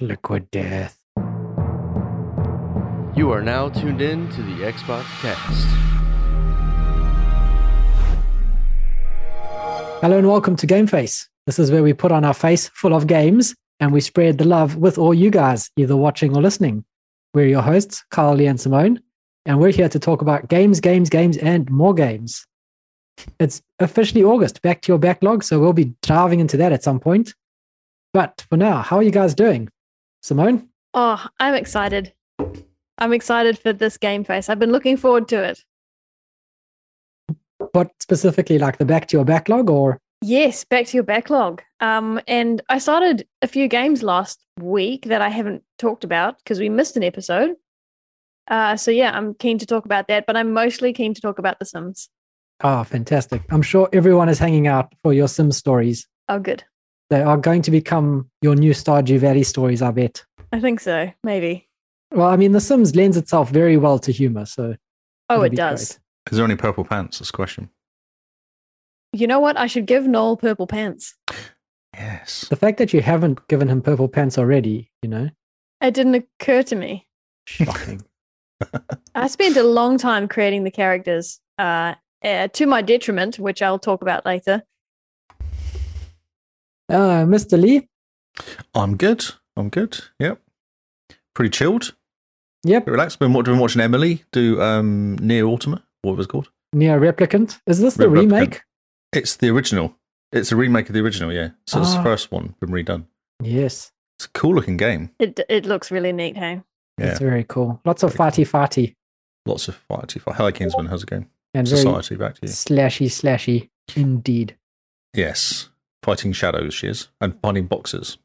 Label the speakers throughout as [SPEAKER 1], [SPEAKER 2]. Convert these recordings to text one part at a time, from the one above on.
[SPEAKER 1] Liquid death.
[SPEAKER 2] You are now tuned in to the Xbox Cast.
[SPEAKER 1] Hello and welcome to Game Face. This is where we put on our face full of games and we spread the love with all you guys, either watching or listening. We're your hosts, Carl, Lee, and Simone, and we're here to talk about games, games, games, and more games. It's officially August, back to your backlog, so we'll be diving into that at some point. But for now, how are you guys doing? Simone?
[SPEAKER 3] Oh, I'm excited. I'm excited for this game face. I've been looking forward to it.
[SPEAKER 1] What specifically, like the back to your backlog or
[SPEAKER 3] Yes, back to your backlog. Um, and I started a few games last week that I haven't talked about because we missed an episode. Uh, so yeah, I'm keen to talk about that, but I'm mostly keen to talk about The Sims.
[SPEAKER 1] Ah, fantastic. I'm sure everyone is hanging out for your Sim stories.
[SPEAKER 3] Oh, good.
[SPEAKER 1] They are going to become your new Stardew Valley stories, I bet.
[SPEAKER 3] I think so. Maybe.
[SPEAKER 1] Well, I mean, The Sims lends itself very well to humor, so
[SPEAKER 3] Oh,
[SPEAKER 1] It'll
[SPEAKER 3] it
[SPEAKER 1] be
[SPEAKER 3] does.
[SPEAKER 4] Is there any purple pants? That's the question.
[SPEAKER 3] You know what? I should give Noel purple pants.
[SPEAKER 4] Yes.
[SPEAKER 1] the fact that you haven't given him purple pants already, you know,
[SPEAKER 3] It didn't occur to me.
[SPEAKER 1] shocking.
[SPEAKER 3] I spent a long time creating the characters, uh, uh, to my detriment, which I'll talk about later.
[SPEAKER 1] uh, Mr. Lee?
[SPEAKER 4] I'm good. I'm good. Yep. Pretty chilled.
[SPEAKER 1] Yep,
[SPEAKER 4] Pretty relaxed. Been, wa- been watching Emily do um, Near Automata, what it was called.
[SPEAKER 1] Near Replicant. Is this the
[SPEAKER 4] Replicant.
[SPEAKER 1] remake?
[SPEAKER 4] It's the original. It's a remake of the original, yeah. So it's
[SPEAKER 1] Ah.
[SPEAKER 4] the first one, been redone.
[SPEAKER 1] Yes,
[SPEAKER 4] It's a cool looking game.
[SPEAKER 3] It it looks really neat, hey.
[SPEAKER 4] Yeah.
[SPEAKER 1] it's very cool. Lots of farty farty
[SPEAKER 4] Lots of fighty fight. Hello Kingsman, how's it going?
[SPEAKER 1] and very
[SPEAKER 4] Society, back to you.
[SPEAKER 1] slashy slashy indeed.
[SPEAKER 4] Yes. Fighting shadows, she is. And finding boxes.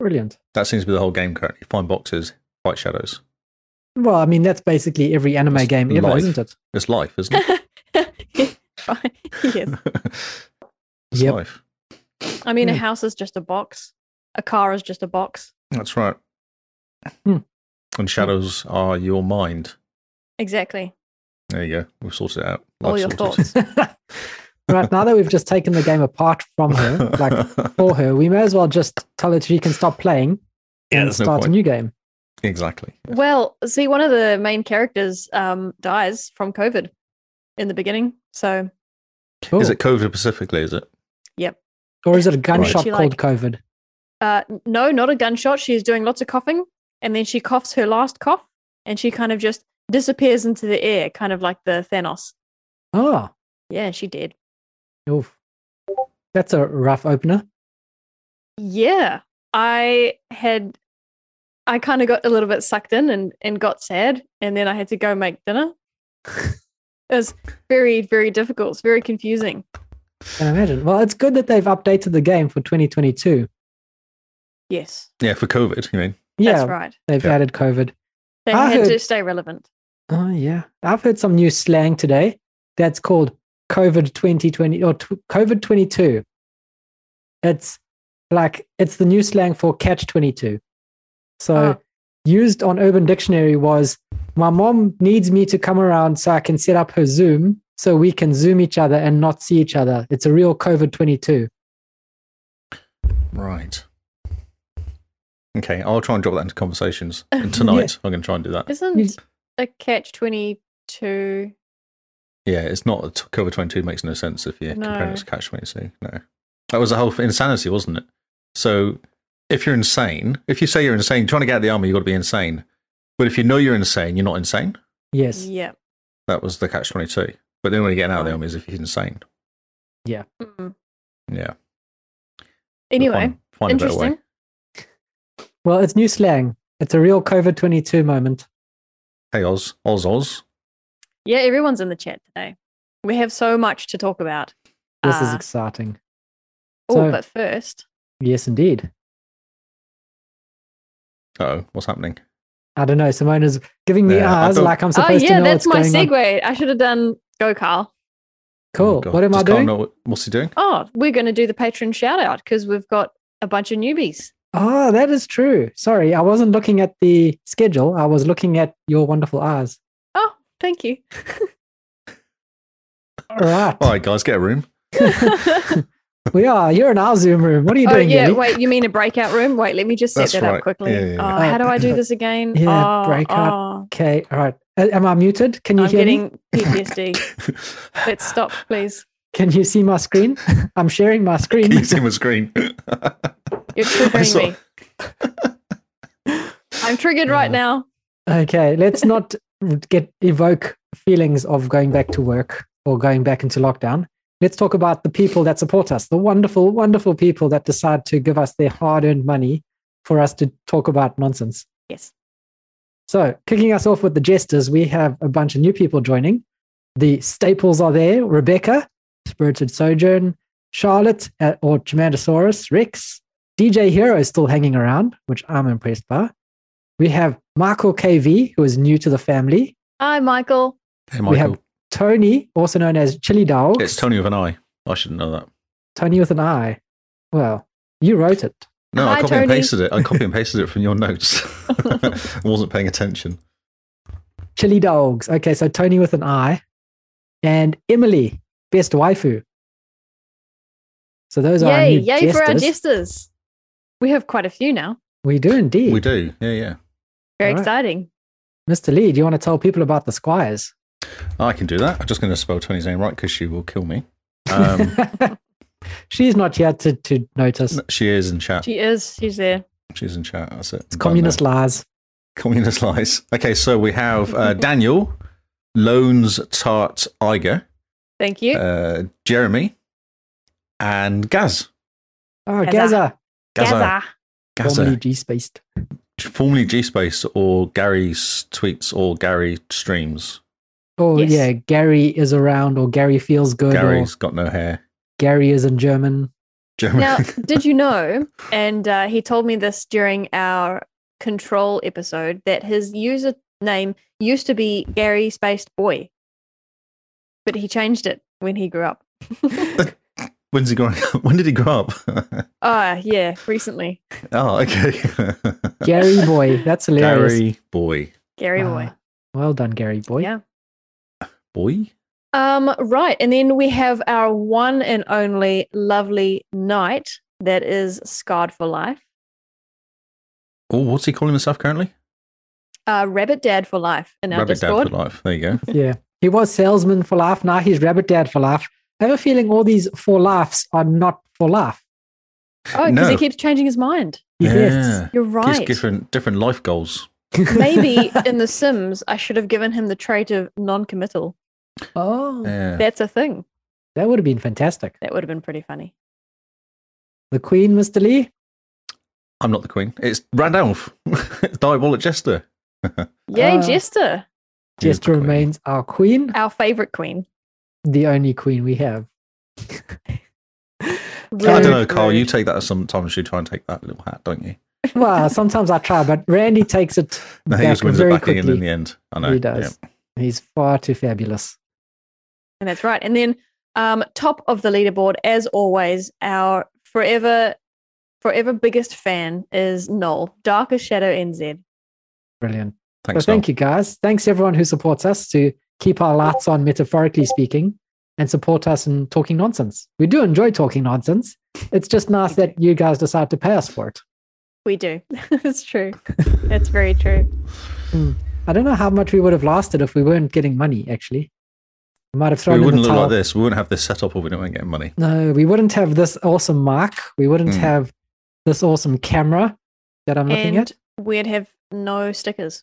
[SPEAKER 1] Brilliant.
[SPEAKER 4] That seems to be the whole game currently. Find boxes, fight shadows.
[SPEAKER 1] Well, I mean, that's basically every anime
[SPEAKER 4] It's
[SPEAKER 1] game ever,
[SPEAKER 4] life.
[SPEAKER 1] isn't it?
[SPEAKER 4] It's life, isn't it?
[SPEAKER 3] Fine. yes.
[SPEAKER 4] it's
[SPEAKER 1] Yep.
[SPEAKER 4] life.
[SPEAKER 3] I mean, a
[SPEAKER 1] Mm.
[SPEAKER 3] house is just a box. A car is just a box.
[SPEAKER 4] That's right.
[SPEAKER 1] Hmm.
[SPEAKER 4] And shadows are your mind.
[SPEAKER 3] Exactly.
[SPEAKER 4] There you go. We've sorted it out.
[SPEAKER 3] All
[SPEAKER 4] I've
[SPEAKER 3] your
[SPEAKER 4] sorted it.
[SPEAKER 1] right, now that we've just taken the game apart from her, like for her, we may as well just tell her she can stop playing
[SPEAKER 4] Yeah,
[SPEAKER 1] and
[SPEAKER 4] there's no
[SPEAKER 1] start a
[SPEAKER 4] point.
[SPEAKER 1] new game.
[SPEAKER 4] exactly.
[SPEAKER 3] Well, see, one of the main characters um, dies from COVID in the beginning. So,
[SPEAKER 1] Cool.
[SPEAKER 4] Is it COVID specifically? Is it?
[SPEAKER 1] or is it a
[SPEAKER 3] Right.
[SPEAKER 1] gunshot
[SPEAKER 3] She,
[SPEAKER 1] called
[SPEAKER 3] like-
[SPEAKER 1] COVID?
[SPEAKER 3] uh, no, not a gunshot. She is doing lots of coughing. And then she coughs her last cough and she kind of just disappears into the air, kind of like the Thanos.
[SPEAKER 1] Ah,
[SPEAKER 3] Yeah, she did.
[SPEAKER 1] oof. That's a rough opener.
[SPEAKER 3] Yeah. I had, I kind of got a little bit sucked in and, and got sad. And then I had to go make dinner. it was very, very difficult. It's very confusing.
[SPEAKER 1] Can I imagine? Well, it's good that they've updated the game for 2022.
[SPEAKER 3] Yes.
[SPEAKER 4] Yeah, for COVID. You mean?
[SPEAKER 1] Yeah,
[SPEAKER 3] That's right.
[SPEAKER 1] they've
[SPEAKER 4] Yeah.
[SPEAKER 1] added COVID.
[SPEAKER 3] They
[SPEAKER 1] I
[SPEAKER 3] had to
[SPEAKER 1] heard-
[SPEAKER 3] stay relevant.
[SPEAKER 1] Oh yeah, I've heard some new slang today that's called COVID twenty twenty or tw COVID twenty two. It's like it's the new slang for catch twenty two. So
[SPEAKER 3] Ah.
[SPEAKER 1] used on Urban Dictionary was my mom needs me to come around so I can set up her Zoom so we can Zoom each other and not see each other. It's a real COVID twenty two.
[SPEAKER 4] Right. Okay, I'll try and drop that into conversations. And tonight, I'm going to try and do that.
[SPEAKER 3] Isn't a catch 22?
[SPEAKER 4] Yeah, it's not COVID 22 makes no sense if you're
[SPEAKER 3] No.
[SPEAKER 4] comparing it to Catch 22. No. That was the whole f- insanity, wasn't it? So if you're insane, if you say you're insane, trying to get out of the army, you've got to be insane. But if you know you're insane, you're not insane.
[SPEAKER 1] Yes,
[SPEAKER 3] Yeah.
[SPEAKER 4] That was the Catch 22. But the only way to get out of the army is if you're insane.
[SPEAKER 3] Mm.
[SPEAKER 4] Yeah.
[SPEAKER 3] Anyway,
[SPEAKER 4] Find- find a better way.
[SPEAKER 3] interesting.
[SPEAKER 1] well, it's new slang. It's a real COVID twenty two moment.
[SPEAKER 4] Hey, Oz. Oz, Oz.
[SPEAKER 3] Yeah, everyone's in the chat today. We have so much to talk about.
[SPEAKER 1] This is
[SPEAKER 3] Ah.
[SPEAKER 1] exciting.
[SPEAKER 3] Oh,
[SPEAKER 1] So-
[SPEAKER 3] but first,
[SPEAKER 1] Yes, indeed.
[SPEAKER 4] Uh oh, what's happening?
[SPEAKER 1] I don't know. Simone is giving me
[SPEAKER 4] Yeah, I
[SPEAKER 1] eyes
[SPEAKER 4] thought-
[SPEAKER 1] like I'm
[SPEAKER 3] oh
[SPEAKER 1] supposed to
[SPEAKER 3] yeah,
[SPEAKER 1] know
[SPEAKER 3] that's my
[SPEAKER 1] what's going on.
[SPEAKER 3] segue. I should have done go, Carl.
[SPEAKER 1] Cool.
[SPEAKER 4] Oh God.
[SPEAKER 1] what am I
[SPEAKER 4] Does Carl
[SPEAKER 1] doing?
[SPEAKER 4] know what- what's he doing?
[SPEAKER 3] Oh, we're going to do the patron shout out because we've got a bunch of newbies.
[SPEAKER 1] Oh, that is true. Sorry, I wasn't looking at the schedule. I was looking at your wonderful eyes.
[SPEAKER 3] Oh, thank you.
[SPEAKER 1] All right.
[SPEAKER 4] All right, guys, get a room.
[SPEAKER 1] we are. You're in our Zoom room. What are you
[SPEAKER 3] oh
[SPEAKER 1] doing?
[SPEAKER 3] yeah,
[SPEAKER 1] Ellie?
[SPEAKER 3] wait. You mean a breakout room? Wait, let me just set
[SPEAKER 4] That's
[SPEAKER 3] that
[SPEAKER 4] right.
[SPEAKER 3] up quickly.
[SPEAKER 4] Yeah, yeah, yeah.
[SPEAKER 3] Oh, how do I do this again?
[SPEAKER 1] Yeah,
[SPEAKER 3] oh,
[SPEAKER 1] breakout.
[SPEAKER 3] oh,
[SPEAKER 1] Okay. All right. A- Am I muted? Can you
[SPEAKER 3] I'm
[SPEAKER 1] hear me?
[SPEAKER 3] getting PTSD. Let's stop, please.
[SPEAKER 1] Can you see my screen? I'm sharing my screen.
[SPEAKER 4] He's in the screen.
[SPEAKER 3] You're
[SPEAKER 4] I
[SPEAKER 3] triggering
[SPEAKER 4] saw-
[SPEAKER 3] me. I'm triggered right
[SPEAKER 1] Uh,
[SPEAKER 3] now.
[SPEAKER 1] Okay, let's not get evoke feelings of going back to work or going back into lockdown. Let's talk about the people that support us, the wonderful, wonderful people that decide to give us their hard earned money for us to talk about nonsense.
[SPEAKER 3] Yes.
[SPEAKER 1] So, kicking us off with the jesters, we have a bunch of new people joining. The staples are there Rebecca, Spirited Sojourn, Charlotte, uh, or Chimandosaurus, Rex. DJ Hero is still hanging around, which I'm impressed by. We have Michael KV, who is new to the family.
[SPEAKER 3] Hi, Michael.
[SPEAKER 4] Hey,
[SPEAKER 1] We have-
[SPEAKER 4] Michael.
[SPEAKER 1] Tony, also known as Chili Dog.
[SPEAKER 4] It's Tony with an I. I shouldn't know that.
[SPEAKER 1] Tony with an I. Well, you wrote it.
[SPEAKER 4] No,
[SPEAKER 3] Hi,
[SPEAKER 4] I copied and
[SPEAKER 3] Tony.
[SPEAKER 4] pasted it. I copied and pasted it from your notes. I wasn't paying attention.
[SPEAKER 1] Chili Dogs. Okay, so Tony with an I. And Emily, best waifu. So those are our
[SPEAKER 3] Yay,
[SPEAKER 1] new
[SPEAKER 3] yay for our
[SPEAKER 1] jesters.
[SPEAKER 3] jesters. We have quite a few now.
[SPEAKER 1] We do indeed.
[SPEAKER 4] We do. Yeah, yeah.
[SPEAKER 3] Very
[SPEAKER 1] Alright.
[SPEAKER 3] exciting.
[SPEAKER 1] Mr. Lee, do you want to tell people about the squires?
[SPEAKER 4] I can do that. I'm just going to spell Tony's name right because she will kill me. Um,
[SPEAKER 1] She's not here to, to notice.
[SPEAKER 4] she is in chat.
[SPEAKER 3] She is. She's there.
[SPEAKER 4] She's in chat. That's it.
[SPEAKER 1] it's communist lies.
[SPEAKER 4] Communist lies. Okay, so we have uh, Daniel, Loans Tart Iger,
[SPEAKER 3] Thank you.
[SPEAKER 4] uh, Jeremy, and Gaz.
[SPEAKER 1] Oh,
[SPEAKER 3] Gaza.
[SPEAKER 1] Gaza.
[SPEAKER 3] Gaza.
[SPEAKER 1] Formerly
[SPEAKER 4] Gaza.
[SPEAKER 1] G spaced.
[SPEAKER 4] uh, Formerly G Space or Gary's tweets or Gary streams.
[SPEAKER 1] Oh,
[SPEAKER 3] Yes.
[SPEAKER 1] yeah. Gary is around, or Gary feels good, or
[SPEAKER 4] Gary's got no hair.
[SPEAKER 1] Gary is in German.
[SPEAKER 4] Jeremy.
[SPEAKER 3] Now, did you know? And uh, he told me this during our control episode that his username used to be Gary Spaced Boy, but he changed it when he grew up.
[SPEAKER 4] When's he growing up? When did he grow up?
[SPEAKER 3] Ah, yeah, recently.
[SPEAKER 4] oh, okay.
[SPEAKER 1] Gary boy. That's hilarious.
[SPEAKER 4] Gary boy.
[SPEAKER 3] Gary Boy.
[SPEAKER 1] Ah, well done, Gary boy.
[SPEAKER 3] Yeah.
[SPEAKER 4] Boy?
[SPEAKER 3] Um, right. And then we have our one and only lovely knight that is scarred for life.
[SPEAKER 4] Oh, what's he calling himself currently?
[SPEAKER 3] Uh, Rabbit Dad for life in our
[SPEAKER 4] Rabbit Dad
[SPEAKER 3] Discord.
[SPEAKER 4] for life. There you go.
[SPEAKER 1] Yeah. He was salesman for life. Now he's rabbit dad for life. I have a feeling all these for laughs are not for laugh.
[SPEAKER 3] Oh, because he
[SPEAKER 4] No.
[SPEAKER 3] keeps changing his mind.
[SPEAKER 1] Yes.
[SPEAKER 3] You're
[SPEAKER 4] Gives
[SPEAKER 3] right.
[SPEAKER 4] different different life goals.
[SPEAKER 3] Maybe in The Sims, I should have given him the trait of non committal.
[SPEAKER 1] Oh,
[SPEAKER 4] Yeah.
[SPEAKER 3] That's a thing.
[SPEAKER 1] that would have been fantastic.
[SPEAKER 3] That would have been pretty funny.
[SPEAKER 1] The Queen, Mr. Lee.
[SPEAKER 4] I'm not the queen. It's Randolph. it's Diabolic Jester.
[SPEAKER 3] Yay,
[SPEAKER 1] Ah.
[SPEAKER 3] Jester,
[SPEAKER 4] He is
[SPEAKER 1] Just
[SPEAKER 4] the queen.
[SPEAKER 1] remains our queen,
[SPEAKER 3] our favorite queen.
[SPEAKER 1] the only queen we have.
[SPEAKER 4] I
[SPEAKER 1] Rude,
[SPEAKER 4] don't know, Carl. You
[SPEAKER 3] rude.
[SPEAKER 4] take that as sometimes you try and take that little hat, don't you?
[SPEAKER 1] Well, sometimes I try, but Randy takes it.
[SPEAKER 4] No, he
[SPEAKER 1] Back
[SPEAKER 4] was winning the
[SPEAKER 1] very
[SPEAKER 4] back in in
[SPEAKER 1] quickly.
[SPEAKER 4] the end. I know.
[SPEAKER 1] he does. He's far too fabulous.
[SPEAKER 3] And that's right. And then um, top of the leaderboard, as always, our forever, forever biggest fan is Noel, Dark as Shadow NZ.
[SPEAKER 1] Brilliant.
[SPEAKER 4] Yeah.
[SPEAKER 1] So
[SPEAKER 4] Thanks,
[SPEAKER 1] thank you guys. Thanks everyone who supports us to keep our lights on, metaphorically speaking, and support us in talking nonsense. We do enjoy talking nonsense. It's just nice that you guys decide to pay us for it.
[SPEAKER 3] We do. it's true. It's very true.
[SPEAKER 1] I don't know how much we would have lasted if we weren't getting money. Actually, we might have
[SPEAKER 4] Noel.
[SPEAKER 1] thrown
[SPEAKER 4] We
[SPEAKER 1] in
[SPEAKER 4] wouldn't
[SPEAKER 1] the
[SPEAKER 4] look
[SPEAKER 1] towel.
[SPEAKER 4] like this. We wouldn't have this set up if we didn't get money.
[SPEAKER 1] No, we wouldn't have this awesome mic. We wouldn't
[SPEAKER 4] Mm.
[SPEAKER 1] have this awesome camera that I'm looking
[SPEAKER 3] And
[SPEAKER 1] at.
[SPEAKER 3] we'd have no stickers.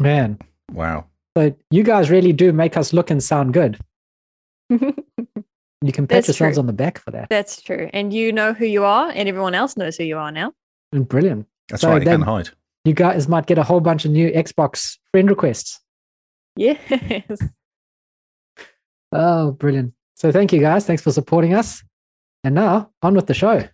[SPEAKER 1] Man,
[SPEAKER 4] Wow.
[SPEAKER 1] so you guys really do make us look and sound good. You can pat
[SPEAKER 3] That's
[SPEAKER 1] yourselves
[SPEAKER 3] true.
[SPEAKER 1] on the back for that.
[SPEAKER 3] That's true. And you know who you are, and everyone else knows who you are now.
[SPEAKER 1] Brilliant.
[SPEAKER 4] That's
[SPEAKER 1] So
[SPEAKER 4] right. He
[SPEAKER 1] then-
[SPEAKER 4] can hide.
[SPEAKER 1] you guys might get a whole bunch of new Xbox friend requests.
[SPEAKER 3] Yes.
[SPEAKER 1] Oh, brilliant. So thank you guys. Thanks for supporting us. And now on with the show.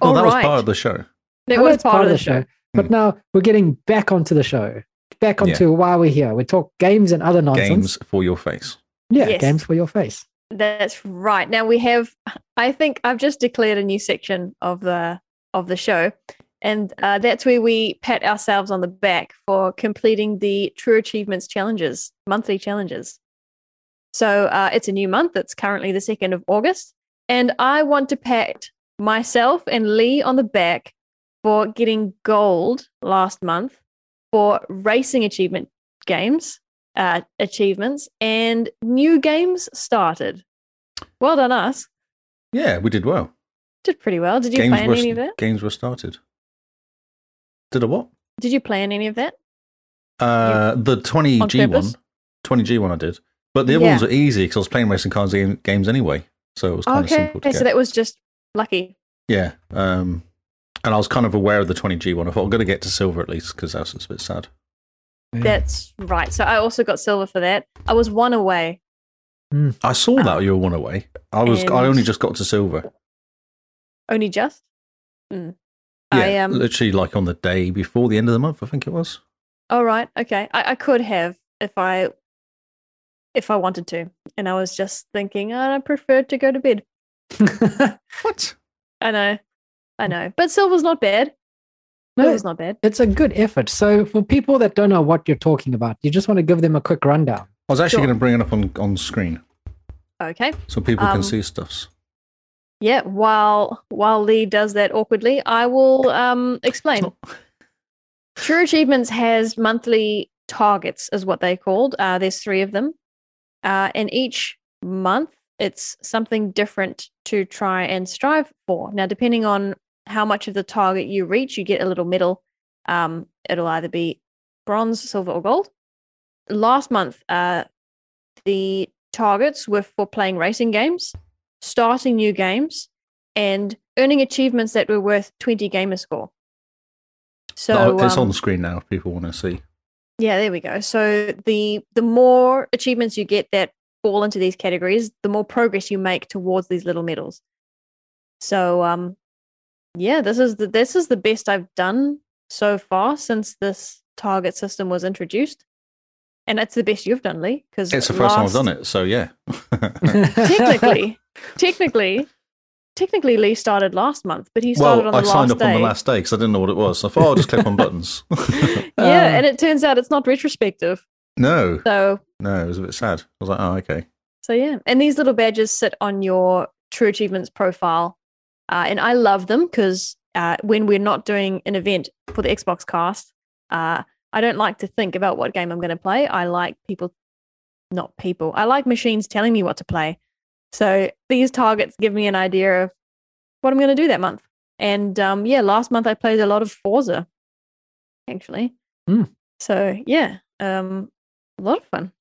[SPEAKER 4] Oh, that was
[SPEAKER 3] Alright.
[SPEAKER 4] part of the show.
[SPEAKER 3] That
[SPEAKER 1] Well,
[SPEAKER 3] was
[SPEAKER 1] Oh, that's
[SPEAKER 3] part, of the show.
[SPEAKER 1] But now we're getting back onto the show, back
[SPEAKER 4] Hmm. Yeah.
[SPEAKER 1] onto why we're here. We talk games and other nonsense.
[SPEAKER 4] Games for your face.
[SPEAKER 1] Yeah,
[SPEAKER 3] Yes.
[SPEAKER 1] games for your face.
[SPEAKER 3] That's right. Now we have I think I've just declared a new section of the of the show. And uh, that's where we pat ourselves on the back for completing the True Achievements challenges, monthly challenges. So uh, it's a new month. It's currently the 2nd of August. And I want to pat myself and Lee on the back for getting gold last month for racing achievement games, uh, achievements, and new games started. Well done, us.
[SPEAKER 4] Yeah, we did well.
[SPEAKER 3] Did pretty well. Did you
[SPEAKER 4] games
[SPEAKER 3] play
[SPEAKER 4] were
[SPEAKER 3] any of that?
[SPEAKER 4] games were started. Did a what?
[SPEAKER 3] Did you play any of that?
[SPEAKER 4] Uh, the twenty
[SPEAKER 3] On
[SPEAKER 4] G one,
[SPEAKER 3] purpose?
[SPEAKER 4] twenty G one. I did, but the other
[SPEAKER 3] Yeah.
[SPEAKER 4] ones were easy because I was playing racing cars game, games anyway, so it was kind of
[SPEAKER 3] Okay,
[SPEAKER 4] simple to
[SPEAKER 3] so
[SPEAKER 4] get.
[SPEAKER 3] that was just lucky.
[SPEAKER 4] yeah, um, and I was kind of aware of the twenty G one. I thought I'm going to get to silver at least because else it's a bit sad.
[SPEAKER 3] That's right. So I also got silver for that. I was one away.
[SPEAKER 4] I saw that you were one away. I was. I
[SPEAKER 3] Uh, And-
[SPEAKER 4] only just got to silver.
[SPEAKER 3] Only just. Mm.
[SPEAKER 4] Yeah,
[SPEAKER 3] I um.
[SPEAKER 4] literally like on the day before the end of the month. I think it was.
[SPEAKER 3] All right. Okay. I, I could have if I if I wanted to, and I was just thinking "Oh, I preferred to go to bed.
[SPEAKER 4] What?
[SPEAKER 3] I know, I know, but silver's not bad.
[SPEAKER 1] no,
[SPEAKER 3] Silver's not bad.
[SPEAKER 1] it's a good effort. So for people that don't know what you're talking about, you just want to give them a quick rundown.
[SPEAKER 4] I was actually
[SPEAKER 3] Sure.
[SPEAKER 4] going to bring it up on on screen
[SPEAKER 3] Okay.
[SPEAKER 4] so people
[SPEAKER 3] Um,
[SPEAKER 4] can see stuffs.
[SPEAKER 3] Yeah. While while Lee does that awkwardly, I will um explain.
[SPEAKER 4] not-
[SPEAKER 3] True Achievements has monthly targets, is what they called. Uh, there's three of them, uh, and each month it's something different to try and strive for. Now, depending on how much of the target you reach, you get a little medal. Um, it'll either be bronze, silver, or gold. Last month, uh, the targets were for playing racing games, starting new games, and earning achievements that were worth 20 gamer score. So
[SPEAKER 4] it's
[SPEAKER 3] um,
[SPEAKER 4] on screen now. If people want to see.
[SPEAKER 3] yeah, there we go. So the the more achievements you get that fall into these categories, the more progress you make towards these little medals. So um yeah, this is the this is the best I've done so far since this target system was introduced. And it's the best you've done, Lee, because
[SPEAKER 4] It's the first time I've done it, so yeah.
[SPEAKER 3] Technically, technically, technically, Lee started last month, but he started
[SPEAKER 4] well,
[SPEAKER 3] on
[SPEAKER 4] I
[SPEAKER 3] the
[SPEAKER 4] signed
[SPEAKER 3] last
[SPEAKER 4] up
[SPEAKER 3] day.
[SPEAKER 4] on the last day because I didn't know what it was. So I thought "Oh, I'll just click on buttons.
[SPEAKER 3] yeah,
[SPEAKER 4] uh,
[SPEAKER 1] Ah.
[SPEAKER 3] and it turns out it's not retrospective.
[SPEAKER 4] no,
[SPEAKER 3] So
[SPEAKER 4] no, it was a bit sad. I was like, oh, okay.
[SPEAKER 3] So yeah, and these little badges sit on your True Achievements profile, uh, and I love them because uh, when we're not doing an event for the Xbox Cast, uh, I don't like to think about what game I'm going to play. I like people, not people. I like machines telling me what to play. So these targets give me an idea of what I'm going to do that month. And um, yeah, last month I played a lot of Forza, actually.
[SPEAKER 1] Hmm.
[SPEAKER 3] So yeah, um, a lot of fun.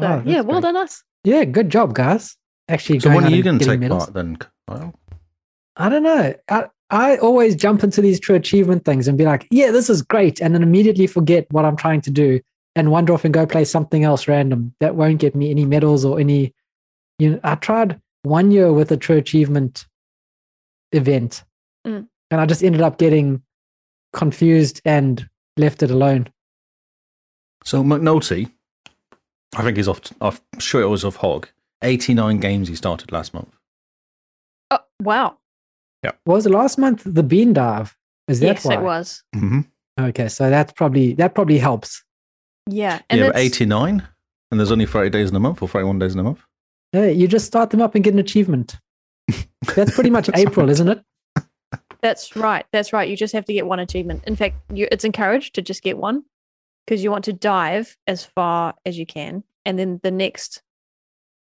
[SPEAKER 3] So
[SPEAKER 1] Oh,
[SPEAKER 3] yeah,
[SPEAKER 1] that's
[SPEAKER 3] well
[SPEAKER 1] great.
[SPEAKER 3] done us.
[SPEAKER 1] Yeah, good job, guys. Actually,
[SPEAKER 4] So
[SPEAKER 1] going
[SPEAKER 4] when are
[SPEAKER 1] out
[SPEAKER 4] you
[SPEAKER 1] and
[SPEAKER 4] going to
[SPEAKER 1] getting
[SPEAKER 4] take
[SPEAKER 1] medals.
[SPEAKER 4] part then, Kyle?
[SPEAKER 1] I don't know. I, I always jump into these true achievement things and be like, yeah, this is great. And then immediately forget what I'm trying to do and wander off and go play something else random that won't get me any medals or any. You know, I tried one year with a true achievement event
[SPEAKER 3] Mm.
[SPEAKER 1] and I just ended up getting confused and left it alone.
[SPEAKER 4] So McNulty, I think he's off. I'm sure it was off Hog. 89 games he started last month.
[SPEAKER 3] Oh wow!
[SPEAKER 1] Was last month the bean dive? Is that
[SPEAKER 3] Yes,
[SPEAKER 1] why?
[SPEAKER 3] it was.
[SPEAKER 4] Mm-hmm.
[SPEAKER 1] Okay, so that's probably that probably helps.
[SPEAKER 3] Yeah, and
[SPEAKER 4] Yeah, but
[SPEAKER 3] that's-
[SPEAKER 4] 89, and there's only 30 days in a month or 31 days in a month.
[SPEAKER 1] Yeah, you just start them up and get an achievement. That's pretty much April, isn't it?
[SPEAKER 3] That's right. That's right. You just have to get one achievement. In fact, you, it's encouraged to just get one because you want to dive as far as you can, and then the next,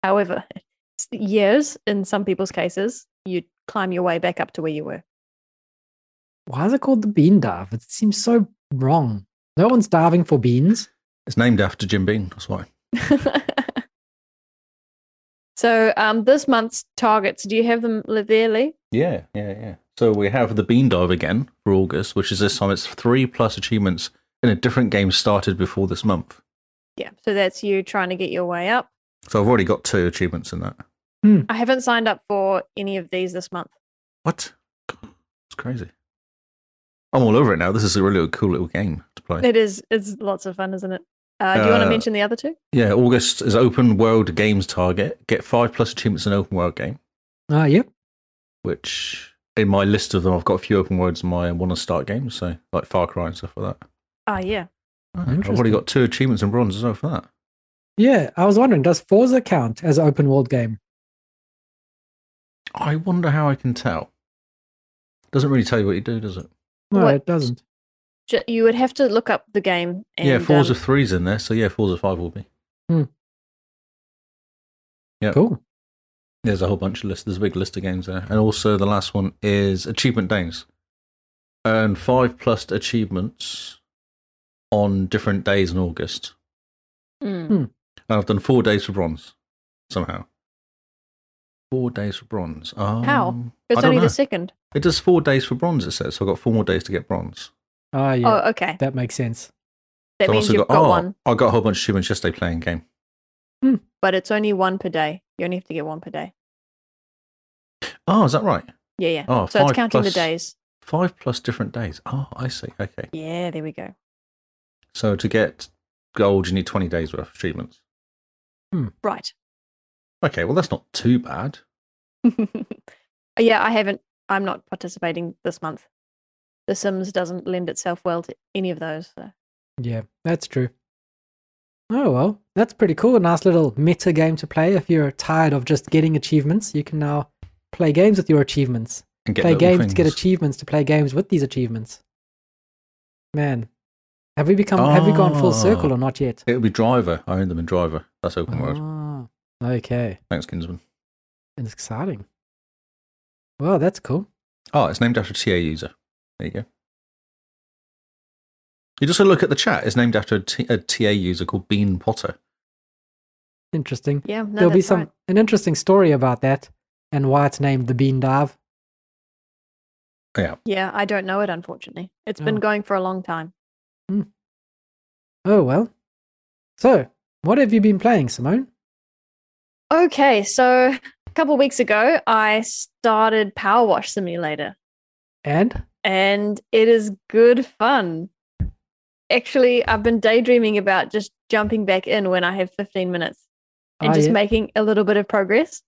[SPEAKER 3] however, s- years in some people's cases, you climb your way back up to where you were.
[SPEAKER 1] Why is it called the bean dive? It seems so wrong. No one's diving for beans.
[SPEAKER 4] It's named after Jim Beam. That's why.
[SPEAKER 3] so, um, this month's targets. Do you have them li- there, Lee?
[SPEAKER 4] Yeah, yeah, yeah. So we have the Bean Dive again for August, which is this time it's three plus achievements in a different game started before this month.
[SPEAKER 3] Yeah. So that's you trying to get your way up.
[SPEAKER 4] So I've already got two achievements in that.
[SPEAKER 3] I haven't signed up for any of these this month.
[SPEAKER 4] What? It's crazy. I'm all over it now. This is a really cool little game to play.
[SPEAKER 3] It is. It's lots of fun, isn't it? Uh, do you want to
[SPEAKER 4] Uh,
[SPEAKER 3] mention the other two?
[SPEAKER 4] Yeah, August is open world games target. Get five plus achievements in an open world game,
[SPEAKER 1] Ah, yep.
[SPEAKER 4] which in my list of them, I've got a few open worlds in my want to start games, so like Far Cry and stuff like that.
[SPEAKER 3] Oh, yeah.
[SPEAKER 4] I've already
[SPEAKER 1] Interesting.
[SPEAKER 4] got two achievements in bronze as well for that.
[SPEAKER 1] Yeah, I was wondering, does Forza count as an open world game?
[SPEAKER 4] I wonder how I can tell. Doesn't really tell you what you do, does it?
[SPEAKER 1] No,
[SPEAKER 3] What-
[SPEAKER 1] it doesn't.
[SPEAKER 3] J- You would have to look up the game. And,
[SPEAKER 4] yeah, fours
[SPEAKER 3] um,
[SPEAKER 4] of threes in there, so yeah, fours of five will be. Yep.
[SPEAKER 1] Cool.
[SPEAKER 4] There's a whole bunch of lists. There's a big list of games there, and also the last one is achievement days. Earn five plus achievements on different days in August.
[SPEAKER 3] mm.
[SPEAKER 4] hmm, And I've done four days for bronze somehow. Four days for bronze. Um,
[SPEAKER 3] How?
[SPEAKER 4] I
[SPEAKER 3] It's
[SPEAKER 4] don't
[SPEAKER 3] only
[SPEAKER 4] know.
[SPEAKER 3] the second.
[SPEAKER 4] It does four days for bronze. It says so. I've got four more days to get bronze.
[SPEAKER 1] Ah, yeah.
[SPEAKER 3] Oh, okay.
[SPEAKER 1] That makes sense.
[SPEAKER 3] That
[SPEAKER 4] So I've
[SPEAKER 3] means
[SPEAKER 4] also
[SPEAKER 3] you've got,
[SPEAKER 4] oh,
[SPEAKER 3] one,
[SPEAKER 4] I got a whole bunch of achievements yesterday playing game.
[SPEAKER 3] but it's only one per day. You only have to get one per day.
[SPEAKER 4] Oh, is that right?
[SPEAKER 3] Yeah, yeah.
[SPEAKER 4] Oh,
[SPEAKER 3] so it's
[SPEAKER 4] five
[SPEAKER 3] counting
[SPEAKER 4] plus-
[SPEAKER 3] the days.
[SPEAKER 4] Five plus different days. Oh, I see. Okay.
[SPEAKER 3] Yeah, there we go.
[SPEAKER 4] So to get gold, you need 20 days worth of achievements.
[SPEAKER 3] Right.
[SPEAKER 4] Okay, well, that's not too bad.
[SPEAKER 3] yeah, I haven't. I'm not participating this month. The Sims doesn't lend itself well to any of those. So.
[SPEAKER 1] Yeah, that's true. Oh well, that's pretty cool. A nice little meta game to play. If you're tired of just getting achievements, you can now play games with your achievements.
[SPEAKER 4] And
[SPEAKER 1] play
[SPEAKER 4] little
[SPEAKER 1] games to get
[SPEAKER 4] things.
[SPEAKER 1] achievements to play games with these achievements. Man, have we become? Have we gone full circle
[SPEAKER 4] Ah.
[SPEAKER 1] or not yet?
[SPEAKER 4] It would be Driver. I own them in Driver. That's open world.
[SPEAKER 1] Ah, okay,
[SPEAKER 4] Thanks, Kinsman.
[SPEAKER 1] it's exciting. Well, that's cool.
[SPEAKER 4] Oh, it's named after a TA user. There you go. You just gotta look at the chat. It's named after a, t- a TA user called Bean Potter.
[SPEAKER 1] Interesting.
[SPEAKER 3] Yeah, no,
[SPEAKER 1] There'll be
[SPEAKER 3] that's
[SPEAKER 1] some
[SPEAKER 3] right.
[SPEAKER 1] an interesting story about that and why it's named the Bean Dive.
[SPEAKER 4] Oh,
[SPEAKER 3] Yeah, I don't know it, unfortunately. It's
[SPEAKER 1] Oh.
[SPEAKER 3] been going for a long time.
[SPEAKER 1] Oh well. So, what have you been playing, Simone?
[SPEAKER 3] Okay, so a couple weeks ago, I started Power Wash Simulator,
[SPEAKER 1] And
[SPEAKER 3] and it is good fun. Actually, I've been daydreaming about just jumping back in when I have 15 minutes and
[SPEAKER 1] Ah,
[SPEAKER 3] just
[SPEAKER 1] yeah.
[SPEAKER 3] making a little bit of progress.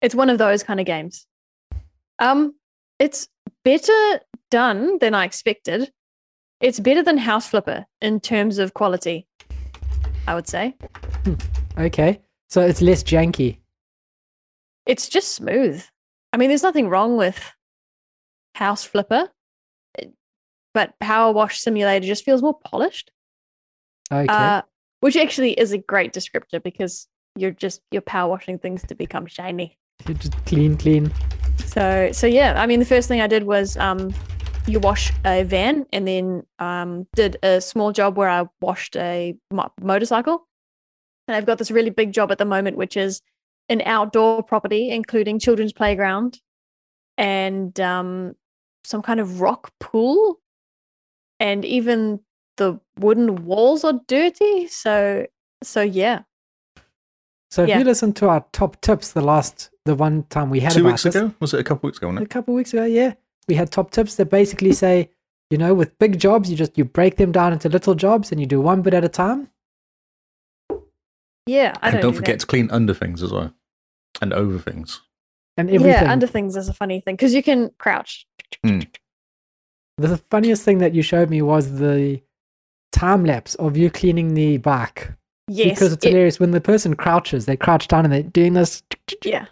[SPEAKER 3] It's one of those kind of games. Um, it's better done than I expected. It's better than House Flipper in terms of quality, I would say.
[SPEAKER 1] okay, so it's less janky.
[SPEAKER 3] it's just smooth. I mean, there's nothing wrong with House Flipper, it- but Power Wash Simulator just feels more polished,
[SPEAKER 1] Okay,
[SPEAKER 3] uh, which actually is a great descriptor because you're just you're power washing things to become shiny.
[SPEAKER 1] You just clean, clean.
[SPEAKER 3] So, so yeah, I mean, the first thing I did was um, you wash a van, and then um, did a small job where I washed a mo- motorcycle. And I've got this really big job at the moment, which is an outdoor property, including children's playground and um, some kind of rock pool, and even the wooden walls are dirty. So, so yeah,
[SPEAKER 1] So, if
[SPEAKER 3] yeah.
[SPEAKER 1] you listen to our top tips, the last, the one time we had
[SPEAKER 4] Two
[SPEAKER 1] about
[SPEAKER 4] weeks
[SPEAKER 1] this,
[SPEAKER 4] ago? Was it a couple weeks ago? Wasn't
[SPEAKER 1] a
[SPEAKER 4] it?
[SPEAKER 1] couple weeks ago, yeah, we had top tips that basically say, you know, with big jobs, you just you break them down into little jobs and you do one bit at a time.
[SPEAKER 3] yeah. I don't,
[SPEAKER 4] and don't
[SPEAKER 3] do that.
[SPEAKER 4] forget to clean under things as well. And over things.
[SPEAKER 1] And everything.
[SPEAKER 3] Yeah, under things is a funny thing because you can crouch.
[SPEAKER 1] the funniest thing that you showed me was the time lapse of you cleaning the bike.
[SPEAKER 3] Yes,
[SPEAKER 1] because it's
[SPEAKER 3] it-
[SPEAKER 1] hilarious when the person crouches, they crouch down and they're doing this,
[SPEAKER 3] Yeah.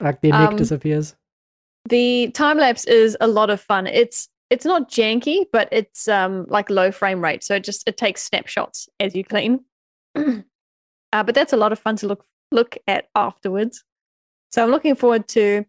[SPEAKER 1] like their neck
[SPEAKER 3] Um,
[SPEAKER 1] disappears.
[SPEAKER 3] the time lapse is a lot of fun. It's it's not janky, but it's um like low frame rate, so it just it takes snapshots as you clean. uh, but that's a lot of fun to look look at afterwards. So I'm looking forward to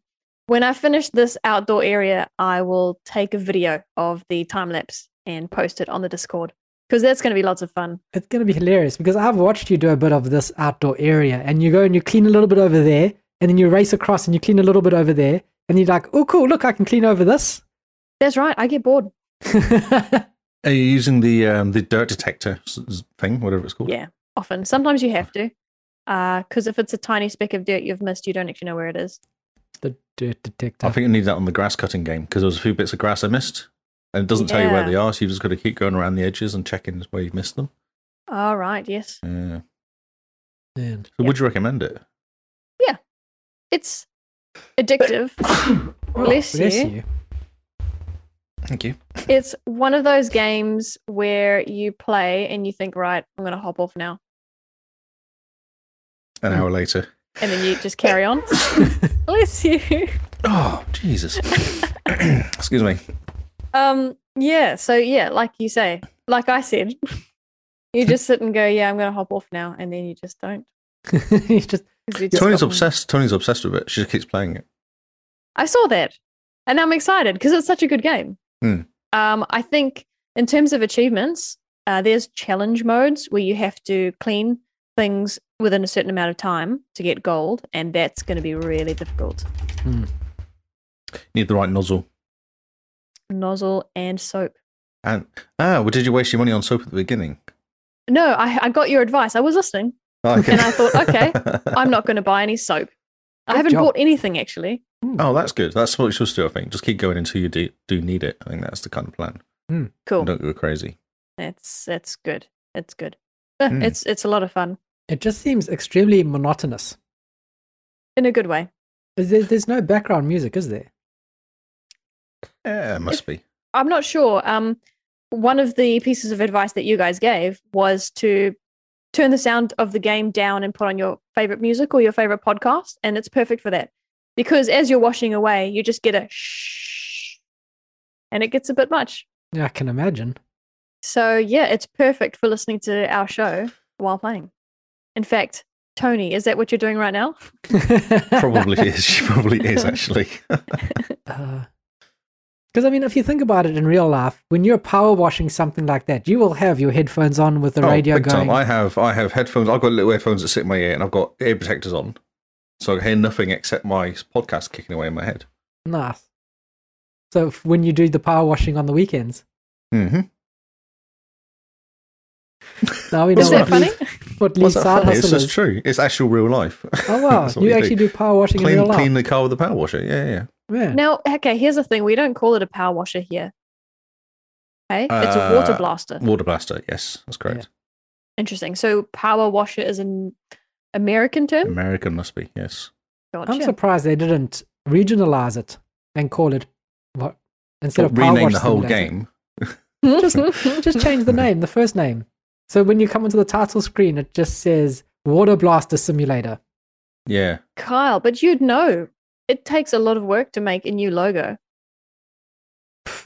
[SPEAKER 3] when I finish this outdoor area, I will take a video of the time lapse and post it on the Discord because that's going to be lots of fun.
[SPEAKER 1] It's going to be hilarious because I've watched you do a bit of this outdoor area and you go and you clean a little bit over there and then you race across and you clean a little bit over there and you're like, oh, cool, look, I can clean over this.
[SPEAKER 3] That's right. I get bored.
[SPEAKER 4] Are you using the um, the dirt detector s- s- thing, whatever it's called?
[SPEAKER 3] Yeah. often. Sometimes you have to, because if it's a tiny speck of dirt you've missed, you don't actually know where it is.
[SPEAKER 1] the dirt detector.
[SPEAKER 4] I think I need that on the grass cutting game because there was a few bits of grass I missed, and it doesn't tell you where
[SPEAKER 3] Yeah.
[SPEAKER 4] they are. So you've just got to keep going around the edges and checking where you've missed them.
[SPEAKER 3] All right, yes,
[SPEAKER 4] Yeah.
[SPEAKER 1] Man.
[SPEAKER 4] So
[SPEAKER 3] Yeah.
[SPEAKER 4] would you recommend it?
[SPEAKER 3] it's addictive.
[SPEAKER 1] Oh,
[SPEAKER 3] Bless you.
[SPEAKER 4] Thank you.
[SPEAKER 3] It's one of those games where you play and you think, right, I'm going to hop off now.
[SPEAKER 4] An hour later,
[SPEAKER 3] and then you just carry on. Bless you.
[SPEAKER 4] Oh, Jesus. Excuse me.
[SPEAKER 3] Um, yeah, so yeah, like you say, like I said, you just sit and go, yeah, I'm gonna hop off now, and then you just don't.
[SPEAKER 1] You just
[SPEAKER 3] 'cause you just
[SPEAKER 4] Tony's
[SPEAKER 3] got-
[SPEAKER 4] obsessed. Tony's obsessed with it. She just keeps playing it.
[SPEAKER 3] I saw that, and I'm excited because it's such a good game.
[SPEAKER 4] Hmm.
[SPEAKER 3] Um, I think in terms of achievements, uh, there's challenge modes where you have to clean things within a certain amount of time to get gold, and that's going to be really difficult.
[SPEAKER 4] Need the right nozzle.
[SPEAKER 3] Nozzle and soap.
[SPEAKER 4] And ah, well, did you waste your money on soap at the beginning?
[SPEAKER 3] No, I, I got your advice. I was listening.
[SPEAKER 4] Oh,
[SPEAKER 3] And I thought, okay, I'm not going to buy any soap. I haven't
[SPEAKER 1] job.
[SPEAKER 3] bought anything actually.
[SPEAKER 4] Oh, that's good. That's what you're supposed to do. I think just keep going until you do, do need it. I think that's the kind of plan.
[SPEAKER 3] Cool.
[SPEAKER 4] Don't go crazy.
[SPEAKER 3] That's that's good. It's good. Eh,
[SPEAKER 4] Hmm.
[SPEAKER 3] It's it's a lot of fun
[SPEAKER 1] it just seems extremely monotonous.
[SPEAKER 3] in a good way.
[SPEAKER 1] There's, there's no background music, is there?
[SPEAKER 4] Yeah, it must be.
[SPEAKER 3] I'm not sure. Um, one of the pieces of advice that you guys gave was to turn the sound of the game down and put on your favorite music or your favorite podcast, and it's perfect for that because as you're washing away, you just get a shh, and it gets a bit much.
[SPEAKER 1] Yeah, I can imagine.
[SPEAKER 3] So yeah, it's perfect for listening to our show while playing. In fact, Tony, is that what you're doing right now?
[SPEAKER 4] Probably is. She probably is actually.
[SPEAKER 1] Because, Uh, I mean, if you think about it in real life, when you're power washing something like that, you will have your headphones on with the
[SPEAKER 4] Oh,
[SPEAKER 1] radio
[SPEAKER 4] big
[SPEAKER 1] going.
[SPEAKER 4] time. I have I have headphones. I've got little earphones that sit in my ear, and I've got ear protectors on, so I hear nothing except my podcast kicking away in my head.
[SPEAKER 1] Nice. So if, when you do the power washing on the weekends,
[SPEAKER 4] Mm-hmm.
[SPEAKER 1] now we know
[SPEAKER 3] Is
[SPEAKER 4] What's
[SPEAKER 1] what
[SPEAKER 3] that
[SPEAKER 4] that
[SPEAKER 3] funny?
[SPEAKER 1] Lee's, what Lee's
[SPEAKER 4] What's that
[SPEAKER 1] side
[SPEAKER 4] funny? It's
[SPEAKER 1] hustle
[SPEAKER 4] just
[SPEAKER 1] is.
[SPEAKER 4] true. It's actual real life.
[SPEAKER 1] Oh wow,
[SPEAKER 4] That's what
[SPEAKER 1] you
[SPEAKER 4] do.
[SPEAKER 1] actually do. power washing in
[SPEAKER 4] clean
[SPEAKER 1] real
[SPEAKER 4] clean
[SPEAKER 1] life.
[SPEAKER 4] the car with a power washer. Yeah, yeah.
[SPEAKER 1] Man.
[SPEAKER 3] Now, okay, here's the thing: we don't call it a power washer here. Okay, it's a water
[SPEAKER 4] Uh,
[SPEAKER 3] blaster.
[SPEAKER 4] Water blaster. Yes, that's correct.
[SPEAKER 3] Interesting. So, power washer is an American term.
[SPEAKER 4] American must be. Yes.
[SPEAKER 1] I'm
[SPEAKER 3] Gotcha.
[SPEAKER 1] surprised they didn't regionalize it and call it what instead of power
[SPEAKER 4] rename
[SPEAKER 1] wash
[SPEAKER 4] the whole
[SPEAKER 1] Simulator.
[SPEAKER 4] game.
[SPEAKER 1] Just change the name, the first name. So when you come into the title screen, it just says Water Blaster Simulator.
[SPEAKER 4] Yeah.
[SPEAKER 3] Kyle, but you'd know it takes a lot of work to make a new logo,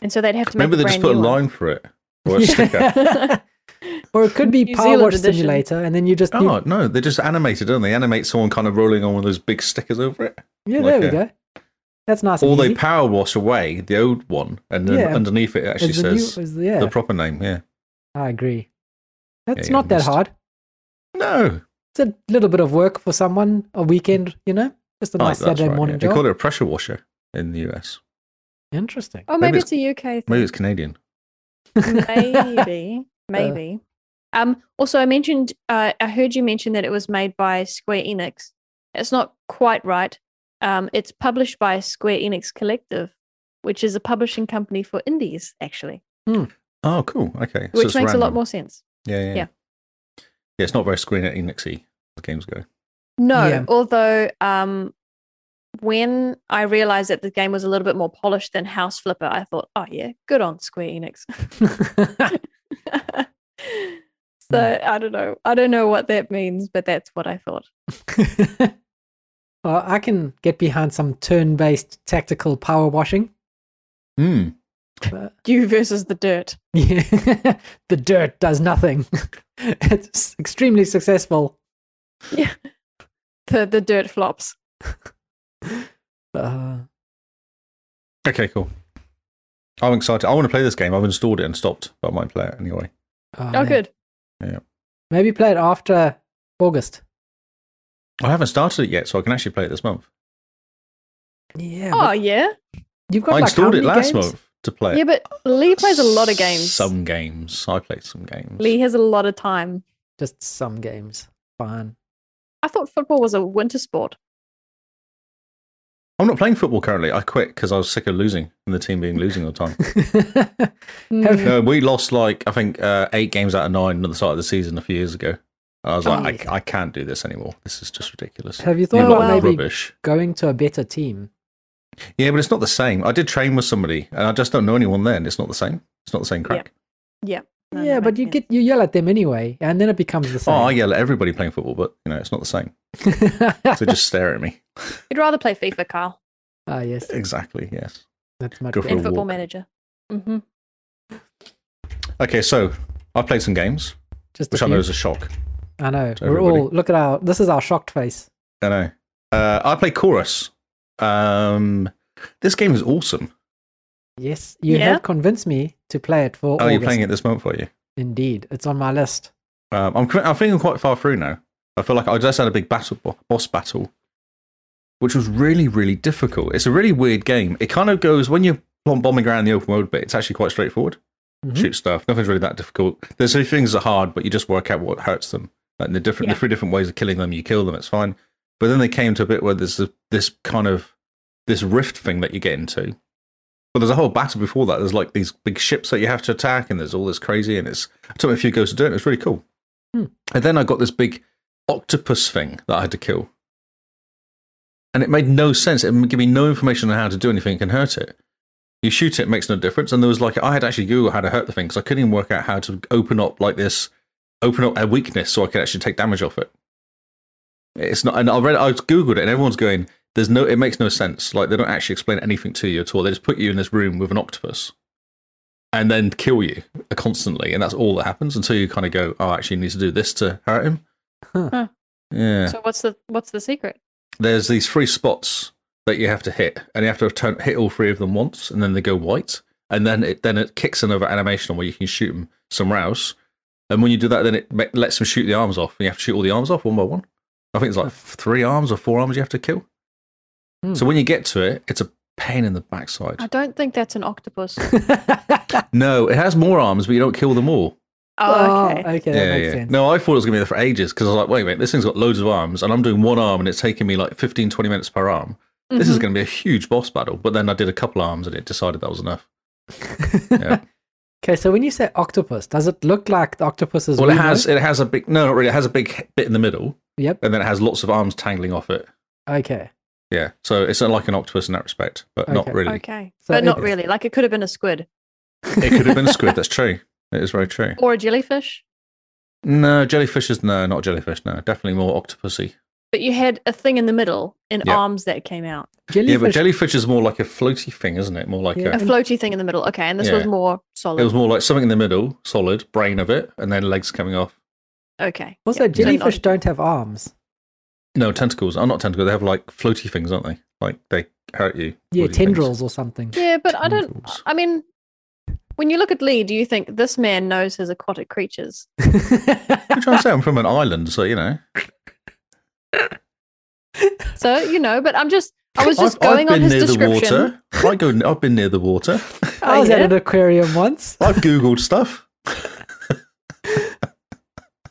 [SPEAKER 3] and so they'd have to make.
[SPEAKER 4] Maybe
[SPEAKER 3] a
[SPEAKER 4] they just
[SPEAKER 3] brand
[SPEAKER 4] put a
[SPEAKER 3] new one.
[SPEAKER 4] line for it or a sticker.
[SPEAKER 1] or it could be
[SPEAKER 3] New
[SPEAKER 1] Power
[SPEAKER 3] Zealand
[SPEAKER 1] Wash
[SPEAKER 3] edition.
[SPEAKER 1] Simulator, and then you just you-
[SPEAKER 4] Oh no, they just animate it, don't they? Animate someone kind of rolling on one of those big stickers over it.
[SPEAKER 1] yeah, there
[SPEAKER 4] like
[SPEAKER 1] we
[SPEAKER 4] a-
[SPEAKER 1] go. That's nice.
[SPEAKER 4] Or
[SPEAKER 1] and
[SPEAKER 4] they
[SPEAKER 1] easy.
[SPEAKER 4] power wash away the old one, and then
[SPEAKER 1] Yeah.
[SPEAKER 4] underneath it actually
[SPEAKER 1] Is the new-
[SPEAKER 4] says
[SPEAKER 1] is the- yeah,
[SPEAKER 4] the proper name. Yeah.
[SPEAKER 1] I agree. That's
[SPEAKER 4] yeah,
[SPEAKER 1] not that
[SPEAKER 4] must-
[SPEAKER 1] hard.
[SPEAKER 4] No.
[SPEAKER 1] It's a little bit of work for someone a weekend, you know, just a
[SPEAKER 4] Oh,
[SPEAKER 1] nice
[SPEAKER 4] that's
[SPEAKER 1] Saturday
[SPEAKER 4] right,
[SPEAKER 1] morning
[SPEAKER 4] yeah. They
[SPEAKER 1] job.
[SPEAKER 4] call it a pressure washer in the US.
[SPEAKER 1] Interesting.
[SPEAKER 3] oh,
[SPEAKER 4] Maybe
[SPEAKER 3] maybe it's
[SPEAKER 4] it's-
[SPEAKER 3] a UK
[SPEAKER 4] Maybe
[SPEAKER 3] thing.
[SPEAKER 4] it's Canadian.
[SPEAKER 3] maybe maybe um also i mentioned uh, i heard you mention that it was made by square enix it's not quite right um it's published by square enix collective which is a publishing company for indies actually
[SPEAKER 4] Oh, cool. Okay. So
[SPEAKER 3] which
[SPEAKER 4] it's
[SPEAKER 3] makes a lot
[SPEAKER 4] random.
[SPEAKER 3] more sense
[SPEAKER 4] Yeah, yeah. Yeah,
[SPEAKER 3] Yeah.
[SPEAKER 4] Yeah, it's not very screen at Enixy. The games go.
[SPEAKER 3] no
[SPEAKER 1] Yeah.
[SPEAKER 3] although um when i realized that the game was a little bit more polished than house flipper i thought oh yeah good on square enix
[SPEAKER 1] Mm.
[SPEAKER 3] so i don't know i don't know what that means but that's what i thought
[SPEAKER 1] Well, I can get behind some turn-based tactical power washing.
[SPEAKER 4] Hmm.
[SPEAKER 1] But
[SPEAKER 3] you versus the dirt
[SPEAKER 1] yeah, the dirt does nothing. it's extremely successful.
[SPEAKER 3] the the dirt flops.
[SPEAKER 1] Uh,
[SPEAKER 4] Okay, cool. I'm excited. I want to play this game. I've installed it and stopped, but I might play it anyway.
[SPEAKER 1] oh,
[SPEAKER 3] Oh,
[SPEAKER 1] man.
[SPEAKER 3] good.
[SPEAKER 1] Maybe play it after August.
[SPEAKER 4] I haven't started it yet, so I can actually play it this month.
[SPEAKER 1] Yeah.
[SPEAKER 3] Oh
[SPEAKER 1] but
[SPEAKER 3] yeah,
[SPEAKER 1] you've got
[SPEAKER 4] I
[SPEAKER 1] like how
[SPEAKER 4] installed it
[SPEAKER 1] many
[SPEAKER 4] last
[SPEAKER 1] games?
[SPEAKER 4] month to play. it.
[SPEAKER 3] yeah. But Lee plays a lot of games.
[SPEAKER 4] Some games. I played some games.
[SPEAKER 3] Lee has a lot of time.
[SPEAKER 1] Just some games. Fine.
[SPEAKER 3] I thought football was a winter sport.
[SPEAKER 4] I'm not playing football currently. I quit because I was sick of losing and the team being losing all the time.
[SPEAKER 1] Have-
[SPEAKER 4] no, we lost like I think uh, eight games out of nine at the start of the season a few years ago. I was like,
[SPEAKER 3] Oh.
[SPEAKER 1] Jeez.
[SPEAKER 4] I, I can't do this anymore. This is just ridiculous.
[SPEAKER 1] Have you
[SPEAKER 4] You
[SPEAKER 1] thought
[SPEAKER 4] lot
[SPEAKER 1] about
[SPEAKER 4] are
[SPEAKER 1] maybe
[SPEAKER 4] rubbish.
[SPEAKER 1] going to a better team?
[SPEAKER 4] Yeah, but it's not the same. I did train with somebody, and I just don't know anyone there, and it's not the same. It's not the same crack.
[SPEAKER 3] No,
[SPEAKER 1] yeah,
[SPEAKER 3] that
[SPEAKER 1] but
[SPEAKER 3] makes
[SPEAKER 1] you
[SPEAKER 3] sense.
[SPEAKER 1] get you yell at them anyway, and then it becomes the same.
[SPEAKER 4] Oh, I yell at everybody playing football, but you know it's not the same. So just stare at me.
[SPEAKER 3] You'd rather play FIFA, Carl,
[SPEAKER 1] ah, yes,
[SPEAKER 4] Exactly. Yes.
[SPEAKER 1] that's much
[SPEAKER 4] Go for
[SPEAKER 1] better.
[SPEAKER 3] than
[SPEAKER 4] a
[SPEAKER 3] Football
[SPEAKER 4] walk.
[SPEAKER 3] Manager. hmm
[SPEAKER 4] Okay, so I played some games,
[SPEAKER 1] Just
[SPEAKER 4] which
[SPEAKER 1] a
[SPEAKER 4] I know
[SPEAKER 1] few.
[SPEAKER 4] is a shock.
[SPEAKER 1] I know.
[SPEAKER 4] to
[SPEAKER 1] We're all
[SPEAKER 4] everybody.
[SPEAKER 1] look at our. This is our shocked face.
[SPEAKER 4] I know. Uh, I played Chorus. Um, this game is awesome.
[SPEAKER 1] Yes, you
[SPEAKER 3] Yeah.
[SPEAKER 1] have convinced me to play it for.
[SPEAKER 4] Oh,
[SPEAKER 1] August.
[SPEAKER 4] you're playing it this month, are you?
[SPEAKER 1] Indeed, it's on my list.
[SPEAKER 4] Um, I'm, cr- I think I'm quite far through now. I feel like I just had a big battle, bo- boss battle, which was really, really difficult. It's a really weird game. It kind of goes when you're bomb- bombing around the open world, but it's actually quite straightforward.
[SPEAKER 1] Mhm.
[SPEAKER 4] Shoot stuff. Nothing's really that difficult. There's a few things that are hard, but you just work out what hurts them. Like the different,
[SPEAKER 3] Yeah.
[SPEAKER 4] the three different ways of killing them. You kill them. It's fine. But then they came to a bit where there's a, this kind of this rift thing that you get into. But there's a whole battle before that. There's like these big ships that you have to attack, and there's all this crazy, and it's it took me a few goes to do it. It's really cool.
[SPEAKER 1] Hmm.
[SPEAKER 4] And then I got this big octopus thing that I had to kill, and it made no sense. It gave me no information on how to do anything that can hurt it. You shoot it, it makes no difference. And there was like I had actually Google how to hurt the thing because I couldn't even work out how to open up like this, open up a weakness so I could actually take damage off it. It's not, and I read, I googled it, and everyone's going, "There's no, it makes no sense. Like they don't actually explain anything to you at all. They just put you in this room with an octopus, and then kill you constantly, and that's all that happens until you kind of go, "Oh, actually, you need to do this to hurt him."
[SPEAKER 1] Huh.
[SPEAKER 3] Huh.
[SPEAKER 4] Yeah,
[SPEAKER 3] So what's the what's the secret?
[SPEAKER 4] there's these three spots that you have to hit, and you have to turn, hit all three of them once, and then they go white, and then it then it kicks another animation on where you can shoot them somewhere else. And when you do that, then it ma- lets them shoot the arms off. And you have to shoot all the arms off one by one. I think it's like three arms or four arms you have to kill.
[SPEAKER 1] Hmm.
[SPEAKER 4] So when you get to it, it's a pain in the backside.
[SPEAKER 3] I don't think that's an octopus. Oh,
[SPEAKER 4] No, it has more arms, but you don't kill them all.
[SPEAKER 3] Oh, okay.
[SPEAKER 1] Oh, okay, that makes sense.
[SPEAKER 4] No, I thought it was going to be there for ages because I was like, wait a minute, this thing's got loads of arms, and I'm doing one arm, and it's taking me like 15, 20 minutes per arm. This
[SPEAKER 1] Mm-hmm.
[SPEAKER 4] is
[SPEAKER 3] Mhm.
[SPEAKER 4] going to be a huge boss battle. But then I did a couple arms and it decided that was enough. Yeah.
[SPEAKER 1] okay, so when you say octopus, does it look like the octopus is?
[SPEAKER 4] well, it has it has a big no, not really. It has a big bit in the middle,
[SPEAKER 1] Yep.
[SPEAKER 4] and then it has lots of arms tangling off it.
[SPEAKER 1] Okay.
[SPEAKER 4] Yeah, so it's not like an octopus in that respect, but not
[SPEAKER 1] Okay.
[SPEAKER 4] really.
[SPEAKER 3] okay,
[SPEAKER 1] So
[SPEAKER 3] but not
[SPEAKER 1] it-
[SPEAKER 3] really. Like it could have been a squid
[SPEAKER 4] It could have been a squid. That's true. It is very true.
[SPEAKER 3] or a jellyfish.
[SPEAKER 4] No, jellyfish is no, not jellyfish. No, definitely more octopusy.
[SPEAKER 3] But you had a thing in the middle and
[SPEAKER 4] Yeah.
[SPEAKER 3] arms that came out.
[SPEAKER 1] Jellyfish.
[SPEAKER 4] Yeah, but jellyfish is more like a floaty thing, isn't it? More like
[SPEAKER 1] Yeah.
[SPEAKER 3] A
[SPEAKER 1] And-
[SPEAKER 3] floaty thing in the middle. Okay, and this was
[SPEAKER 4] Yeah.
[SPEAKER 3] more
[SPEAKER 4] a, it
[SPEAKER 3] solid.
[SPEAKER 4] was more like something in the middle, solid brain of it, and then legs coming off.
[SPEAKER 3] okay.
[SPEAKER 1] also,
[SPEAKER 3] yeah. So not-
[SPEAKER 1] jellyfish don't have arms.
[SPEAKER 4] No tentacles. Are not tentacles. They have like floaty things, aren't they? Like they hurt you.
[SPEAKER 1] Yeah,
[SPEAKER 4] What do you think?
[SPEAKER 1] tendrils or something.
[SPEAKER 3] Yeah, but I don't.
[SPEAKER 4] Tendrils.
[SPEAKER 3] I mean, when you look at Lee, do you think this man knows his aquatic creatures?
[SPEAKER 4] I'm trying to say I'm from an island, so you know.
[SPEAKER 3] So you know, but I'm just. I was just
[SPEAKER 4] I've,
[SPEAKER 3] going
[SPEAKER 4] I've
[SPEAKER 3] on his
[SPEAKER 4] been near the
[SPEAKER 3] description.
[SPEAKER 4] water. I go. I've been near the water.
[SPEAKER 1] I
[SPEAKER 3] Oh,
[SPEAKER 1] was at
[SPEAKER 3] yeah?
[SPEAKER 1] an aquarium once.
[SPEAKER 4] I've googled stuff.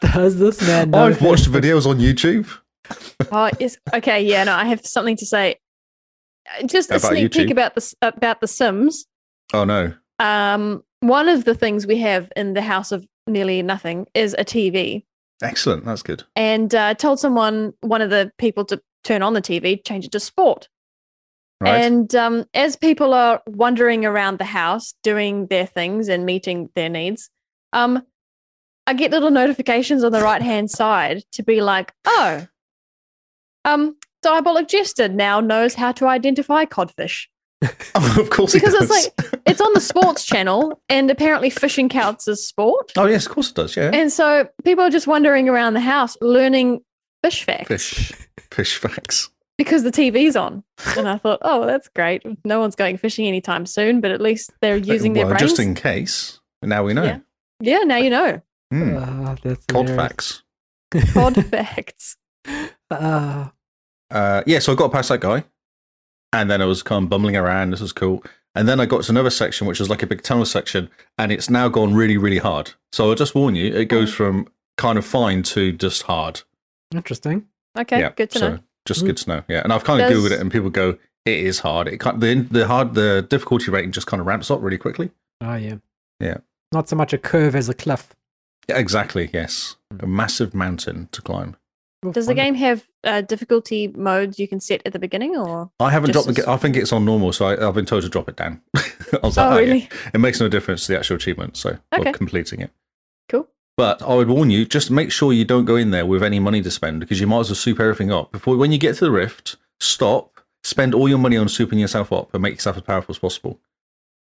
[SPEAKER 1] Does this man? Know
[SPEAKER 4] I've watched videos on YouTube.
[SPEAKER 3] Oh, yes. Okay. Yeah. No, I have something to say. Uh, Just a
[SPEAKER 4] About
[SPEAKER 3] sneak peek
[SPEAKER 4] YouTube.
[SPEAKER 3] about this about the Sims.
[SPEAKER 4] Oh no!
[SPEAKER 3] Um, one of the things we have in the house of nearly nothing is a TV.
[SPEAKER 4] Excellent. That's good.
[SPEAKER 3] And uh, I told someone, one of the people, to turn on the TV, change it to sport.
[SPEAKER 4] Right.
[SPEAKER 3] And um, as people are wandering around the house doing their things and meeting their needs, um, I get little notifications on the right hand side to be like, oh, um, Diabolic Jester now knows how to identify codfish.
[SPEAKER 4] oh, of course
[SPEAKER 3] Because
[SPEAKER 4] it
[SPEAKER 3] it's
[SPEAKER 4] does.
[SPEAKER 3] like, it's on the sports channel, and apparently fishing counts as sport.
[SPEAKER 4] oh yes, of course it does. Yeah.
[SPEAKER 3] And so people are just wandering around the house learning fish facts
[SPEAKER 4] Fish. Fish facts.
[SPEAKER 3] because the TV's on. And I thought, oh, that's great. No one's going fishing anytime soon, but at least they're using
[SPEAKER 4] well,
[SPEAKER 3] their brains.
[SPEAKER 4] just in case. Now we know.
[SPEAKER 3] Yeah. Yeah, now you know.
[SPEAKER 4] Hmm.
[SPEAKER 1] Ah, that's
[SPEAKER 4] Cod
[SPEAKER 1] hilarious.
[SPEAKER 4] facts.
[SPEAKER 3] Cod facts.
[SPEAKER 1] Ah,
[SPEAKER 4] Uh, yeah. So I got past that guy, and then I was kind of bumbling around. This was cool. And then I got to another section, which was like a big tunnel section, and it's now gone really, really hard. So I'll just warn you, it goes
[SPEAKER 3] Mm.
[SPEAKER 4] from kind of fine to just hard.
[SPEAKER 1] interesting.
[SPEAKER 3] Okay, good to
[SPEAKER 4] so
[SPEAKER 3] know.
[SPEAKER 4] Just
[SPEAKER 1] Mm.
[SPEAKER 4] good to know. Yeah, and I've kind of
[SPEAKER 3] Does-
[SPEAKER 4] googled it, and people go, "It is hard." It kind the the hard the difficulty rating just kind of ramps up really quickly.
[SPEAKER 1] Oh yeah.
[SPEAKER 4] Yeah.
[SPEAKER 1] Not so much a curve as a cliff.
[SPEAKER 4] Yeah, exactly. Yes, a massive mountain to climb.
[SPEAKER 1] Oh,
[SPEAKER 3] Does the
[SPEAKER 1] wonderful.
[SPEAKER 3] game have uh, difficulty modes you can set at the beginning or?
[SPEAKER 4] I haven't
[SPEAKER 3] Just
[SPEAKER 4] dropped.
[SPEAKER 3] as-
[SPEAKER 4] The, I think it's on normal, so I, I've been told to drop it down. I was like,
[SPEAKER 3] Oh,
[SPEAKER 4] "Oh, yeah."
[SPEAKER 3] really?
[SPEAKER 4] It makes no difference to the actual achievement, so
[SPEAKER 3] Okay.
[SPEAKER 4] of completing it. But I would warn you, just make sure you don't go in there with any money to spend because you might as well soup everything up. Before when you get to the rift, stop, spend all your money on souping yourself up and make yourself as powerful as possible.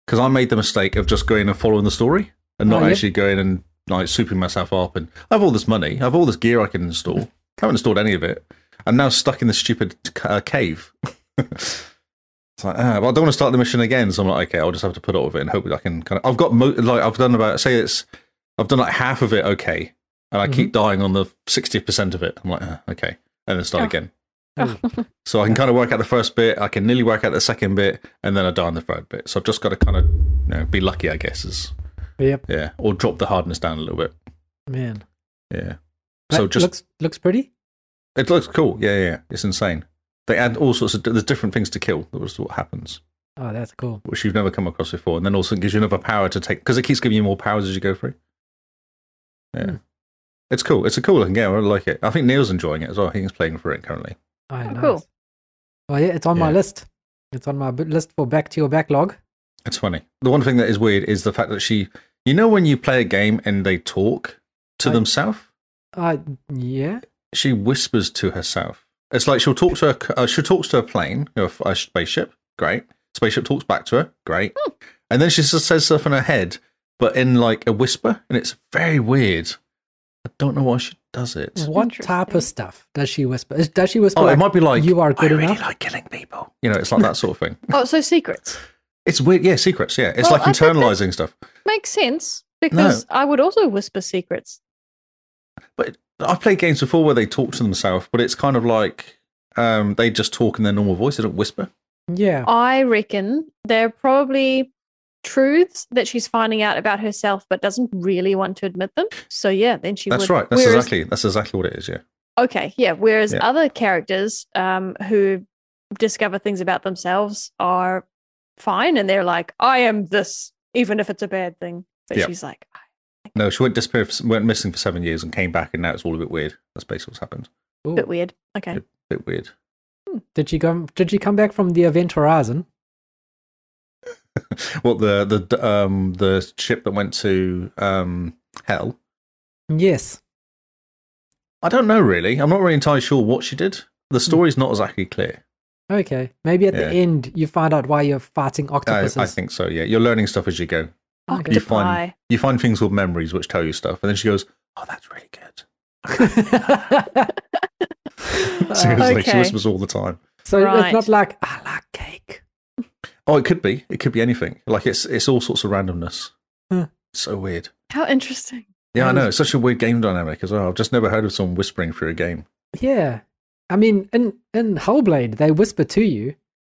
[SPEAKER 4] Because I made the mistake of just going and following the story and not
[SPEAKER 1] Oh, yeah.
[SPEAKER 4] actually going and like souping myself up. And I have all this money, I have all this gear I can install. I haven't installed any of it. I'm now stuck in this stupid uh, cave. it's like, ah, well, I don't want to start the mission again. So I'm like, okay, I'll just have to put up with it and hope that I can kind of. I've got mo- like I've done about say it's I've done like half of it okay, and I
[SPEAKER 1] Mm-hmm.
[SPEAKER 4] keep dying on the sixty percent of it. I'm like, ah, okay, and then start
[SPEAKER 3] Oh.
[SPEAKER 4] again.
[SPEAKER 1] Oh.
[SPEAKER 4] So I can kind of work out the first bit. I can nearly work out the second bit, and then I die on the third bit. So I've just got to kind of you know, be lucky, I guess. Is
[SPEAKER 1] Yep,
[SPEAKER 4] yeah, or drop the hardness down a little bit.
[SPEAKER 1] man.
[SPEAKER 4] Yeah.
[SPEAKER 1] That
[SPEAKER 4] so just
[SPEAKER 1] looks looks pretty.
[SPEAKER 4] it looks cool. Yeah, yeah, yeah. It's insane. They add all sorts of there's different things to kill. That was what happens,
[SPEAKER 1] Oh, that's cool.
[SPEAKER 4] which you've never come across before, and then also it gives you another power to take because it keeps giving you more powers as you go through. Yeah,
[SPEAKER 1] Hmm.
[SPEAKER 4] it's cool. It's a cool looking game. I like it. I think Neil's enjoying it as well. He's playing for it currently.
[SPEAKER 1] Oh, nice.
[SPEAKER 3] cool.
[SPEAKER 1] Well, yeah, it's on my
[SPEAKER 4] Yeah.
[SPEAKER 1] list. It's on my b- list for back to your backlog.
[SPEAKER 4] It's funny. The one thing that is weird is the fact that she, you know, when you play a game and they talk to
[SPEAKER 1] I-
[SPEAKER 4] themselves,
[SPEAKER 1] Uh, yeah.
[SPEAKER 4] she whispers to herself. It's like she'll talk to her. Uh, she talks to her plane, you know, f- a spaceship. Great. Spaceship talks back to her. Great.
[SPEAKER 1] Hmm.
[SPEAKER 4] And then she just says stuff in her head, but in like a whisper, and it's very weird. I don't know why she does it.
[SPEAKER 1] What type
[SPEAKER 3] Interesting.
[SPEAKER 1] of stuff does she whisper? Is- Does she whisper?
[SPEAKER 4] Oh,
[SPEAKER 1] like,
[SPEAKER 4] it might be like
[SPEAKER 1] you are good
[SPEAKER 4] I really
[SPEAKER 1] enough.
[SPEAKER 4] like killing people. You know, it's like that sort of thing.
[SPEAKER 3] Oh, so secrets
[SPEAKER 4] It's weird. Yeah, secrets. Yeah, it's
[SPEAKER 3] Well,
[SPEAKER 4] like
[SPEAKER 3] I think that-
[SPEAKER 4] internalizing stuff.
[SPEAKER 3] makes sense because I would also whisper secrets.
[SPEAKER 4] But I've played games before where they talk to themselves, but it's kind of like um, they just talk in their normal voice. They don't whisper.
[SPEAKER 1] yeah.
[SPEAKER 3] I reckon they're probably truths that she's finding out about herself, but doesn't really want to admit them. So yeah, then she
[SPEAKER 4] That's
[SPEAKER 3] would.
[SPEAKER 4] right. That's
[SPEAKER 3] whereas-
[SPEAKER 4] exactly. That's exactly what it is. Yeah.
[SPEAKER 3] Okay, yeah. Whereas
[SPEAKER 4] Yeah.
[SPEAKER 3] other characters um, who discover things about themselves are fine, and they're like, "I am this," even if it's a bad thing. But
[SPEAKER 4] Yeah.
[SPEAKER 3] she's like,
[SPEAKER 4] No, she went disappear, for, went missing for seven years and came back, and now it's all a bit weird. That's basically what's happened.
[SPEAKER 1] Ooh.
[SPEAKER 3] "Bit weird." Okay.
[SPEAKER 4] A bit weird.
[SPEAKER 1] Did she come? Did she come back from the Event Horizon?
[SPEAKER 4] Well, the the um the ship that went to um hell.
[SPEAKER 1] Yes.
[SPEAKER 4] I don't know really. I'm not really entirely sure what she did.
[SPEAKER 3] Hmm.
[SPEAKER 4] The story's not exactly clear.
[SPEAKER 1] Okay. Maybe at the
[SPEAKER 4] Yeah.
[SPEAKER 1] end you find out why you're fighting
[SPEAKER 4] I,
[SPEAKER 1] octopuses.
[SPEAKER 4] I think so. Yeah, you're learning stuff as you go.
[SPEAKER 1] Okay.
[SPEAKER 4] You find
[SPEAKER 3] Octopi.
[SPEAKER 4] you find things called memories which tell you stuff, and then she goes, "Oh, that's really good." Seriously, she
[SPEAKER 3] Okay.
[SPEAKER 4] whispers all the time.
[SPEAKER 1] so it's
[SPEAKER 3] Right.
[SPEAKER 1] not like I like cake.
[SPEAKER 4] Oh, it could be. It could be anything. Like it's it's all sorts of randomness.
[SPEAKER 1] Hmm.
[SPEAKER 4] So weird.
[SPEAKER 3] How interesting.
[SPEAKER 4] Yeah, I
[SPEAKER 1] That
[SPEAKER 4] know.
[SPEAKER 1] is-
[SPEAKER 4] It's such a weird game dynamic as well. I've just never heard of someone whispering through a game.
[SPEAKER 1] Yeah. I mean, in in Hellblade they whisper to you.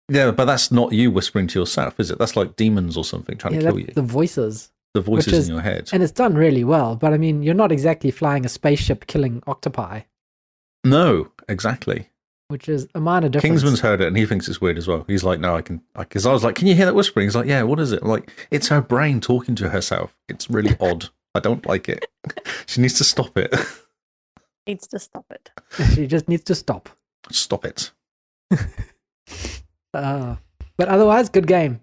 [SPEAKER 4] Yeah, but that's not you whispering to yourself, is it? That's like demons or something trying
[SPEAKER 1] Yeah,
[SPEAKER 4] to kill
[SPEAKER 1] that's
[SPEAKER 4] you.
[SPEAKER 1] the
[SPEAKER 4] The,
[SPEAKER 1] voices.
[SPEAKER 4] voices
[SPEAKER 1] which is-
[SPEAKER 4] in your head.
[SPEAKER 1] And it's done really well, but I mean, you're not exactly flying a spaceship killing octopi,
[SPEAKER 4] No, exactly.
[SPEAKER 1] which is a minor difference.
[SPEAKER 4] Kingsman's heard it and he thinks it's weird as well. He's like, no, I can. Because I, was like, can you hear that whispering? He's like, yeah, what is it? I'm like, it's her brain talking to herself. It's really odd. I don't like it. she needs to stop it.
[SPEAKER 3] Needs to stop it.
[SPEAKER 1] she just needs to stop.
[SPEAKER 4] stop it.
[SPEAKER 1] Uh, but otherwise, good game.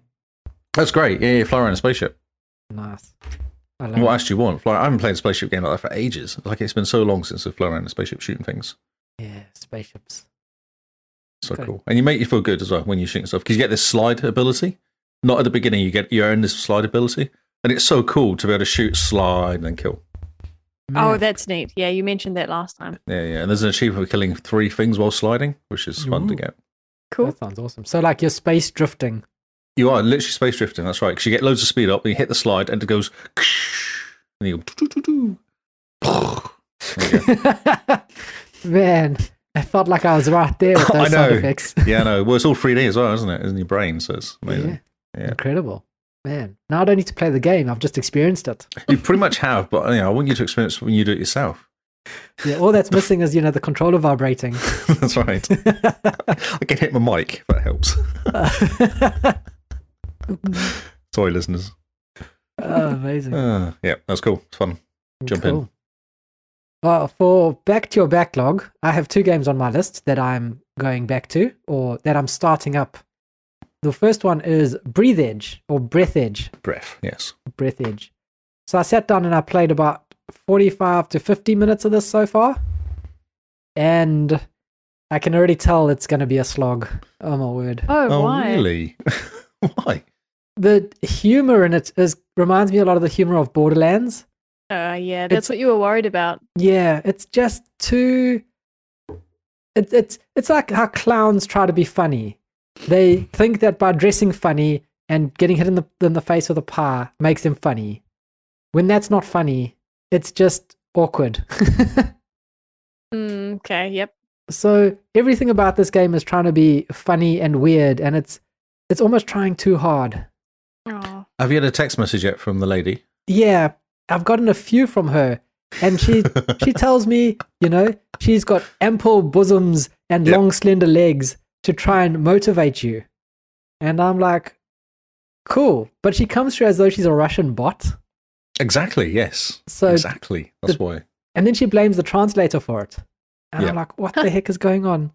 [SPEAKER 4] That's great. Yeah, yeah, fly around a spaceship.
[SPEAKER 1] Nice. I love
[SPEAKER 4] What
[SPEAKER 1] it.
[SPEAKER 4] else do you want? Fly, I haven't played a spaceship game like that for ages. Like, it's been so long since I've flown around a spaceship shooting things.
[SPEAKER 1] Yeah, spaceships.
[SPEAKER 4] So
[SPEAKER 1] Okay.
[SPEAKER 4] cool. And you make you feel good as well when you're shooting stuff because you get this slide ability. Not at the beginning, you get you earn this slide ability. And it's so cool to be able to shoot, slide, and then kill.
[SPEAKER 3] Oh,
[SPEAKER 1] Man,
[SPEAKER 3] that's neat. Yeah, you mentioned that last time.
[SPEAKER 4] Yeah, yeah. And there's an achievement for killing three things while sliding, which is fun to
[SPEAKER 1] Ooh.
[SPEAKER 4] get.
[SPEAKER 3] Cool.
[SPEAKER 1] that sounds awesome. So, like, you're space drifting.
[SPEAKER 4] You are literally space drifting, that's right. Because you get loads of speed up and you hit the slide and it goes and you go doo-doo-doo-doo. There you go.
[SPEAKER 1] Man, I felt like I was right there with
[SPEAKER 4] I
[SPEAKER 1] those sound
[SPEAKER 4] know.
[SPEAKER 1] effects.
[SPEAKER 4] yeah, no. Well it's all three D as well, isn't it? It's in your brain, so it's amazing. Yeah.
[SPEAKER 1] Incredible. Man, now I don't need to play the game. I've just experienced it.
[SPEAKER 4] You pretty much have, but you know, I want you to experience when you do it yourself.
[SPEAKER 1] Yeah, all that's missing is, you know, the controller vibrating. Oh,
[SPEAKER 4] that's right. I can hit my mic if that helps. Sorry, listeners.
[SPEAKER 1] Oh, amazing.
[SPEAKER 4] Uh, yeah, that's cool. It's fun. Jump in.
[SPEAKER 1] Well, for back to your backlog, I have two games on my list that I'm going back to or that I'm starting up. The first one is Breathe Edge or Breath Edge.
[SPEAKER 4] Breath. Yes.
[SPEAKER 1] Breath Edge. So I sat down and I played about 45 to 50 minutes of this so far. And I can already tell it's going to be a slog. Oh my word.
[SPEAKER 3] Oh,
[SPEAKER 4] Oh,
[SPEAKER 3] why?
[SPEAKER 4] really? why?
[SPEAKER 1] The humor in it is reminds me a lot of the humor of Borderlands.
[SPEAKER 3] Uh, yeah,
[SPEAKER 1] It's-
[SPEAKER 3] that's what you were worried about.
[SPEAKER 1] Yeah, it's just too. It, it's it's like how clowns try to be funny. They think that by dressing funny and getting hit in the in the face with a pie makes them funny. When that's not funny, it's just awkward.
[SPEAKER 3] Mm, okay, yep.
[SPEAKER 1] so everything about this game is trying to be funny and weird, and it's it's almost trying too hard.
[SPEAKER 3] Oh,
[SPEAKER 4] Have you had a text message yet from the lady?
[SPEAKER 1] Yeah, I've gotten a few from her, and she she tells me, you know, she's got ample bosoms and
[SPEAKER 4] Yep.
[SPEAKER 1] long, slender legs to try and motivate you. And I'm like, cool. But she comes through as though she's a Russian bot.
[SPEAKER 4] Exactly. Yes.
[SPEAKER 1] So,
[SPEAKER 4] exactly. That's
[SPEAKER 1] the-
[SPEAKER 4] why.
[SPEAKER 1] and then she blames the translator for it. And
[SPEAKER 4] Yeah.
[SPEAKER 1] I'm like, what the heck is going on?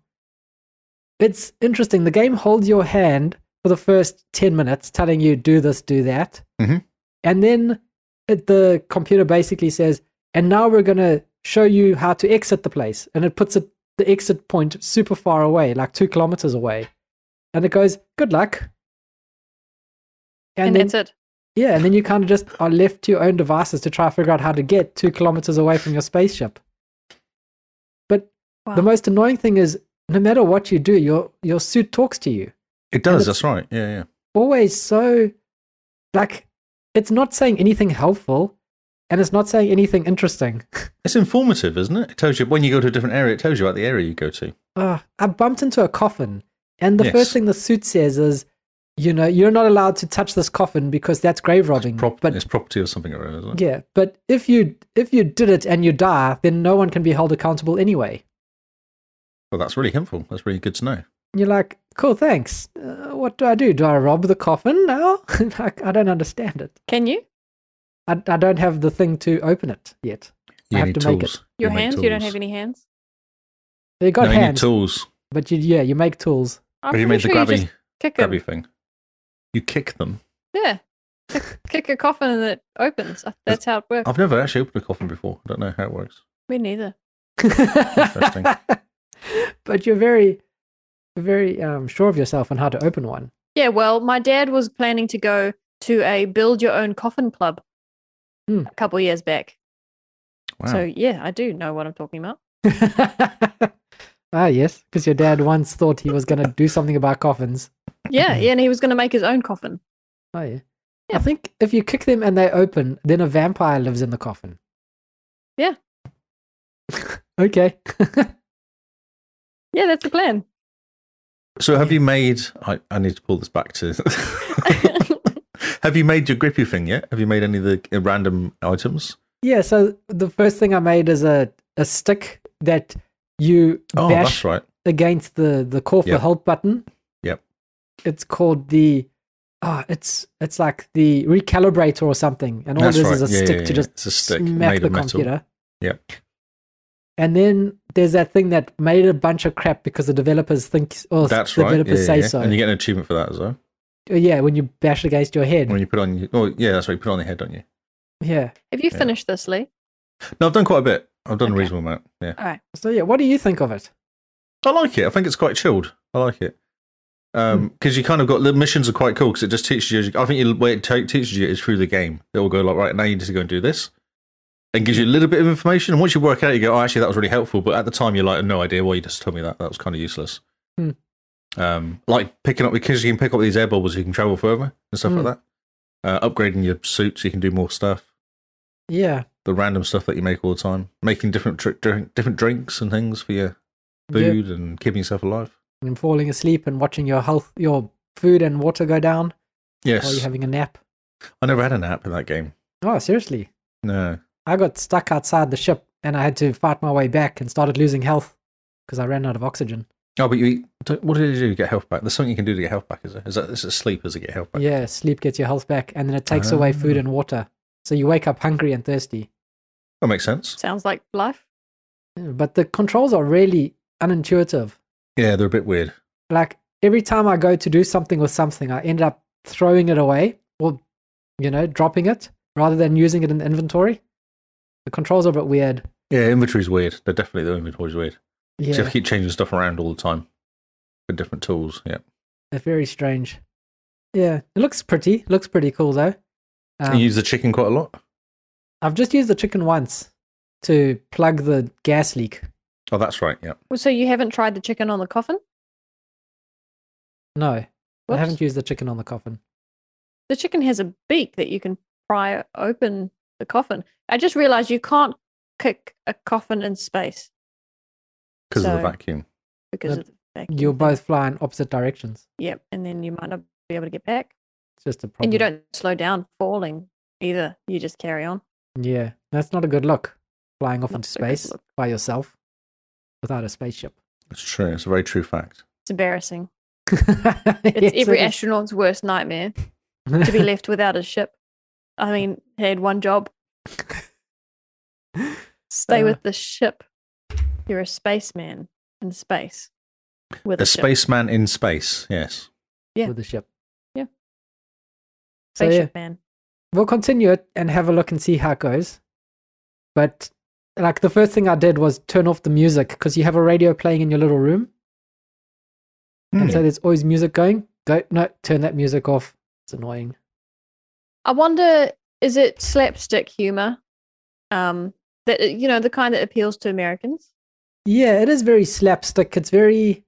[SPEAKER 1] It's interesting. The game holds your hand for the first 10 minutes, telling you, do this, do that.
[SPEAKER 4] Mhm.
[SPEAKER 1] And then it, the computer basically says, and now we're going to show you how to exit the place. And it puts it, the exit point super far away, like two kilometers away. And it goes, good luck.
[SPEAKER 3] and,
[SPEAKER 1] then-
[SPEAKER 3] that's it.
[SPEAKER 1] yeah, and then you kind of just are left to your own devices to try and figure out how to get two kilometers away from your spaceship. But
[SPEAKER 3] Wow.
[SPEAKER 1] the most annoying thing is, no matter what you do, your your suit talks to you.
[SPEAKER 4] It does.
[SPEAKER 1] it's-
[SPEAKER 4] That's right. Yeah. Yeah.
[SPEAKER 1] Always so, like, it's not saying anything helpful, and it's not saying anything interesting.
[SPEAKER 4] It's informative, isn't it? It tells you when you go to a different area. It tells you about the area you go to.
[SPEAKER 3] Mm.
[SPEAKER 1] Ugh, I bumped into a coffin, and the
[SPEAKER 4] Yes.
[SPEAKER 1] first thing the suit says is, you know, you're not allowed to touch this coffin because that's grave robbing.
[SPEAKER 4] Prop-
[SPEAKER 1] but
[SPEAKER 4] it's property or something or other, isn't it?
[SPEAKER 1] Yeah, but if you if you did it and you die, then no one can be held accountable anyway.
[SPEAKER 4] Well, that's really helpful. That's really good to know.
[SPEAKER 1] You're like, cool, thanks. Uh, what do I do? Do I rob the coffin now? like, I don't understand it.
[SPEAKER 3] Can you?
[SPEAKER 1] I, I don't have the thing to open it yet.
[SPEAKER 4] You
[SPEAKER 1] have
[SPEAKER 4] need
[SPEAKER 1] to make it-
[SPEAKER 4] tools.
[SPEAKER 3] Your
[SPEAKER 4] You make
[SPEAKER 3] hands? You don't
[SPEAKER 4] tools.
[SPEAKER 3] have any hands?
[SPEAKER 1] You got
[SPEAKER 4] no, you need
[SPEAKER 1] hands,
[SPEAKER 4] tools.
[SPEAKER 1] but you yeah, you make tools.
[SPEAKER 3] I'm
[SPEAKER 4] Have Oh,
[SPEAKER 3] pretty
[SPEAKER 4] you made the
[SPEAKER 3] sure
[SPEAKER 4] grabby
[SPEAKER 3] just kick them.
[SPEAKER 4] grabby thing? You kick them.
[SPEAKER 3] Yeah. Kick, kick a coffin and it opens. Uh, That's how it works.
[SPEAKER 4] I've never actually opened a coffin before. I don't know how it works.
[SPEAKER 3] Me neither.
[SPEAKER 4] Interesting.
[SPEAKER 1] but you're very very um, sure of yourself on how to open one.
[SPEAKER 3] Yeah, well, my dad was planning to go to a build your own coffin club
[SPEAKER 1] Hmm.
[SPEAKER 3] a couple years back.
[SPEAKER 4] Wow.
[SPEAKER 3] So, yeah, I do know what I'm talking about.
[SPEAKER 1] ah yes, because your dad once thought he was going to do something about coffins.
[SPEAKER 3] Yeah, yeah, and he was going to make his own coffin.
[SPEAKER 1] Oh yeah. I
[SPEAKER 3] Yeah.
[SPEAKER 1] think if you kick them and they open, then a vampire lives in the coffin.
[SPEAKER 3] Yeah.
[SPEAKER 1] okay.
[SPEAKER 3] Yeah, that's the plan.
[SPEAKER 4] So have you made? I, I need to pull this back to. have you made your grippy thing yet? Have you made any of the uh, random items?
[SPEAKER 1] yeah, so the first thing I made is a, a stick that you
[SPEAKER 4] Oh,
[SPEAKER 1] bash
[SPEAKER 4] that's right.
[SPEAKER 1] against the, the call for
[SPEAKER 4] Yep.
[SPEAKER 1] help button.
[SPEAKER 4] Yep.
[SPEAKER 1] It's called the ah, it's it's like the recalibrator or something. And all
[SPEAKER 4] That's
[SPEAKER 1] this
[SPEAKER 4] right.
[SPEAKER 1] is a
[SPEAKER 4] Yeah,
[SPEAKER 1] stick
[SPEAKER 4] yeah,
[SPEAKER 1] to
[SPEAKER 4] yeah.
[SPEAKER 1] just
[SPEAKER 4] It's a stick
[SPEAKER 1] smack
[SPEAKER 4] made
[SPEAKER 1] the
[SPEAKER 4] of metal.
[SPEAKER 1] computer.
[SPEAKER 4] Yep.
[SPEAKER 1] And then there's that thing that made a bunch of crap because the developers think or
[SPEAKER 4] That's
[SPEAKER 1] Oh, the
[SPEAKER 4] right. Yeah,
[SPEAKER 1] developers
[SPEAKER 4] yeah,
[SPEAKER 1] say
[SPEAKER 4] yeah.
[SPEAKER 1] so.
[SPEAKER 4] And you get an achievement for that as well.
[SPEAKER 1] Uh, yeah, when you bash against your head.
[SPEAKER 4] When you put on, your- oh yeah, that's right. You put it on the head, don't you?
[SPEAKER 1] Yeah.
[SPEAKER 3] Have you
[SPEAKER 4] Yeah.
[SPEAKER 3] finished this, Lee?
[SPEAKER 4] No, I've done quite a bit. I've done a
[SPEAKER 3] Okay.
[SPEAKER 4] reasonable amount. Yeah,
[SPEAKER 3] All right.
[SPEAKER 1] So yeah, what do you think of it?
[SPEAKER 4] I like it. I think it's quite chilled. I like it because
[SPEAKER 1] Hmm.
[SPEAKER 4] you kind of got the missions are quite cool because it just teaches you. I think you, where it ta- teaches you is through the game. It will go like right now you need to go and do this, and gives you a little bit of information. And once you work out, you go, oh, actually that was really helpful. But at the time, you're like, no idea why you just told me that. That was kind of useless.
[SPEAKER 1] Hmm.
[SPEAKER 4] Um, like picking up because you can pick up these air bubbles, you can travel further and
[SPEAKER 1] Hmm.
[SPEAKER 4] stuff like that. Uh, upgrading your suits, you can do more stuff.
[SPEAKER 1] Yeah.
[SPEAKER 4] the random stuff that you make all the time, making different dr- drink, different drinks and things for your
[SPEAKER 1] Yeah.
[SPEAKER 4] food and keeping yourself alive.
[SPEAKER 1] And falling asleep and watching your health your food and water go down while
[SPEAKER 4] Yes,
[SPEAKER 1] you're having a nap.
[SPEAKER 4] I never had a nap in that game.
[SPEAKER 1] Oh, seriously.
[SPEAKER 4] No,
[SPEAKER 1] I got stuck outside the ship and I had to fight my way back and started losing health because I ran out of oxygen.
[SPEAKER 4] oh, but you eat. don't- What did you do to get health back? There's something you can do to get health back, is there? Is that is it sleep? Is it get health back?
[SPEAKER 1] Yeah, sleep gets your health back and then it takes away food
[SPEAKER 4] Ah.
[SPEAKER 1] and water. So you wake up hungry and thirsty.
[SPEAKER 4] that makes sense.
[SPEAKER 3] Sounds like life.
[SPEAKER 1] Yeah, But the controls are really unintuitive.
[SPEAKER 4] Yeah, they're a bit weird.
[SPEAKER 1] Like every time I go to do something with something, I end up throwing it away or, you know, dropping it rather than using it in the inventory. The controls are a bit weird.
[SPEAKER 4] Yeah, inventory's weird. They're definitely the inventory's weird.
[SPEAKER 1] Yeah,
[SPEAKER 4] So you have to keep changing stuff around all the time with different tools. Yeah.
[SPEAKER 1] they're very strange. Yeah, it looks pretty. Looks pretty cool though. Um,
[SPEAKER 4] you use the chicken quite a lot.
[SPEAKER 1] I've just used the chicken once to plug the gas leak.
[SPEAKER 4] Oh, that's right. Yeah.
[SPEAKER 3] Well, so you haven't tried the chicken on the coffin?
[SPEAKER 1] No, I
[SPEAKER 3] Whoops.
[SPEAKER 1] haven't used the chicken on the coffin.
[SPEAKER 3] The chicken has a beak that you can pry open the coffin. I just realized you can't kick a coffin in space
[SPEAKER 4] Because of the
[SPEAKER 3] So-
[SPEAKER 4] vacuum.
[SPEAKER 3] because
[SPEAKER 1] Yep.
[SPEAKER 3] of the vacuum.
[SPEAKER 1] You're both flying opposite directions.
[SPEAKER 3] Yep, and then you might not be able to get back.
[SPEAKER 1] It's just a problem.
[SPEAKER 3] And you don't slow down falling either. You just carry on.
[SPEAKER 1] Yeah, that's not a good look. Flying off
[SPEAKER 3] Not
[SPEAKER 1] into
[SPEAKER 3] a good
[SPEAKER 1] space
[SPEAKER 3] look.
[SPEAKER 1] by yourself without a spaceship.
[SPEAKER 4] It's true. It's a very true fact.
[SPEAKER 3] It's embarrassing.
[SPEAKER 1] Yes,
[SPEAKER 3] It's every
[SPEAKER 1] it is.
[SPEAKER 3] astronaut's worst nightmare to be left without a ship. I mean, he had one job. Stay
[SPEAKER 1] Uh,
[SPEAKER 3] with the ship. You're a spaceman in space. With
[SPEAKER 4] A
[SPEAKER 3] ship.
[SPEAKER 4] spaceman in space. Yes.
[SPEAKER 3] yeah.
[SPEAKER 1] with the ship.
[SPEAKER 3] Yeah.
[SPEAKER 1] So yeah,
[SPEAKER 3] spaceship man.
[SPEAKER 1] we'll continue it and have a look and see how it goes. But like the first thing I did was turn off the music because you have a radio playing in your little room, and
[SPEAKER 4] Hmm.
[SPEAKER 1] so there's always music going. Go no, turn that music off. It's annoying.
[SPEAKER 3] I wonder is it slapstick humor? Um that you know, the kind that appeals to Americans.
[SPEAKER 1] Yeah, it is very slapstick. It's very,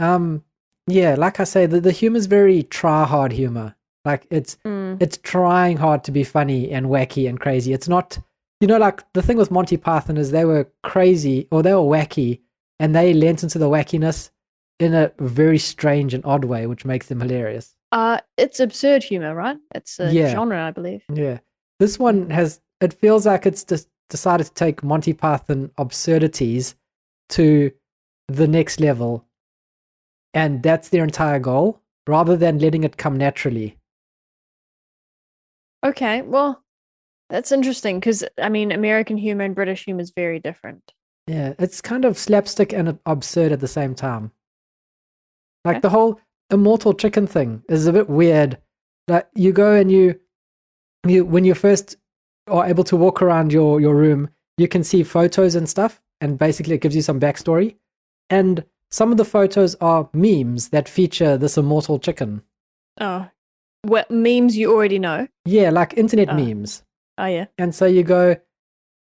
[SPEAKER 1] um, yeah, like I say, the the humor's very try hard humor. Like it's
[SPEAKER 3] Mm.
[SPEAKER 1] it's trying hard to be funny and wacky and crazy. It's not, you know, like the thing with Monty Python is they were crazy or they were wacky and they lent into the wackiness in a very strange and odd way, which makes them hilarious.
[SPEAKER 3] Uh it's absurd humor, right? It's a
[SPEAKER 1] Yeah.
[SPEAKER 3] genre, I believe.
[SPEAKER 1] Yeah. This one has, it feels like it's just decided to take Monty Python absurdities to the next level. And that's their entire goal rather than letting it come naturally.
[SPEAKER 3] Okay, well, that's interesting because I mean, American humor and British humor is very different.
[SPEAKER 1] Yeah, it's kind of slapstick and ab- absurd at the same time. Like
[SPEAKER 3] Okay.
[SPEAKER 1] the whole immortal chicken thing is a bit weird. Like you go and you, you when you first are able to walk around your your room, you can see photos and stuff, and basically it gives you some backstory. And some of the photos are memes that feature this immortal chicken.
[SPEAKER 3] Oh, what memes you already know?
[SPEAKER 1] Yeah, like internet
[SPEAKER 3] Ah.
[SPEAKER 1] memes.
[SPEAKER 3] Oh yeah,
[SPEAKER 1] And so you go,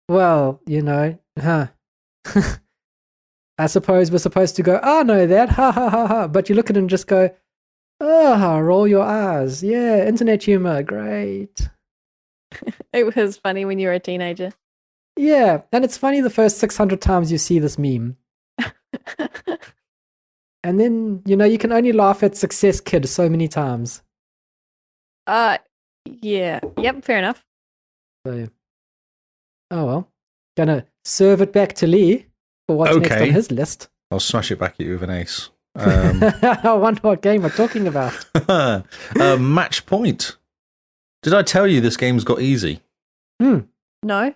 [SPEAKER 1] well, you know, huh. I suppose we're supposed to go, oh, no, that, ha, ha, ha, ha. But you look at it and just go, ah, roll your eyes. Yeah, internet humor, great.
[SPEAKER 3] it was funny when you were a teenager.
[SPEAKER 1] Yeah, and it's funny the first 600 times you see this meme. And then, you know, you can only laugh at Success Kid so many times.
[SPEAKER 3] uh, yeah, yep, fair enough.
[SPEAKER 1] So, oh, well. Gonna serve it back to Lee for what's next on
[SPEAKER 4] Okay.
[SPEAKER 1] his list.
[SPEAKER 4] I'll smash it back at you with an ace. Um,
[SPEAKER 1] I wonder what game we're talking about.
[SPEAKER 4] uh, match point. Did I tell you this game's got easy?
[SPEAKER 3] No,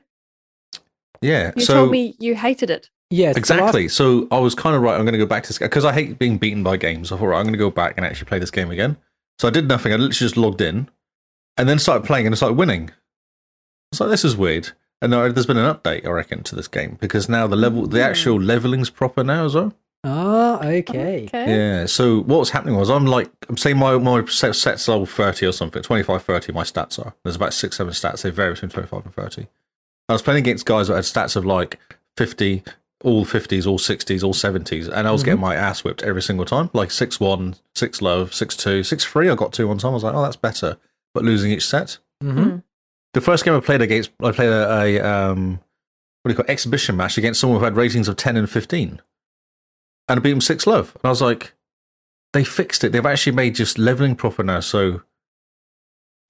[SPEAKER 4] Yeah.
[SPEAKER 3] you
[SPEAKER 4] so
[SPEAKER 3] told me you hated it.
[SPEAKER 1] Yeah, it's the last-
[SPEAKER 4] exactly. So I was kind of right. I'm going to go back to this because I hate being beaten by games. I thought, right, I'm going to go back and actually play this game again. So I did nothing. I literally just logged in and then started playing and I started winning. I was like, this is weird. And there- there's been an update, I reckon, to this game because now the level, the
[SPEAKER 3] Hmm.
[SPEAKER 4] actual leveling's proper now as well.
[SPEAKER 1] Oh, okay.
[SPEAKER 3] Okay.
[SPEAKER 4] Yeah. So what was happening was I'm like, I'm saying my, my set, set's level 30 or something, 25, 30, my stats are. There's about six, seven stats. They vary between 25 and 30. I was playing against guys that had stats of like 50, all 50s, all 60s, all 70s. And I was getting my ass whipped every single time. Like 6 1, 6 love, 6 2, 6 3. I got two one time. I was like, oh, that's better. But losing each set.
[SPEAKER 1] Mm-hmm.
[SPEAKER 4] The first game I played against, I played a, a um, what do you call it, exhibition match against someone who had ratings of 10 and 15. And I beat them 6 love. And I was like, they fixed it. They've actually made just leveling proper now. So,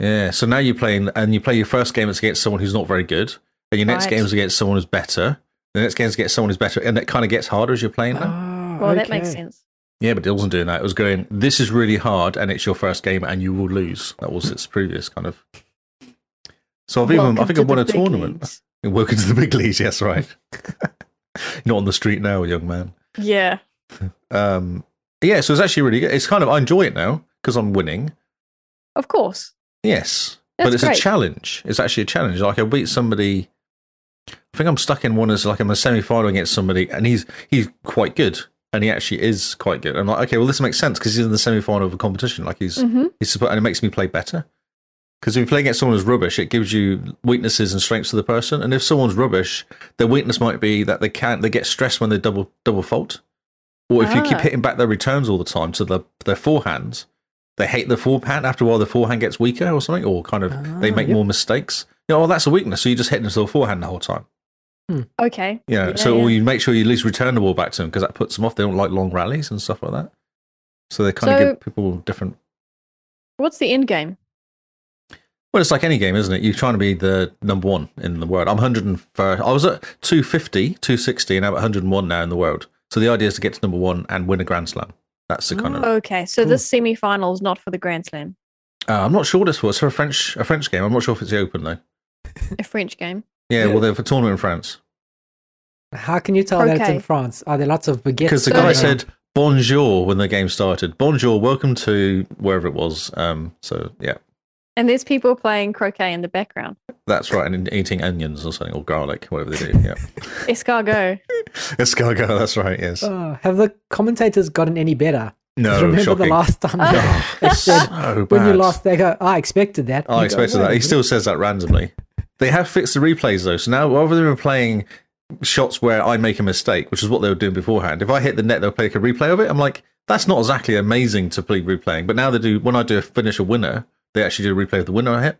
[SPEAKER 4] yeah. So now you're playing, and you play your first game it's against someone who's not very good. And your next
[SPEAKER 3] Right.
[SPEAKER 4] game is against someone who's better. The next game is against someone who's better. And it kind of gets harder as you're playing
[SPEAKER 3] Oh.
[SPEAKER 4] them.
[SPEAKER 1] Ah,
[SPEAKER 3] Well, that makes sense.
[SPEAKER 4] Yeah, but it wasn't doing that. It was going, this is really hard, and it's your first game, and you will lose. That was its previous kind of. So I've even, I
[SPEAKER 3] Welcome
[SPEAKER 4] think
[SPEAKER 3] to
[SPEAKER 4] I've won
[SPEAKER 3] the
[SPEAKER 4] a
[SPEAKER 3] big
[SPEAKER 4] tournament.
[SPEAKER 3] leagues.
[SPEAKER 4] Welcome to the big leagues. Yes, right. Not on the street now, young man.
[SPEAKER 3] Yeah.
[SPEAKER 4] Um, yeah, so it's actually really good. It's kind of I enjoy it now because I'm winning.
[SPEAKER 3] Of course.
[SPEAKER 4] Yes, but
[SPEAKER 3] That's
[SPEAKER 4] it's
[SPEAKER 3] great.
[SPEAKER 4] a challenge. It's actually a challenge. Like I beat somebody. I think I'm stuck in one as like I'm a semi final against somebody, and he's he's quite good, and he actually is quite good. I'm like, okay, well this makes sense because he's in the semi final of a competition. Like he's
[SPEAKER 3] hmm
[SPEAKER 4] he's suppo- and it makes me play better. Because if you play against someone who's rubbish, it gives you weaknesses and strengths of the person. And if someone's rubbish, their weakness might be that they can't they get stressed when they double double fault, or if you keep
[SPEAKER 3] Ah.
[SPEAKER 4] hitting back their returns all the time to their their forehands, they hate the forehand. After a while, the forehand gets weaker or something, or kind of they
[SPEAKER 1] Ah,
[SPEAKER 4] make
[SPEAKER 1] yep.
[SPEAKER 4] more mistakes. You know, oh, that's a weakness. So you just hit them to the forehand the whole time.
[SPEAKER 3] Okay.
[SPEAKER 4] You know,
[SPEAKER 3] Yeah,
[SPEAKER 4] so
[SPEAKER 3] yeah.
[SPEAKER 4] or you make sure you at least return the ball back to them because that puts them off. They don't like long rallies and stuff like that. So they kind
[SPEAKER 3] So-
[SPEAKER 4] of give people different
[SPEAKER 3] What's the end game?
[SPEAKER 4] Well, it's like any game, isn't it? You're trying to be the number one in the world. I'm 101st. I was at 250, 260, and I'm at 101 now in the world. So the idea is to get to number one and win a Grand Slam. That's the kind of.
[SPEAKER 1] Oh.
[SPEAKER 3] Okay, so
[SPEAKER 1] Cool.
[SPEAKER 3] this semi final is not for the Grand Slam,
[SPEAKER 4] Uh, I'm not sure this was for a French a French game. I'm not sure if it's the Open though.
[SPEAKER 3] a French game.
[SPEAKER 4] Yeah,
[SPEAKER 1] Yeah.
[SPEAKER 4] well, they're for tournament in France
[SPEAKER 1] How can you tell that it's in
[SPEAKER 3] Okay.
[SPEAKER 1] France? Are there lots of baguettes?
[SPEAKER 4] because the
[SPEAKER 3] so-
[SPEAKER 4] guy
[SPEAKER 1] going
[SPEAKER 4] said bonjour when the game started. Bonjour, welcome to wherever it was. Um, so yeah,
[SPEAKER 3] And there's people playing croquet in the background.
[SPEAKER 4] that's right. And eating onions or something or garlic, whatever they do. Yeah,
[SPEAKER 3] Escargot.
[SPEAKER 4] escargot. That's right. Yes.
[SPEAKER 1] on? Oh, have the commentators gotten any better? 'Cause
[SPEAKER 4] no.
[SPEAKER 1] remember
[SPEAKER 4] shocking.
[SPEAKER 1] the last time they-
[SPEAKER 4] Oh, it's
[SPEAKER 1] said,
[SPEAKER 4] so bad.
[SPEAKER 1] when you lost, they go, "I expected that."
[SPEAKER 4] Oh, I
[SPEAKER 1] You go, "Wait
[SPEAKER 4] expected
[SPEAKER 1] a
[SPEAKER 4] that. He
[SPEAKER 1] minute."
[SPEAKER 4] still says that randomly. They have fixed the replays though, so now rather than playing shots where I make a mistake, which is what they were doing beforehand, if I hit the net, they'll play like a replay of it. I'm like, that's not exactly amazing to play replaying. But now they do when I do a finish a winner, they actually do a replay of the winner I hit.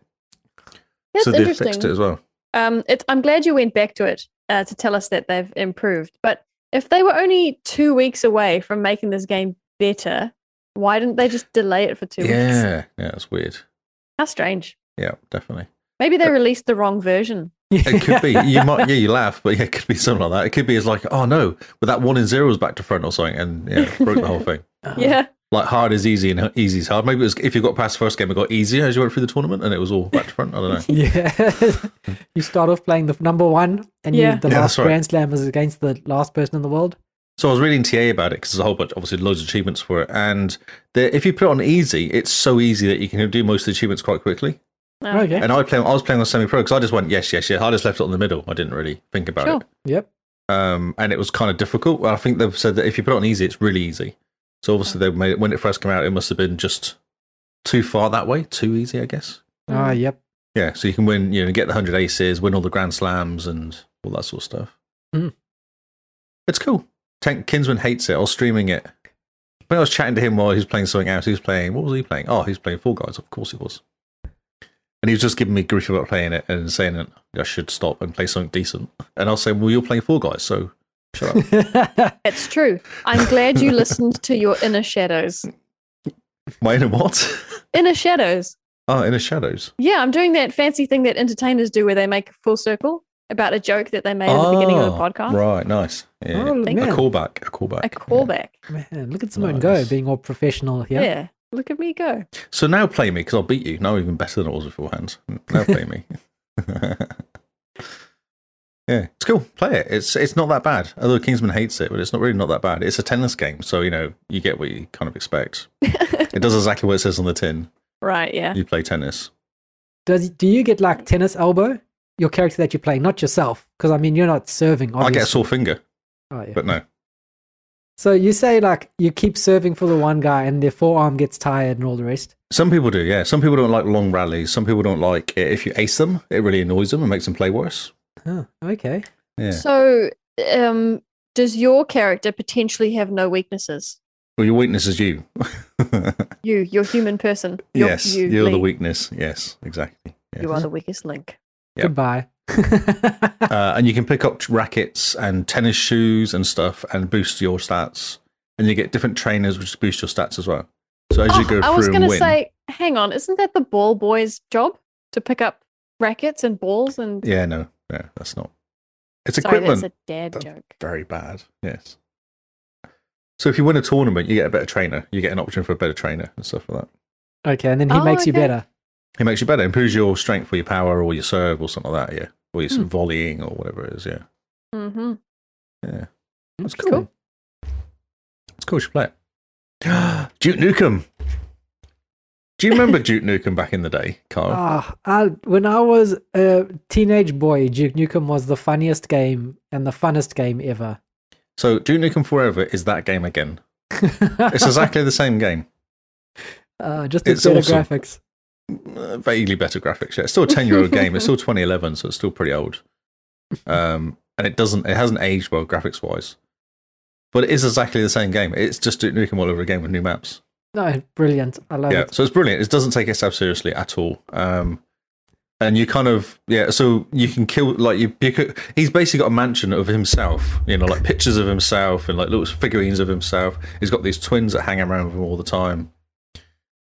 [SPEAKER 3] That's
[SPEAKER 4] so they fixed it
[SPEAKER 3] interesting.
[SPEAKER 4] as well.
[SPEAKER 3] Um, it's, I'm glad you went back to it uh, to tell us that they've improved. But if they were only two weeks away from making this game better, why didn't they just delay it for two weeks?
[SPEAKER 4] Yeah, yeah, it's weird.
[SPEAKER 3] How strange.
[SPEAKER 4] Yeah, definitely.
[SPEAKER 3] Maybe they released the wrong version.
[SPEAKER 4] It could be. You might. Yeah, you laugh, but yeah, it could be something like that. It could be. It's like, oh no, but that one in zero was back to front or something, and yeah, broke the whole thing.
[SPEAKER 1] Oh,
[SPEAKER 3] Yeah.
[SPEAKER 4] like hard is easy and easy is hard. Maybe it was if you got past the first game, it got easier as you went through the tournament, and it was all back to front. I don't know.
[SPEAKER 1] yeah. you start off playing the f- number one, and
[SPEAKER 3] Yeah.
[SPEAKER 1] you, the
[SPEAKER 4] Yeah,
[SPEAKER 1] last
[SPEAKER 4] that's right.
[SPEAKER 1] Grand Slam is against the last person in the world.
[SPEAKER 4] So I was reading TA about it because there's a whole bunch, obviously, loads of achievements for it. And the, if you put it on easy, it's so easy that you can do most of the achievements quite quickly.
[SPEAKER 3] No.
[SPEAKER 1] Okay.
[SPEAKER 4] And I play, I was playing on semi-pro because I just went yes, yes, yes. I just left it on the middle. I didn't really think about
[SPEAKER 3] Sure.
[SPEAKER 4] it.
[SPEAKER 1] Yep.
[SPEAKER 4] Um, and it was kind of difficult. Well, I think they've said that if you put it on easy, it's really easy. So obviously, they made it, when it first came out, it must have been just too far that way, too easy, I guess.
[SPEAKER 1] Ah,
[SPEAKER 3] Mm.
[SPEAKER 1] yep.
[SPEAKER 4] Yeah, so you can win, you know, get the 100 aces, win all the Grand Slams and all that sort of stuff.
[SPEAKER 1] Mm.
[SPEAKER 4] It's cool. Tank Kinsman hates it. I was streaming it. When I was chatting to him while he was playing something else, he was playing, what was he playing? Oh, he was playing Fall Guys. Of course he was. And he was just giving me grief about playing it and saying that I should stop and play something decent. And I was saying, well, you're playing Fall Guys, so shut up.
[SPEAKER 3] It's true. I'm glad you listened to your inner shadows.
[SPEAKER 4] My inner what?
[SPEAKER 3] Inner shadows.
[SPEAKER 4] oh, Inner Shadows.
[SPEAKER 3] Yeah, I'm doing that fancy thing that entertainers do where they make a full circle about a joke that they made at the beginning of the
[SPEAKER 4] Ah,
[SPEAKER 3] podcast.
[SPEAKER 4] Right, nice. Yeah.
[SPEAKER 1] oh
[SPEAKER 4] a
[SPEAKER 1] man,
[SPEAKER 4] callback. A callback.
[SPEAKER 3] A
[SPEAKER 4] yeah.
[SPEAKER 3] callback.
[SPEAKER 1] man, look at Simone go
[SPEAKER 4] Nice.
[SPEAKER 1] being all professional
[SPEAKER 3] Yeah.
[SPEAKER 1] here.
[SPEAKER 3] Look at me go.
[SPEAKER 4] So now play me because I'll beat you. Now even better than I was beforehand. Now play me. yeah, it's cool. Play it. It's it's not that bad. Although Kingsman hates it, but it's not really not that bad. It's a tennis game, so you know you get what you kind of expect. It does exactly what it says on the tin.
[SPEAKER 3] right, yeah.
[SPEAKER 4] You play tennis.
[SPEAKER 1] Does do you get
[SPEAKER 4] Mm.
[SPEAKER 1] like tennis elbow? Your character that you're playing, not yourself, because I mean you're not serving.
[SPEAKER 4] I get a
[SPEAKER 1] Obviously.
[SPEAKER 4] sore finger,
[SPEAKER 1] Oh, yeah.
[SPEAKER 4] but no.
[SPEAKER 1] So you say like you keep serving for the one guy, and their forearm gets tired and all the rest.
[SPEAKER 4] Some people do, yeah. Some people don't like long rallies. Some people don't like it. if you ace them, it really annoys them and makes them play worse.
[SPEAKER 1] Huh, okay.
[SPEAKER 4] Yeah.
[SPEAKER 3] So, um, does your character potentially have no weaknesses?
[SPEAKER 4] Well, your weakness is you.
[SPEAKER 3] You, you're human person. You're,
[SPEAKER 4] yes,
[SPEAKER 3] you,
[SPEAKER 4] you're the
[SPEAKER 3] Lee.
[SPEAKER 4] weakness. Yes, exactly. Yes.
[SPEAKER 3] You are the weakest link.
[SPEAKER 4] Yep.
[SPEAKER 1] Goodbye.
[SPEAKER 4] uh, and you can pick up rackets and tennis shoes and stuff and boost your stats. And you get different trainers which boost your stats as well. So as you
[SPEAKER 3] Oh,
[SPEAKER 4] go
[SPEAKER 3] I was
[SPEAKER 4] through
[SPEAKER 3] gonna
[SPEAKER 4] and win,
[SPEAKER 3] say, hang on, isn't that the ball boy's job to pick up rackets and balls and
[SPEAKER 4] yeah, no, no, that's not. It's
[SPEAKER 3] sorry,
[SPEAKER 4] equipment.
[SPEAKER 3] that's a dad
[SPEAKER 4] That's-
[SPEAKER 3] joke.
[SPEAKER 4] Very bad. Yes. So if you win a tournament, you get a better trainer. You get an option for a better trainer and stuff like that.
[SPEAKER 1] okay, and then he
[SPEAKER 3] Oh,
[SPEAKER 1] makes you
[SPEAKER 3] okay.
[SPEAKER 1] better.
[SPEAKER 4] It makes you better, improves your strength or your power or your serve or something like that. Yeah, or your
[SPEAKER 1] Hmm.
[SPEAKER 4] volleying or whatever it is. Yeah,
[SPEAKER 3] hmm
[SPEAKER 4] yeah. That's
[SPEAKER 1] Interesting.
[SPEAKER 4] cool. It's cool. You should play it. Duke Nukem. Do you remember Duke Nukem back in the day, Kyle?
[SPEAKER 1] Ah, I, when I was a teenage boy, Duke Nukem was the funniest game and the funnest game ever.
[SPEAKER 4] So Duke Nukem Forever is that game again. It's exactly the same game.
[SPEAKER 1] uh, just the
[SPEAKER 4] it's
[SPEAKER 1] better
[SPEAKER 4] awesome.
[SPEAKER 1] graphics.
[SPEAKER 4] Uh, vaguely better graphics. Yeah, it's still a ten-year-old game. It's still 2011, so it's still pretty old. Um, and it doesn't, it hasn't aged well graphics-wise, but it is exactly the same game. It's just Duke Nukem all over again with new maps.
[SPEAKER 1] No, brilliant. I love
[SPEAKER 4] yeah,
[SPEAKER 1] it.
[SPEAKER 4] so it's brilliant. It doesn't take itself seriously at all. Um, and you kind of yeah, so you can kill like you. you could, he's basically got a mansion of himself, you know, like pictures of himself and like little figurines of himself. He's got these twins that hang around with him all the time.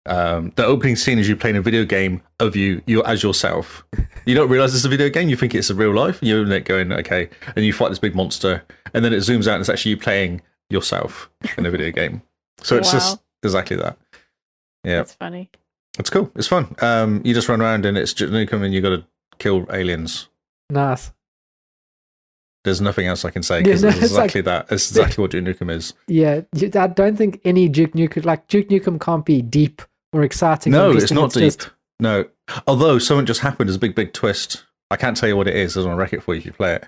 [SPEAKER 4] Um, the opening scene is you playing a video game of you, you as yourself. You don't realize it's a video game. You think it's a real life. You're in it going okay, and you fight this big monster, and then it zooms out and it's actually you playing yourself in a video game. So it's
[SPEAKER 3] Wow.
[SPEAKER 4] just exactly that. Yeah.
[SPEAKER 3] That's funny.
[SPEAKER 4] It's cool. It's fun. Um, you just run around and it's just Nukem and you got to kill aliens.
[SPEAKER 1] Nice.
[SPEAKER 4] There's nothing else I can say because
[SPEAKER 1] Yeah, no,
[SPEAKER 4] it's
[SPEAKER 1] it's like-
[SPEAKER 4] exactly that. It's exactly what Duke Nukem is.
[SPEAKER 1] Yeah, you- I don't think any Duke Nukem, like Duke Nukem, can't be deep or exciting. or
[SPEAKER 4] No, it's
[SPEAKER 1] interesting.
[SPEAKER 4] not deep.
[SPEAKER 1] just-
[SPEAKER 4] No. Although something just happened. There's a big, big twist. I can't tell you what it is. I don't want to wreck it for you if you play it.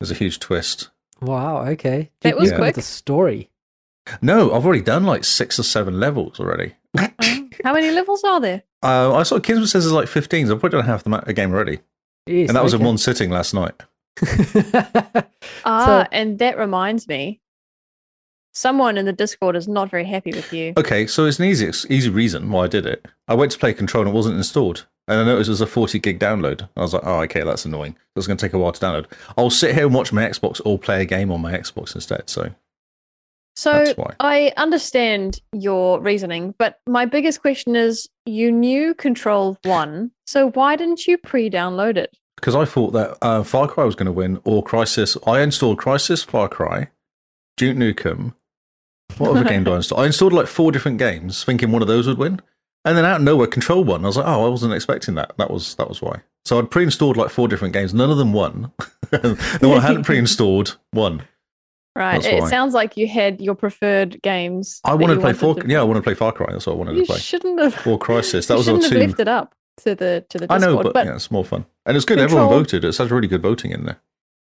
[SPEAKER 4] There's a huge twist.
[SPEAKER 1] wow. Okay,
[SPEAKER 3] That
[SPEAKER 1] Duke
[SPEAKER 3] was
[SPEAKER 1] Nukem
[SPEAKER 3] quick.
[SPEAKER 1] The story.
[SPEAKER 4] No, I've already done like six or seven levels already.
[SPEAKER 1] Uh-huh.
[SPEAKER 3] Oh, how many levels are there?
[SPEAKER 4] Uh, I saw Kingsman says there's like 15. So I've probably done half the ma- a game already.
[SPEAKER 1] Yes,
[SPEAKER 4] and that was in
[SPEAKER 1] okay.
[SPEAKER 4] one sitting last night.
[SPEAKER 3] Ah, and that reminds me. Someone in the Discord is not very happy with you.
[SPEAKER 4] Okay, so it's an easy, it's easy reason why I did it. I went to play Control and it wasn't installed. And I noticed it was a 40 gig download. I was like, oh, okay, that's annoying. That's going to take a while to download. I'll sit here and watch my Xbox or play a game on my Xbox instead. So
[SPEAKER 3] So
[SPEAKER 4] that's why.
[SPEAKER 3] I understand your reasoning, but my biggest question is you knew Control 1, so why didn't you pre download it?
[SPEAKER 4] Because I thought that uh, Far Cry was going to win or Crisis. I installed Crisis, Far Cry, Duke Nukem. What other game did I install? I installed like four different games thinking one of those would win. And then out of nowhere, Control won. I was like, oh, I wasn't expecting that. That was that was why. So I'd pre-installed like four different games. None of them won. the one I hadn't pre-installed won.
[SPEAKER 3] Right.
[SPEAKER 4] That's
[SPEAKER 3] It
[SPEAKER 4] why.
[SPEAKER 3] sounds like you had your preferred games.
[SPEAKER 4] I
[SPEAKER 3] that
[SPEAKER 4] wanted
[SPEAKER 3] you
[SPEAKER 4] to play Far.
[SPEAKER 3] wanted
[SPEAKER 4] Yeah, I wanted to play Far Cry. That's what I wanted
[SPEAKER 3] You
[SPEAKER 4] to play.
[SPEAKER 3] shouldn't have.
[SPEAKER 4] Or Crisis. That
[SPEAKER 3] you
[SPEAKER 4] was our
[SPEAKER 3] shouldn't have
[SPEAKER 4] two.
[SPEAKER 3] left it up to the to the
[SPEAKER 4] I
[SPEAKER 3] Discord.
[SPEAKER 4] know, but, yeah, it's more fun. And it's good. Everyone
[SPEAKER 3] Control-
[SPEAKER 4] voted. It's had really good voting in there.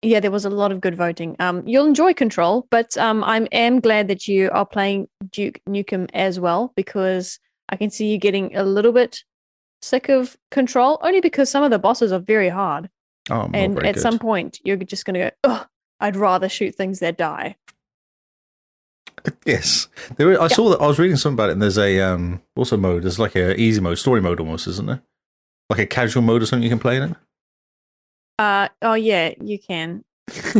[SPEAKER 3] yeah, there was a lot of good voting. Um, you'll enjoy Control, but um, I'm am glad that you are playing Duke Nukem as well because I can see you getting a little bit sick of Control, only because some of the bosses are very hard,
[SPEAKER 4] Oh, I'm not
[SPEAKER 3] and
[SPEAKER 4] very
[SPEAKER 3] at
[SPEAKER 4] good.
[SPEAKER 3] some point you're just going to go, oh, I'd rather shoot things that die.
[SPEAKER 4] Yes, there. Is, I saw that. I was reading something about it, and there's a um also mode. There's like a easy mode, story mode almost, isn't there? Like a casual mode or something you can play in it.
[SPEAKER 3] Uh, oh yeah, you can.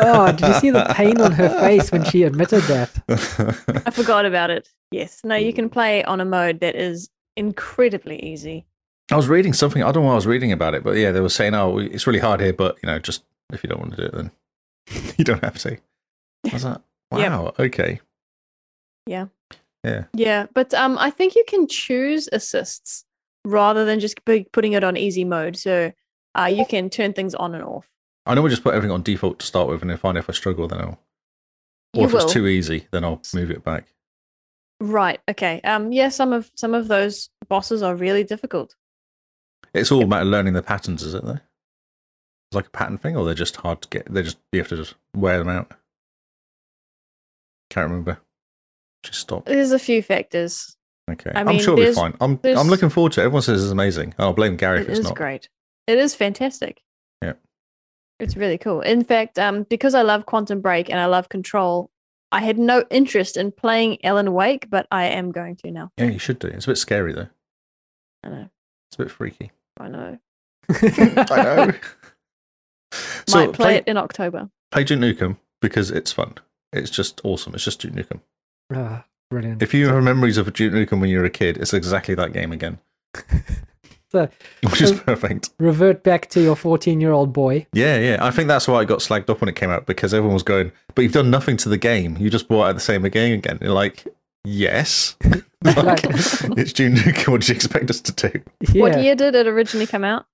[SPEAKER 1] oh, did you see the pain on her face when she admitted that?
[SPEAKER 3] I forgot about it. Yes, no,
[SPEAKER 4] Hmm.
[SPEAKER 3] you can play on a mode that is incredibly easy.
[SPEAKER 4] I was reading something. I don't know why I was reading about it, but yeah, they were saying, "Oh, it's really hard here, but you know, just if you don't want to do it, then you don't have to." I was like,
[SPEAKER 3] Yep.
[SPEAKER 4] "Wow, okay."
[SPEAKER 3] Yeah, but um, I think you can choose assists rather than just be putting it on easy mode. So uh, you can turn things on and off.
[SPEAKER 4] I know we just put everything on default to start with, and if I know if I struggle, then I'll, or
[SPEAKER 3] You
[SPEAKER 4] if
[SPEAKER 3] will.
[SPEAKER 4] it's too easy, then I'll move it back.
[SPEAKER 3] Right. Okay. Um. Yeah. Some of some of those bosses are really difficult.
[SPEAKER 4] It's all about learning the patterns, is it? Though, it's like a pattern thing, or they're just hard to get. They just you have to just wear them out. Can't remember. Just stop.
[SPEAKER 3] There's a few factors.
[SPEAKER 4] Okay,
[SPEAKER 3] I
[SPEAKER 4] I
[SPEAKER 3] mean,
[SPEAKER 4] am sure we're
[SPEAKER 3] there's-
[SPEAKER 4] fine. I'm
[SPEAKER 3] there's-
[SPEAKER 4] I'm looking forward to it. Everyone says it's amazing. Oh, I'll blame Gary
[SPEAKER 3] It
[SPEAKER 4] if it's
[SPEAKER 3] is
[SPEAKER 4] not.
[SPEAKER 3] great. It is fantastic.
[SPEAKER 4] Yeah.
[SPEAKER 3] It's really cool. In fact, um, because I love Quantum Break and I love Control, I had no interest in playing Ellen Wake, but I am going to now.
[SPEAKER 4] Yeah, you should do. it. It's a bit scary though.
[SPEAKER 3] I know.
[SPEAKER 4] It's a bit freaky.
[SPEAKER 3] I know.
[SPEAKER 4] I know. so
[SPEAKER 3] Might play,
[SPEAKER 4] play
[SPEAKER 3] it in October.
[SPEAKER 4] play Duke Nukem because it's fun. It's just awesome. It's just Duke Nukem.
[SPEAKER 1] Ah, brilliant.
[SPEAKER 4] If you have memories of Duke Nukem when you were a kid, it's exactly that game again,
[SPEAKER 1] So,
[SPEAKER 4] which is
[SPEAKER 1] So-
[SPEAKER 4] perfect.
[SPEAKER 1] revert back to your 14 year old boy.
[SPEAKER 4] Yeah, yeah. I think that's why it got slagged off when it came out because everyone was going, but you've done nothing to the game. You just brought out the same game again. You're like, yes. like, it's June Nukem. What do you expect us to do?
[SPEAKER 1] Yeah.
[SPEAKER 3] What year did it originally come out?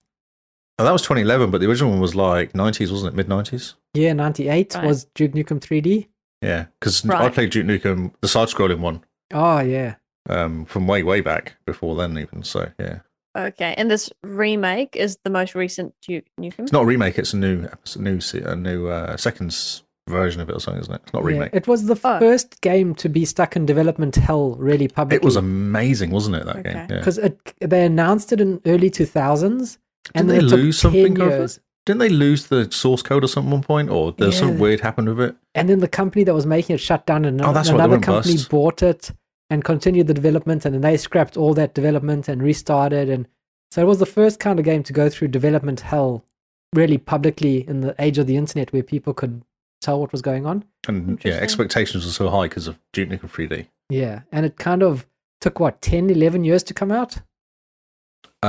[SPEAKER 4] Oh, that was 2011, but the original one was like 90s, wasn't it? Mid 90s?
[SPEAKER 1] Yeah, 98
[SPEAKER 3] Right.
[SPEAKER 1] was Duke Nukem 3D.
[SPEAKER 4] Yeah. Because I
[SPEAKER 3] Right.
[SPEAKER 4] played Duke Nukem, the side scrolling one.
[SPEAKER 1] Oh, yeah.
[SPEAKER 4] um, from way way back before then even. So yeah,
[SPEAKER 3] Okay, and this remake is the most recent Duke Nukem.
[SPEAKER 4] it's not a remake. It's a new episode, new se- a new uh, second s- version of it or something, isn't it? It's not a
[SPEAKER 1] Yeah,
[SPEAKER 4] remake.
[SPEAKER 1] it was the
[SPEAKER 3] Oh.
[SPEAKER 1] first game to be stuck in development hell really publicly.
[SPEAKER 4] It was amazing, wasn't it? That game.
[SPEAKER 3] Okay.
[SPEAKER 4] Yeah.
[SPEAKER 1] because they announced it in early 2000s and
[SPEAKER 4] Didn't they
[SPEAKER 1] then it took
[SPEAKER 4] lose
[SPEAKER 1] 10
[SPEAKER 4] something over
[SPEAKER 1] years.
[SPEAKER 4] Didn't they lose the source code or something at one point, or there's
[SPEAKER 1] Yeah.
[SPEAKER 4] something weird happened with it?
[SPEAKER 1] and then the company that was making it shut down and
[SPEAKER 4] Oh, that's right, they
[SPEAKER 1] another
[SPEAKER 4] went
[SPEAKER 1] company
[SPEAKER 4] bust.
[SPEAKER 1] bought it and continued the development and then they scrapped all that development and restarted and so it was the first kind of game to go through development hell really publicly in the age of the internet where people could tell what was going on
[SPEAKER 4] And yeah,
[SPEAKER 3] Interesting.
[SPEAKER 4] expectations were so high because of Duke Nukem 3D.
[SPEAKER 1] yeah and it kind of took what 10 11 years to come out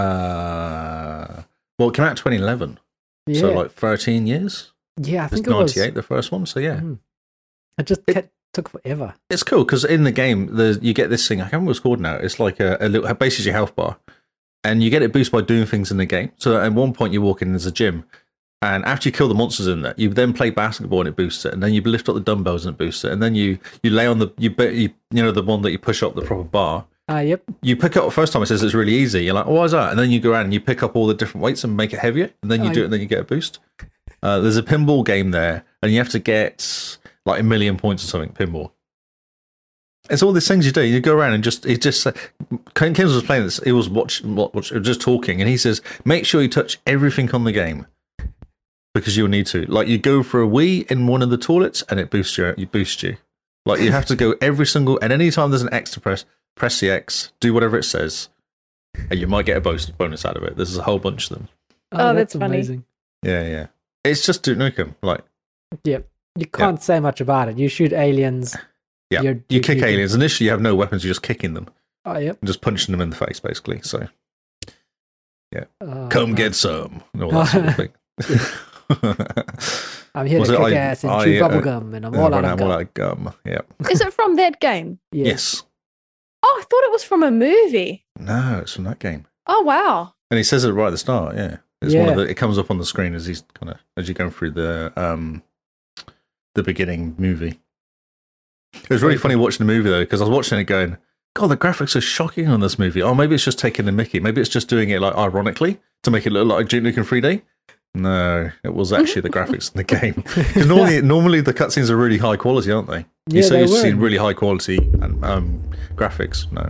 [SPEAKER 4] Uh, well, it came out in 2011,
[SPEAKER 1] yeah
[SPEAKER 4] so like 13 years.
[SPEAKER 1] yeah i
[SPEAKER 4] It's
[SPEAKER 1] think it was
[SPEAKER 4] 98, the first one. So yeah,
[SPEAKER 1] Mm. it just
[SPEAKER 4] It-
[SPEAKER 1] kept, took forever
[SPEAKER 4] it's cool because in the game, there's, you get this thing. I can't remember what it's called now. It's like a, a little, basically your health bar, and you get it boosted by doing things in the game. So at one point, you walk in there's a gym, and after you kill the monsters in there, you then play basketball and it boosts it, and then you lift up the dumbbells and it boosts it, and then you you lay on the you bet you you know the one that you push up the proper bar,
[SPEAKER 1] ah yep
[SPEAKER 4] you pick up first time it says it's really easy. You're like, oh, why is that? And then you go around and you pick up all the different weights and make it heavier, and then you
[SPEAKER 1] Oh,
[SPEAKER 4] do
[SPEAKER 1] yeah.
[SPEAKER 4] it, and then you get a boost. Uh, there's a pinball game there, and you have to get like a million points or something. Pinball. It's all these things you do. You go around and just it just. Ken Kim's was playing this. He was watching, watch, watch, just talking, and he says, "Make sure you touch everything on the game." Because you'll need to, like, you go for a wee in one of the toilets, and it boosts you. You boost you. Like you have to go every single and any time there's an X to press, press the X, do whatever it says, and you might get a bonus bonus out of it. There's a whole bunch of them.
[SPEAKER 3] Oh, that's funny.
[SPEAKER 1] amazing
[SPEAKER 4] Yeah, yeah. It's just Duke Nukem. Like
[SPEAKER 1] You can't say much about it. You shoot aliens.
[SPEAKER 4] yeah,
[SPEAKER 1] You're-
[SPEAKER 4] you kick
[SPEAKER 1] you-
[SPEAKER 4] aliens. Initially, you have no weapons. You're just kicking them
[SPEAKER 1] Oh, yep.
[SPEAKER 4] and just punching them in the face, basically. So
[SPEAKER 1] Oh,
[SPEAKER 4] come
[SPEAKER 1] no.
[SPEAKER 4] get some. And all that sort of thing.
[SPEAKER 1] I'm here
[SPEAKER 4] Was
[SPEAKER 1] to
[SPEAKER 4] it
[SPEAKER 1] kick
[SPEAKER 4] I-
[SPEAKER 1] ass and
[SPEAKER 4] I,
[SPEAKER 1] chew
[SPEAKER 4] uh,
[SPEAKER 1] bubblegum, and I'm
[SPEAKER 4] And
[SPEAKER 1] all
[SPEAKER 4] I
[SPEAKER 1] out
[SPEAKER 4] ran
[SPEAKER 1] of
[SPEAKER 4] out- I'm all
[SPEAKER 1] gum.
[SPEAKER 4] out of gum. Yeah.
[SPEAKER 3] Is it from that game?
[SPEAKER 1] Yeah.
[SPEAKER 4] Yes.
[SPEAKER 3] Oh, I thought it was from a movie.
[SPEAKER 4] No, it's from that game.
[SPEAKER 3] Oh wow.
[SPEAKER 4] And he says it right at the start. Yeah, it's one of
[SPEAKER 1] Yeah.
[SPEAKER 4] the. It comes up on the screen as he's kind of as you're going through the um, the beginning movie. It was really funny watching the movie though because I was watching it going, God, the graphics are shocking on this movie. Oh, maybe it's just taking the Mickey. Maybe it's just doing it like ironically to make it look like Duke Nukem 3D. No, it was actually the graphics in the game. Because normally, normally the cutscenes are really high quality, aren't they?
[SPEAKER 1] Yeah,
[SPEAKER 4] You're so
[SPEAKER 1] they
[SPEAKER 4] used to
[SPEAKER 1] were.
[SPEAKER 4] seeing really high quality and um, graphics. No,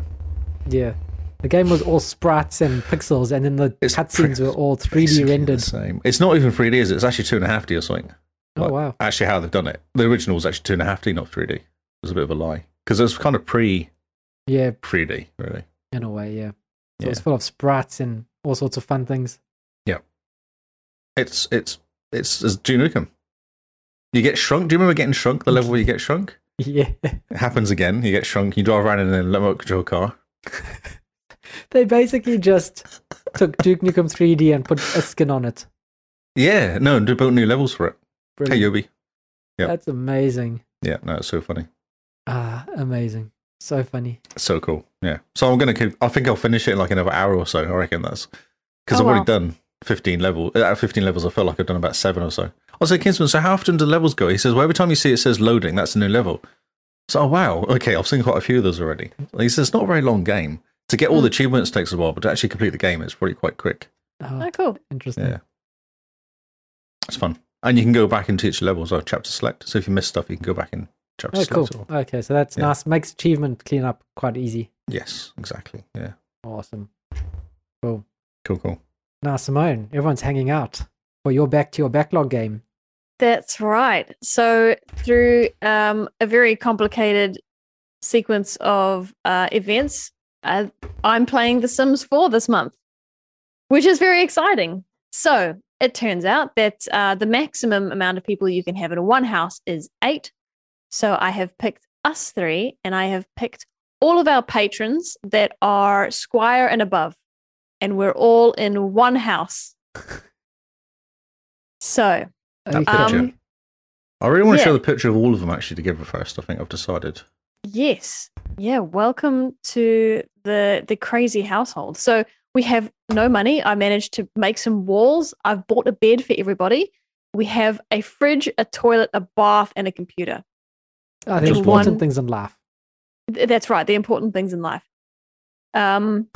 [SPEAKER 1] Yeah. The game was all sprites and pixels, and then the
[SPEAKER 4] It's
[SPEAKER 1] cutscenes
[SPEAKER 4] pretty-
[SPEAKER 1] were all 3D
[SPEAKER 4] Basically
[SPEAKER 1] rendered.
[SPEAKER 4] The same. It's not even 3D, is it? It's actually two and a half D or something.
[SPEAKER 1] Oh, wow.
[SPEAKER 4] Actually, how they've done it. The original was actually two and a half D, not 3D. It was a bit of a lie because it was kind of pre
[SPEAKER 1] Yeah,
[SPEAKER 4] 3D, really.
[SPEAKER 1] in a way, yeah. So it
[SPEAKER 4] Yeah.
[SPEAKER 1] was full of sprites and all sorts of fun things.
[SPEAKER 4] It's it's it's, it's Duke Nukem. You get shrunk. Do you remember getting shrunk? The level where you get shrunk.
[SPEAKER 1] Yeah.
[SPEAKER 4] It happens again. You get shrunk. You drive around in a remote control car.
[SPEAKER 1] They basically just took Duke Nukem 3D and put a skin on it.
[SPEAKER 4] Yeah, no, and they built new levels for it. Hey,
[SPEAKER 1] Brilliant.
[SPEAKER 4] Yobi. yep.
[SPEAKER 1] That's amazing.
[SPEAKER 4] Yeah, no, it's so funny,
[SPEAKER 1] Ah, amazing. So funny.
[SPEAKER 4] It's so cool. Yeah, so I'm gonna keep. I think I'll finish it in like another hour or so. I reckon that's because
[SPEAKER 3] Oh,
[SPEAKER 4] I've already
[SPEAKER 3] wow.
[SPEAKER 4] done 15 levels. Out of 15 levels, I feel like I've done about seven or so. I said, Kinsman, so how often do levels go? He says, well, every time you see it says loading, that's a new level. So, oh, wow. Okay, I've seen quite a few of those already. He says, it's not a very long game. To get all the achievements takes a while, but to actually complete the game, it's probably quite quick.
[SPEAKER 1] Oh,
[SPEAKER 3] Oh cool.
[SPEAKER 1] interesting.
[SPEAKER 4] Yeah. It's fun. And you can go back and teach levels or chapter select. So if you miss stuff, you can go back and chapter
[SPEAKER 1] Oh, cool.
[SPEAKER 4] select. Or,
[SPEAKER 1] Okay, so that's
[SPEAKER 4] Yeah.
[SPEAKER 1] nice. Makes achievement cleanup quite easy.
[SPEAKER 4] yes, exactly. Yeah.
[SPEAKER 1] Awesome. Cool.
[SPEAKER 4] Cool, cool.
[SPEAKER 1] Now, Simone, everyone's hanging out. Well, you're back to your backlog game.
[SPEAKER 3] That's right. So through um, a very complicated sequence of uh, events, uh, I'm playing The Sims 4 this month, which is very exciting. So it turns out that uh, the maximum amount of people you can have in one house is eight. So I have picked us three, and I have picked all of our patrons that are squire and above, and we're all in one house. So um,
[SPEAKER 4] That
[SPEAKER 1] Okay. Um,
[SPEAKER 4] picture. I really want to
[SPEAKER 3] Yeah.
[SPEAKER 4] show the picture of all of them actually together first. I think I've decided.
[SPEAKER 3] Yes. Yeah. Welcome to the the crazy household. So we have no money. I managed to make some walls. I've bought a bed for everybody. We have a fridge, a toilet, a bath, and a computer.
[SPEAKER 1] I think
[SPEAKER 4] Just
[SPEAKER 1] important
[SPEAKER 3] one-
[SPEAKER 1] things in life.
[SPEAKER 3] Th- That's right. The important things in life. Um,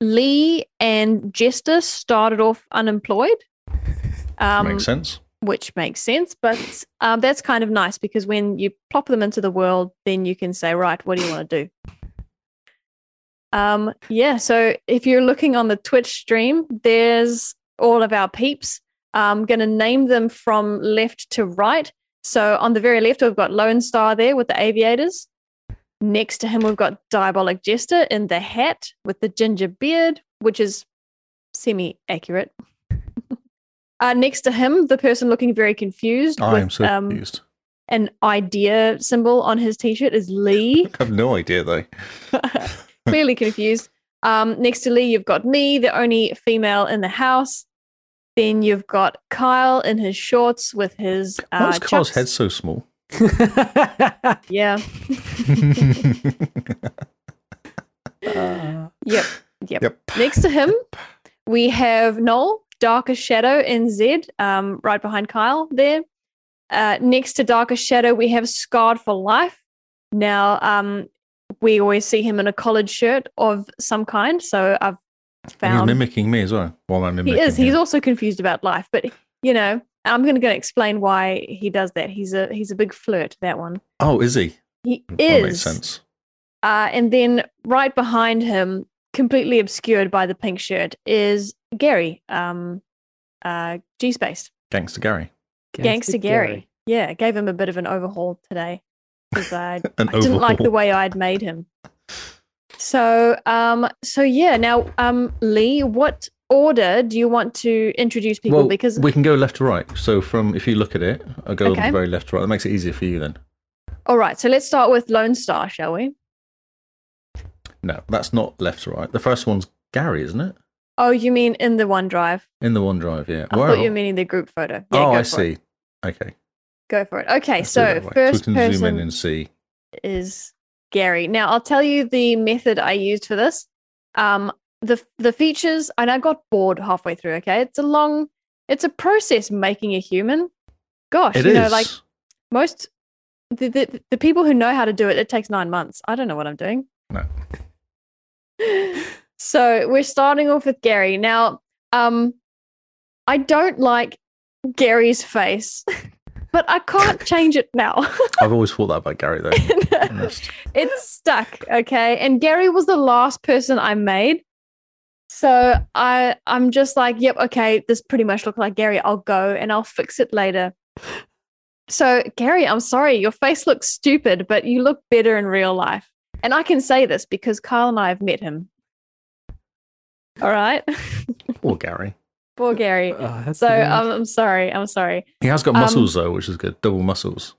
[SPEAKER 3] Lee and Jester started off unemployed. Um,
[SPEAKER 4] Makes sense.
[SPEAKER 3] which makes sense. But um, that's kind of nice because when you plop them into the world, then you can say, right, what do you want to do? Um, yeah. So if you're looking on the Twitch stream, there's all of our peeps. I'm going to name them from left to right. So on the very left, we've got Lone Star there with the aviators. Next to him, we've got Diabolic Jester in the hat with the ginger beard, which is semi accurate. uh, next to him, the person looking very confused
[SPEAKER 4] I
[SPEAKER 3] with
[SPEAKER 4] am so
[SPEAKER 3] um,
[SPEAKER 4] confused.
[SPEAKER 3] an idea symbol on his t shirt is Lee.
[SPEAKER 4] I have no idea though.
[SPEAKER 3] Clearly confused. Um, next to Lee, you've got me, the only female in the house. Then you've got Kyle in his shorts with his. Uh,
[SPEAKER 4] Why is Kyle's
[SPEAKER 3] chucks.
[SPEAKER 4] head so small?
[SPEAKER 3] Uh, Yeah. Yep. Yep.
[SPEAKER 4] Yep.
[SPEAKER 3] Next to him, we have Noel, Darkest Shadow, and Zed, um, right behind Kyle there. Uh, next to Darkest Shadow, we have Scarred for Life. Now, um, we always see him in a collared shirt of some kind. So I've
[SPEAKER 4] He's
[SPEAKER 3] found
[SPEAKER 4] mimicking me as well. Well, I'm
[SPEAKER 3] he
[SPEAKER 4] mimicking
[SPEAKER 3] is.
[SPEAKER 4] him.
[SPEAKER 3] He's also confused about life, but you know, I'm going to go and explain why he does that. He's a he's a big flirt. That one.
[SPEAKER 4] oh, is he?
[SPEAKER 3] He
[SPEAKER 4] That
[SPEAKER 3] is.
[SPEAKER 4] makes sense.
[SPEAKER 3] Uh, and then right behind him, completely obscured by the pink shirt, is Gary, um, uh, G Space,
[SPEAKER 4] Gangster Gary.
[SPEAKER 3] Gangster Gary. Yeah, gave him a bit of an overhaul today because I,
[SPEAKER 4] An
[SPEAKER 3] I didn't like the
[SPEAKER 4] overhaul.
[SPEAKER 3] way I'd made him. So, um, so yeah. Now, um, Lee, what order do you want to introduce people?
[SPEAKER 4] Well,
[SPEAKER 3] because
[SPEAKER 4] we can go left to right. So from if you look at it, I go
[SPEAKER 3] Okay.
[SPEAKER 4] very left to right. That makes it easier for you then.
[SPEAKER 3] all right, so let's start with Lone Star, shall we?
[SPEAKER 4] No, that's not left to right. The first one's Gary, isn't it?
[SPEAKER 3] Oh, you mean in the OneDrive?
[SPEAKER 4] In the OneDrive, yeah.
[SPEAKER 3] I
[SPEAKER 4] Wow.
[SPEAKER 3] thought you were meaning the group photo. Yeah,
[SPEAKER 4] oh,
[SPEAKER 3] go
[SPEAKER 4] I
[SPEAKER 3] for it.
[SPEAKER 4] see. Okay.
[SPEAKER 3] Go for it. Okay,
[SPEAKER 4] let's do it
[SPEAKER 3] so
[SPEAKER 4] that way.
[SPEAKER 3] first
[SPEAKER 4] we can
[SPEAKER 3] person
[SPEAKER 4] zoom in and see.
[SPEAKER 3] is Gary. Now I'll tell you the method I used for this. Um, the the features, and I got bored halfway through. Okay, it's a long, it's a process making a human. Gosh,
[SPEAKER 4] It
[SPEAKER 3] you
[SPEAKER 4] is.
[SPEAKER 3] know, like most the, the the people who know how to do it, it takes nine months. I don't know what I'm doing.
[SPEAKER 4] No.
[SPEAKER 3] so we're starting off with Gary now. Um, I don't like Gary's face, but I can't change it now.
[SPEAKER 4] I've always thought that about Gary though. Honest.
[SPEAKER 3] it's stuck okay and gary was the last person i made so i i'm just like yep okay this pretty much looked like gary i'll go and i'll fix it later so gary i'm sorry your face looks stupid but you look better in real life and i can say this because kyle and i have met him all right
[SPEAKER 4] Poor Gary.
[SPEAKER 3] poor gary
[SPEAKER 1] Oh, that's
[SPEAKER 3] so
[SPEAKER 1] the name.
[SPEAKER 3] um, i'm sorry i'm sorry
[SPEAKER 4] He has got
[SPEAKER 3] Um,
[SPEAKER 4] muscles though, which is good. Double muscles.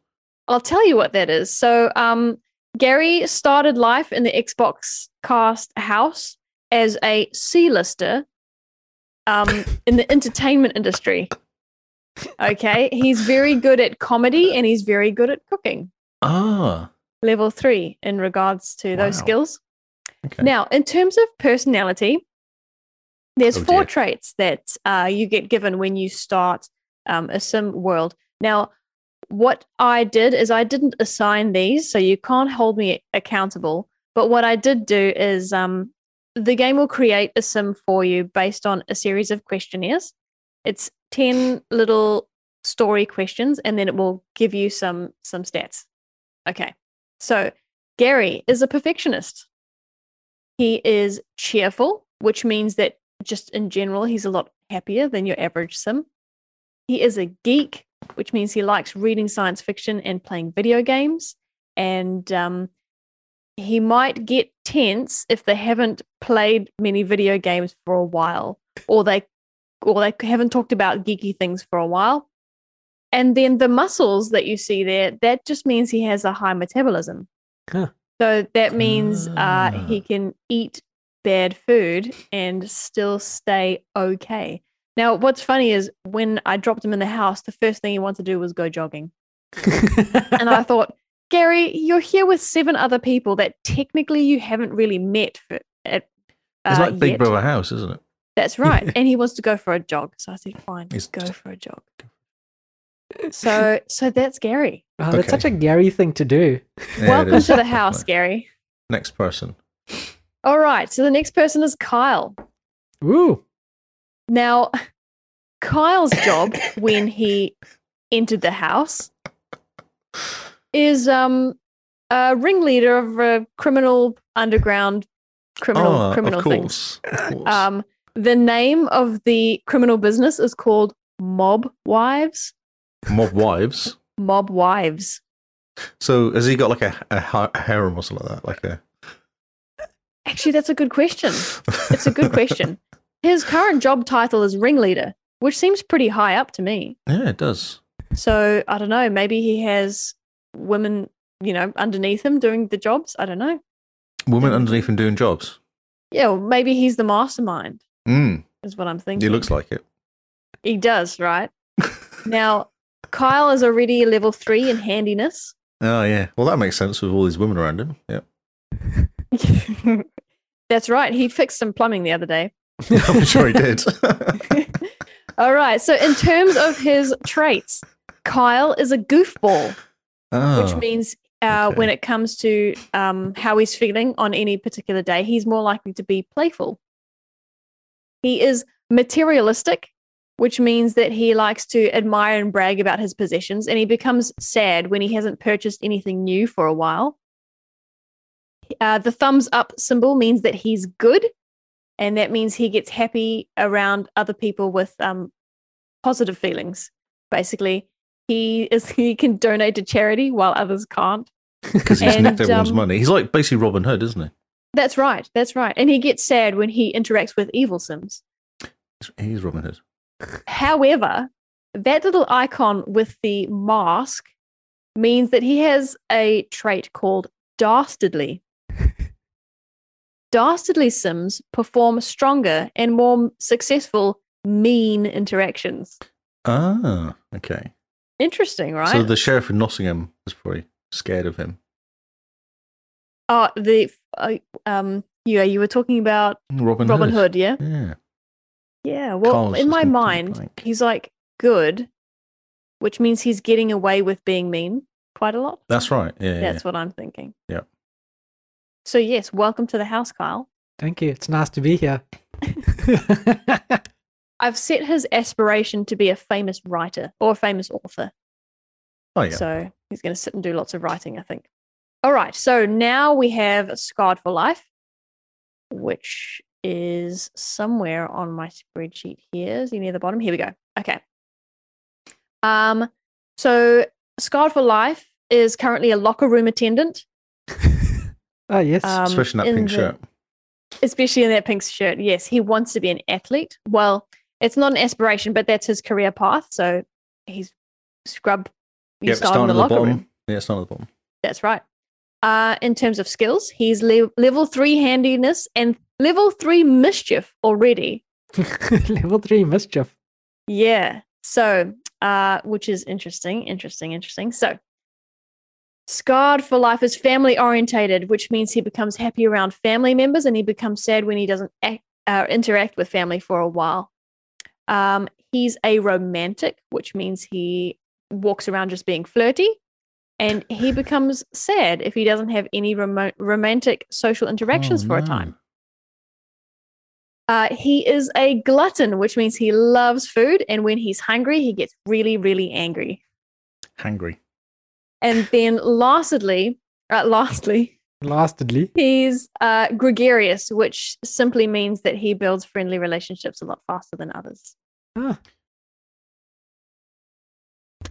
[SPEAKER 3] I'll tell you what that is. So, um, Gary started life in the Xbox cast house as a C-lister um, in the entertainment industry. Okay. He's very good at comedy and he's very good at cooking,
[SPEAKER 4] Ah.
[SPEAKER 3] level three in regards to those
[SPEAKER 4] Wow.
[SPEAKER 3] skills.
[SPEAKER 4] Okay.
[SPEAKER 3] Now, in terms of personality, there's
[SPEAKER 4] Oh,
[SPEAKER 3] four
[SPEAKER 4] dear.
[SPEAKER 3] traits that uh, you get given when you start um, a sim world. Now, what I did is I didn't assign these, so you can't hold me accountable. But what I did do is um, the game will create a sim for you based on a series of questionnaires. It's 10 little story questions, and then it will give you some some stats. Okay. So Gary is a perfectionist. He is cheerful, which means that just in general, he's a lot happier than your average sim. He is a geek, which means he likes reading science fiction and playing video games. And um, he might get tense if they haven't played many video games for a while, or they, or they haven't talked about geeky things for a while. And then the muscles that you see there, that just means he has a high metabolism.
[SPEAKER 1] Huh.
[SPEAKER 3] So that means uh,
[SPEAKER 4] Ah.
[SPEAKER 3] he can eat bad food and still stay okay. Now, what's funny is when I dropped him in the house, the first thing he wanted to do was go jogging. And I thought, Gary, you're here with seven other people that technically you haven't really met for, at, uh,
[SPEAKER 4] It's like Big
[SPEAKER 3] yet.
[SPEAKER 4] Brother House, isn't it?
[SPEAKER 3] That's right. and he wants to go for a jog. So I said, fine,
[SPEAKER 4] He's
[SPEAKER 3] go
[SPEAKER 4] just-
[SPEAKER 3] for a jog. So, so that's Gary.
[SPEAKER 1] Oh, that's
[SPEAKER 4] Okay.
[SPEAKER 1] such a Gary thing to do.
[SPEAKER 4] Yeah, it
[SPEAKER 3] Welcome
[SPEAKER 4] is.
[SPEAKER 3] to the house,
[SPEAKER 4] Right.
[SPEAKER 3] Gary.
[SPEAKER 4] Next person.
[SPEAKER 3] All right. So the next person is Kyle.
[SPEAKER 1] Woo.
[SPEAKER 3] Now, Kyle's job when he entered the house is um a ringleader of a criminal underground criminal
[SPEAKER 4] Ah,
[SPEAKER 3] criminal
[SPEAKER 4] of
[SPEAKER 3] thing.
[SPEAKER 4] course. Of course.
[SPEAKER 3] Um, the name of the criminal business is called Mob Wives.
[SPEAKER 4] Mob wives.
[SPEAKER 3] Mob Wives.
[SPEAKER 4] So has he got like a, a, ha- a harem or something like that? Like a.
[SPEAKER 3] Actually, that's a good question. It's a good question. His current job title is ringleader, which seems pretty high up to me.
[SPEAKER 4] yeah, it does.
[SPEAKER 3] So I don't know. Maybe he has women, you know, underneath him doing the jobs. I don't know.
[SPEAKER 4] Woman underneath him doing jobs.
[SPEAKER 3] Yeah, or maybe he's the mastermind.
[SPEAKER 4] Mm,
[SPEAKER 3] Is what I'm
[SPEAKER 4] he
[SPEAKER 3] thinking.
[SPEAKER 4] looks like it.
[SPEAKER 3] He does, right? now, Kyle is already level three in handiness.
[SPEAKER 4] Oh yeah. Well, that makes sense with all these women around him. Yeah.
[SPEAKER 3] That's right. He fixed some plumbing the other day.
[SPEAKER 4] I'm sure he did.
[SPEAKER 3] All right. So, in terms of his traits, Kyle is a goofball,
[SPEAKER 4] oh,
[SPEAKER 3] which means uh,
[SPEAKER 4] okay.
[SPEAKER 3] when it comes to um, how he's feeling on any particular day, he's more likely to be playful. He is materialistic, which means that he likes to admire and brag about his possessions, and he becomes sad when he hasn't purchased anything new for a while. Uh, the thumbs up symbol means that he's good, and that means he gets happy around other people with um, positive feelings. Basically, he is he can donate to charity while others can't.
[SPEAKER 4] because he's
[SPEAKER 3] and,
[SPEAKER 4] nicked everyone's
[SPEAKER 3] um,
[SPEAKER 4] money. He's like basically Robin Hood, isn't he?
[SPEAKER 3] That's right. That's right. And he gets sad when he interacts with evil Sims.
[SPEAKER 4] He's- He's Robin Hood.
[SPEAKER 3] However, that little icon with the mask means that he has a trait called dastardly. dastardly Sims perform stronger and more successful mean interactions.
[SPEAKER 4] Ah, okay.
[SPEAKER 3] Interesting, right?
[SPEAKER 4] So the sheriff in Nottingham is probably scared of him.
[SPEAKER 3] oh, the uh, um, yeah, you were talking about
[SPEAKER 4] Robin,
[SPEAKER 3] Robin Hood, yeah.
[SPEAKER 4] Yeah.
[SPEAKER 3] Yeah, well,
[SPEAKER 4] Carl's
[SPEAKER 3] in
[SPEAKER 4] just
[SPEAKER 3] my
[SPEAKER 4] gone blank,
[SPEAKER 3] mind,
[SPEAKER 4] blank.
[SPEAKER 3] he's like good, which means he's getting away with being mean quite a lot.
[SPEAKER 4] That's right. Yeah. yeah,
[SPEAKER 3] That's what I'm thinking.
[SPEAKER 4] Yeah.
[SPEAKER 3] So yes, welcome to the house, Kyle.
[SPEAKER 1] Thank you. It's nice to be here.
[SPEAKER 3] I've set his aspiration to be a famous writer or a famous author.
[SPEAKER 4] yeah. Oh yeah.
[SPEAKER 3] So he's going to sit and do lots of writing, I think. All right. So now we have Scarred for Life, which is somewhere on my spreadsheet here. Is he near the bottom? Here we go. Okay. Um, so Scarred for Life is currently a locker room attendant,
[SPEAKER 1] oh, yes.
[SPEAKER 3] um,
[SPEAKER 4] Especially in that
[SPEAKER 3] in
[SPEAKER 4] pink
[SPEAKER 3] the-
[SPEAKER 4] shirt.
[SPEAKER 3] especially in that pink shirt. Yes, he wants to be an athlete. Well, it's not an aspiration, but that's his career path. So he's scrub. You
[SPEAKER 4] Yep,
[SPEAKER 3] start in
[SPEAKER 4] starting
[SPEAKER 3] the
[SPEAKER 4] at the
[SPEAKER 3] locker room.
[SPEAKER 4] bottom. Yeah, it's not at the bottom.
[SPEAKER 3] That's right. Uh, in terms of skills, he's le- level three handiness and level three mischief already.
[SPEAKER 1] Level three mischief.
[SPEAKER 3] Yeah. So, uh, which is interesting, interesting, interesting. So, scarred for life is family orientated, which means he becomes happy around family members and he becomes sad when he doesn't act, uh, interact with family for a while. Um, he's a romantic, which means he walks around just being flirty. And he becomes sad if he doesn't have any remote romantic social interactions
[SPEAKER 4] Oh,
[SPEAKER 3] for a
[SPEAKER 4] no.
[SPEAKER 3] time. Uh, he is a glutton, which means he loves food. And when he's hungry, he gets really, really angry.
[SPEAKER 4] Hangry.
[SPEAKER 3] And then lastly, uh, lastly,
[SPEAKER 1] Lastly.
[SPEAKER 3] he's uh, gregarious, which simply means that he builds friendly relationships a lot faster than others.
[SPEAKER 1] Ah,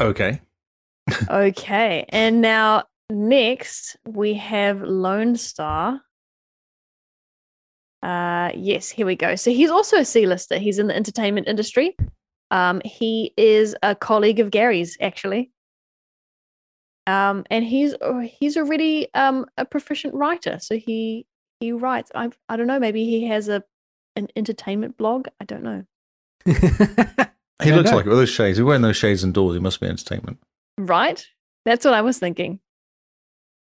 [SPEAKER 4] Okay.
[SPEAKER 3] okay. And now next we have Lone Star. Uh yes, here we go. So he's also a C-lister. He's in the entertainment industry. Um he is a colleague of Gary's actually. Um and he's oh, he's already um a proficient writer. So he he writes I I don't know maybe he has a an entertainment blog, I don't know.
[SPEAKER 4] He
[SPEAKER 1] Yeah,
[SPEAKER 4] looks
[SPEAKER 1] no.
[SPEAKER 4] like it with those shades. He's wearing those shades indoors. He must be entertainment.
[SPEAKER 3] Right? That's what I was thinking.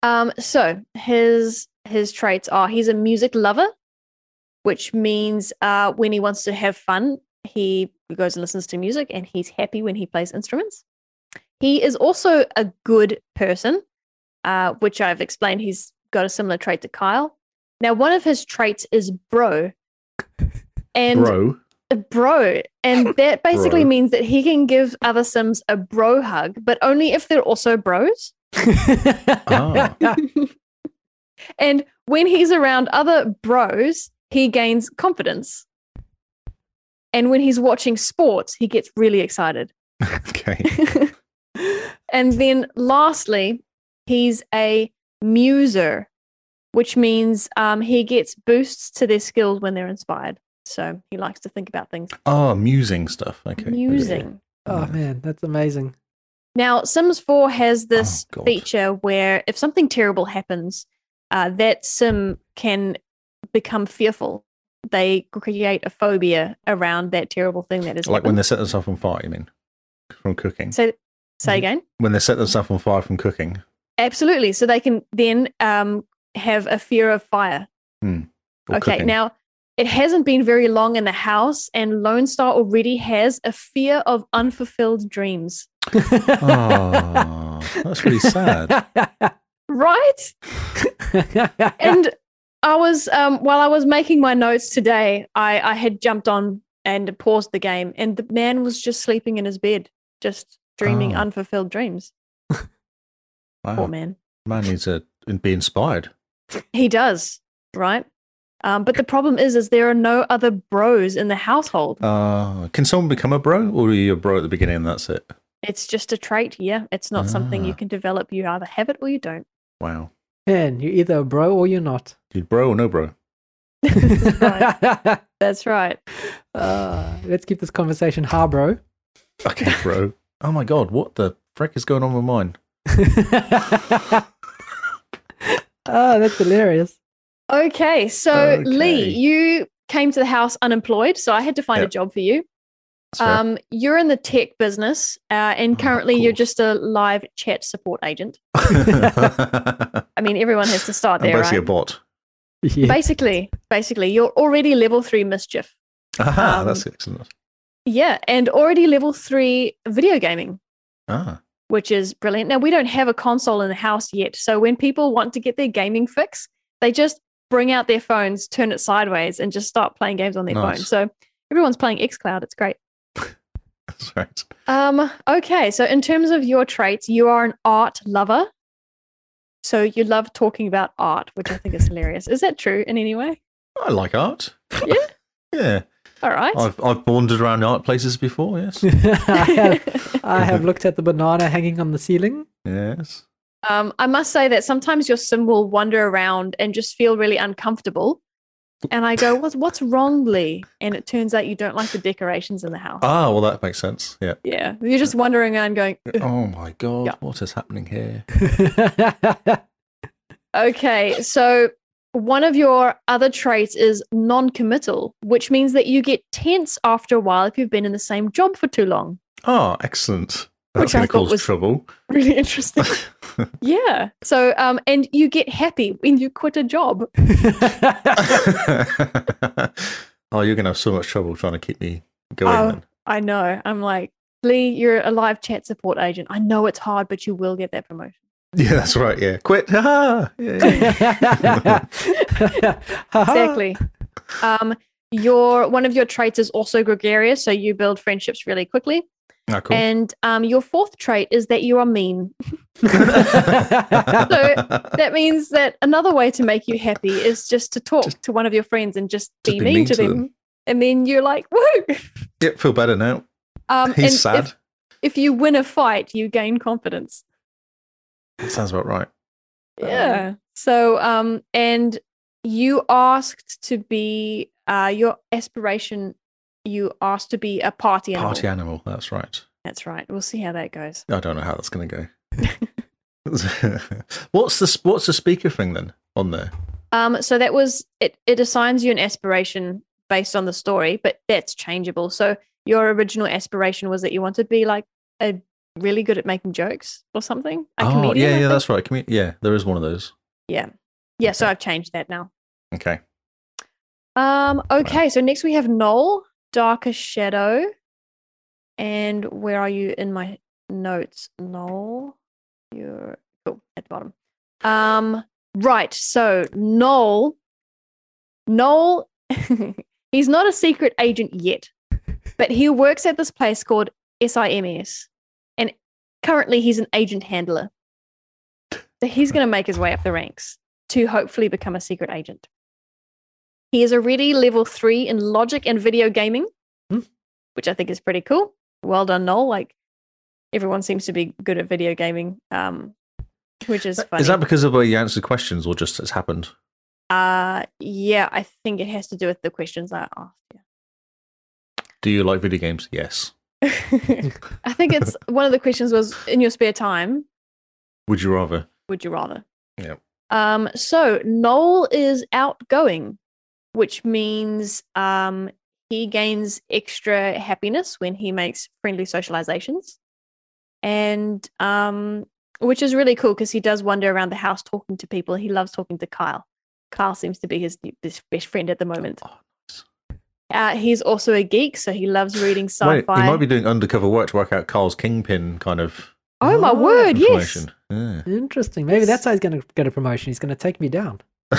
[SPEAKER 3] Um, so his his traits are he's a music lover, which means uh, when he wants to have fun, he goes and listens to music, and he's happy when he plays instruments. He is also a good person, uh, which I've explained. He's got a similar trait to Kyle. Now, one of his traits is bro. And
[SPEAKER 4] Bro.
[SPEAKER 3] a bro. And that basically
[SPEAKER 4] Bro.
[SPEAKER 3] means that he can give other Sims a bro hug, but only if they're also bros.
[SPEAKER 4] Ah.
[SPEAKER 3] And when he's around other bros, he gains confidence. And when he's watching sports, he gets really excited.
[SPEAKER 4] Okay.
[SPEAKER 3] and then lastly, he's a muser, which means um, he gets boosts to their skills when they're inspired. So he likes to think about things
[SPEAKER 4] Oh, musing stuff. Okay.
[SPEAKER 3] musing.
[SPEAKER 1] oh man, that's amazing.
[SPEAKER 3] Now, Sims 4 has this
[SPEAKER 4] Oh, God.
[SPEAKER 3] feature where if something terrible happens, uh, that sim can become fearful. They create a phobia around that terrible thing that is
[SPEAKER 4] Like when they set themselves on fire, you mean? From cooking.
[SPEAKER 3] say
[SPEAKER 4] Mhm.
[SPEAKER 3] say again.
[SPEAKER 4] When they set themselves on fire from cooking.
[SPEAKER 3] Absolutely. So they can then um, have a fear of fire.
[SPEAKER 4] or
[SPEAKER 3] okay.
[SPEAKER 4] cooking.
[SPEAKER 3] Now, it hasn't been very long in the house, and Lone Star already has a fear of unfulfilled dreams.
[SPEAKER 4] Oh, that's really sad.
[SPEAKER 3] Right? and I was um, while I was making my notes today, I, I had jumped on and paused the game, and the man was just sleeping in his bed, just dreaming
[SPEAKER 4] Oh.
[SPEAKER 3] unfulfilled dreams. Poor
[SPEAKER 4] Wow.
[SPEAKER 3] man,
[SPEAKER 4] Man needs to be inspired.
[SPEAKER 3] he does right. Um, but the problem is, is there are no other bros in the household.
[SPEAKER 4] Uh, can someone become a bro, or are you a bro at the beginning and that's it?
[SPEAKER 3] It's just a trait. Yeah, it's not something you
[SPEAKER 4] Ah.
[SPEAKER 3] can develop. You either have it or you don't.
[SPEAKER 4] Wow.
[SPEAKER 1] man, you're either a bro or you're not.
[SPEAKER 4] You bro or no bro?
[SPEAKER 3] Right. That's right.
[SPEAKER 1] Uh, let's keep this conversation hard, bro.
[SPEAKER 4] Okay, bro. oh my god, what the frick is going on with mine?
[SPEAKER 1] oh, that's hilarious.
[SPEAKER 3] Okay, so Lee,
[SPEAKER 4] Okay.
[SPEAKER 3] you came to the house unemployed, so I had to find
[SPEAKER 4] Yep.
[SPEAKER 3] a job for you.
[SPEAKER 4] That's fair. Oh,
[SPEAKER 3] Um, you're in the tech business, uh, and
[SPEAKER 4] of
[SPEAKER 3] currently you're
[SPEAKER 4] course.
[SPEAKER 3] just a live chat support agent. I mean, everyone has to start
[SPEAKER 4] I'm
[SPEAKER 3] there,
[SPEAKER 4] basically
[SPEAKER 3] right?
[SPEAKER 4] a bot.
[SPEAKER 1] Yeah.
[SPEAKER 3] Basically, basically, you're already level three mischief.
[SPEAKER 4] Aha,
[SPEAKER 3] Um,
[SPEAKER 4] that's excellent.
[SPEAKER 3] Yeah, and already level three video gaming,
[SPEAKER 4] Ah,
[SPEAKER 3] which is brilliant. Now we don't have a console in the house yet, so when people want to get their gaming fix, they just bring out their phones, turn it sideways, and just start playing games on their
[SPEAKER 4] Nice.
[SPEAKER 3] phone. So everyone's playing XCloud. It's great.
[SPEAKER 4] that's right.
[SPEAKER 3] Um, okay, so in terms of your traits, you are an art lover. So you love talking about art, which I think is hilarious. Is that true in any way?
[SPEAKER 4] I like art.
[SPEAKER 3] Yeah?
[SPEAKER 4] yeah.
[SPEAKER 3] All right.
[SPEAKER 4] I've, I've wandered around art places before, yes.
[SPEAKER 1] I, have, I have looked at the banana hanging on the ceiling.
[SPEAKER 4] yes.
[SPEAKER 3] um, I must say that sometimes your sim will wander around and just feel really uncomfortable. And I go, what's, what's wrong, Lee? And it turns out you don't like the decorations in the house.
[SPEAKER 4] Ah, well, that makes sense. Yeah.
[SPEAKER 3] yeah. You're just wandering around going, "Ugh."
[SPEAKER 4] Oh my god,
[SPEAKER 3] Yeah.
[SPEAKER 4] what is happening here?
[SPEAKER 3] okay. So one of your other traits is non committal, which means that you get tense after a while if you've been in the same job for too long.
[SPEAKER 4] Ah, excellent.
[SPEAKER 3] Which
[SPEAKER 4] That's
[SPEAKER 3] I
[SPEAKER 4] going to
[SPEAKER 3] thought
[SPEAKER 4] cause
[SPEAKER 3] was-
[SPEAKER 4] trouble.
[SPEAKER 3] Really interesting. yeah. So, um, and you get happy when you quit a job.
[SPEAKER 4] oh, you're going to have so much trouble trying to keep me going.
[SPEAKER 3] Oh.
[SPEAKER 4] then.
[SPEAKER 3] I know. I'm like, Lee, you're a live chat support agent. I know it's hard, but you will get that promotion.
[SPEAKER 4] Yeah, that's right. Yeah, quit. Ha-ha. Yeah,
[SPEAKER 3] Exactly. um, your one of your traits is also gregarious, so you build friendships really quickly.
[SPEAKER 4] Ah, cool.
[SPEAKER 3] And um, your fourth trait is that you are mean. That means that another way to make you happy is just to talk
[SPEAKER 4] Just-
[SPEAKER 3] to one of your friends and just
[SPEAKER 4] just
[SPEAKER 3] be mean, to, them. And then you're like, woo!
[SPEAKER 4] Yep, feel better now.
[SPEAKER 3] Um, and
[SPEAKER 4] He's sad.
[SPEAKER 3] If, if you win a fight, you gain confidence.
[SPEAKER 4] Sounds about right.
[SPEAKER 3] Yeah. So, um, and you asked to be uh, your aspiration. You asked to be a party animal.
[SPEAKER 4] Party animal. That's right.
[SPEAKER 3] That's right. We'll see how that goes.
[SPEAKER 4] I don't know how that's going to go. what's the what's the speaker thing then on there?
[SPEAKER 3] Um, so that was it. It assigns you an aspiration based on the story, but that's changeable. So your original aspiration was that you wanted to be like a really good at making jokes or something. A
[SPEAKER 4] oh,
[SPEAKER 3] comedian, I
[SPEAKER 4] yeah, yeah,
[SPEAKER 3] think.
[SPEAKER 4] that's right. Comed- yeah, there is one of those.
[SPEAKER 3] yeah, yeah. So
[SPEAKER 4] Okay.
[SPEAKER 3] I've changed that now.
[SPEAKER 4] Okay.
[SPEAKER 3] Um, okay, so next we have Noel, Darker Shadow. And where are you in my notes, Noel? You're cool at the bottom. Um, right, so Noel Noel, he's not a secret agent yet, but he works at this place called SIMS. And currently he's an agent handler. So he's going to make his way up the ranks to hopefully become a secret agent. He is already level three in logic and video gaming,
[SPEAKER 1] Hmm.
[SPEAKER 3] which I think is pretty cool. Well done, Noel. Like everyone seems to be good at video gaming, um, which is funny.
[SPEAKER 4] Is that because of the way you answered questions or just it's happened?
[SPEAKER 3] Uh yeah, I think it has to do with the questions I asked.
[SPEAKER 4] Do you like video games? Yes.
[SPEAKER 3] Yeah. I think it's one of the questions was in your spare time,
[SPEAKER 4] Would you rather?
[SPEAKER 3] would you rather?
[SPEAKER 4] Yep.
[SPEAKER 3] Um so Noel is outgoing, which means um he gains extra happiness when he makes friendly socializations. And um which is really cool because he does wander around the house talking to people. He loves talking to Kyle. Kyle seems to be his, his best friend at the moment.
[SPEAKER 4] Oh,
[SPEAKER 3] Uh, he's also a geek, so he loves reading sci-fi.
[SPEAKER 4] Wait, you might be doing undercover work to work out Carl's kingpin kind of
[SPEAKER 3] oh my
[SPEAKER 1] Ah,
[SPEAKER 3] word! Yes,
[SPEAKER 4] information. Yeah.
[SPEAKER 1] Interesting. Maybe that's how he's going to get a promotion. He's going to take me down.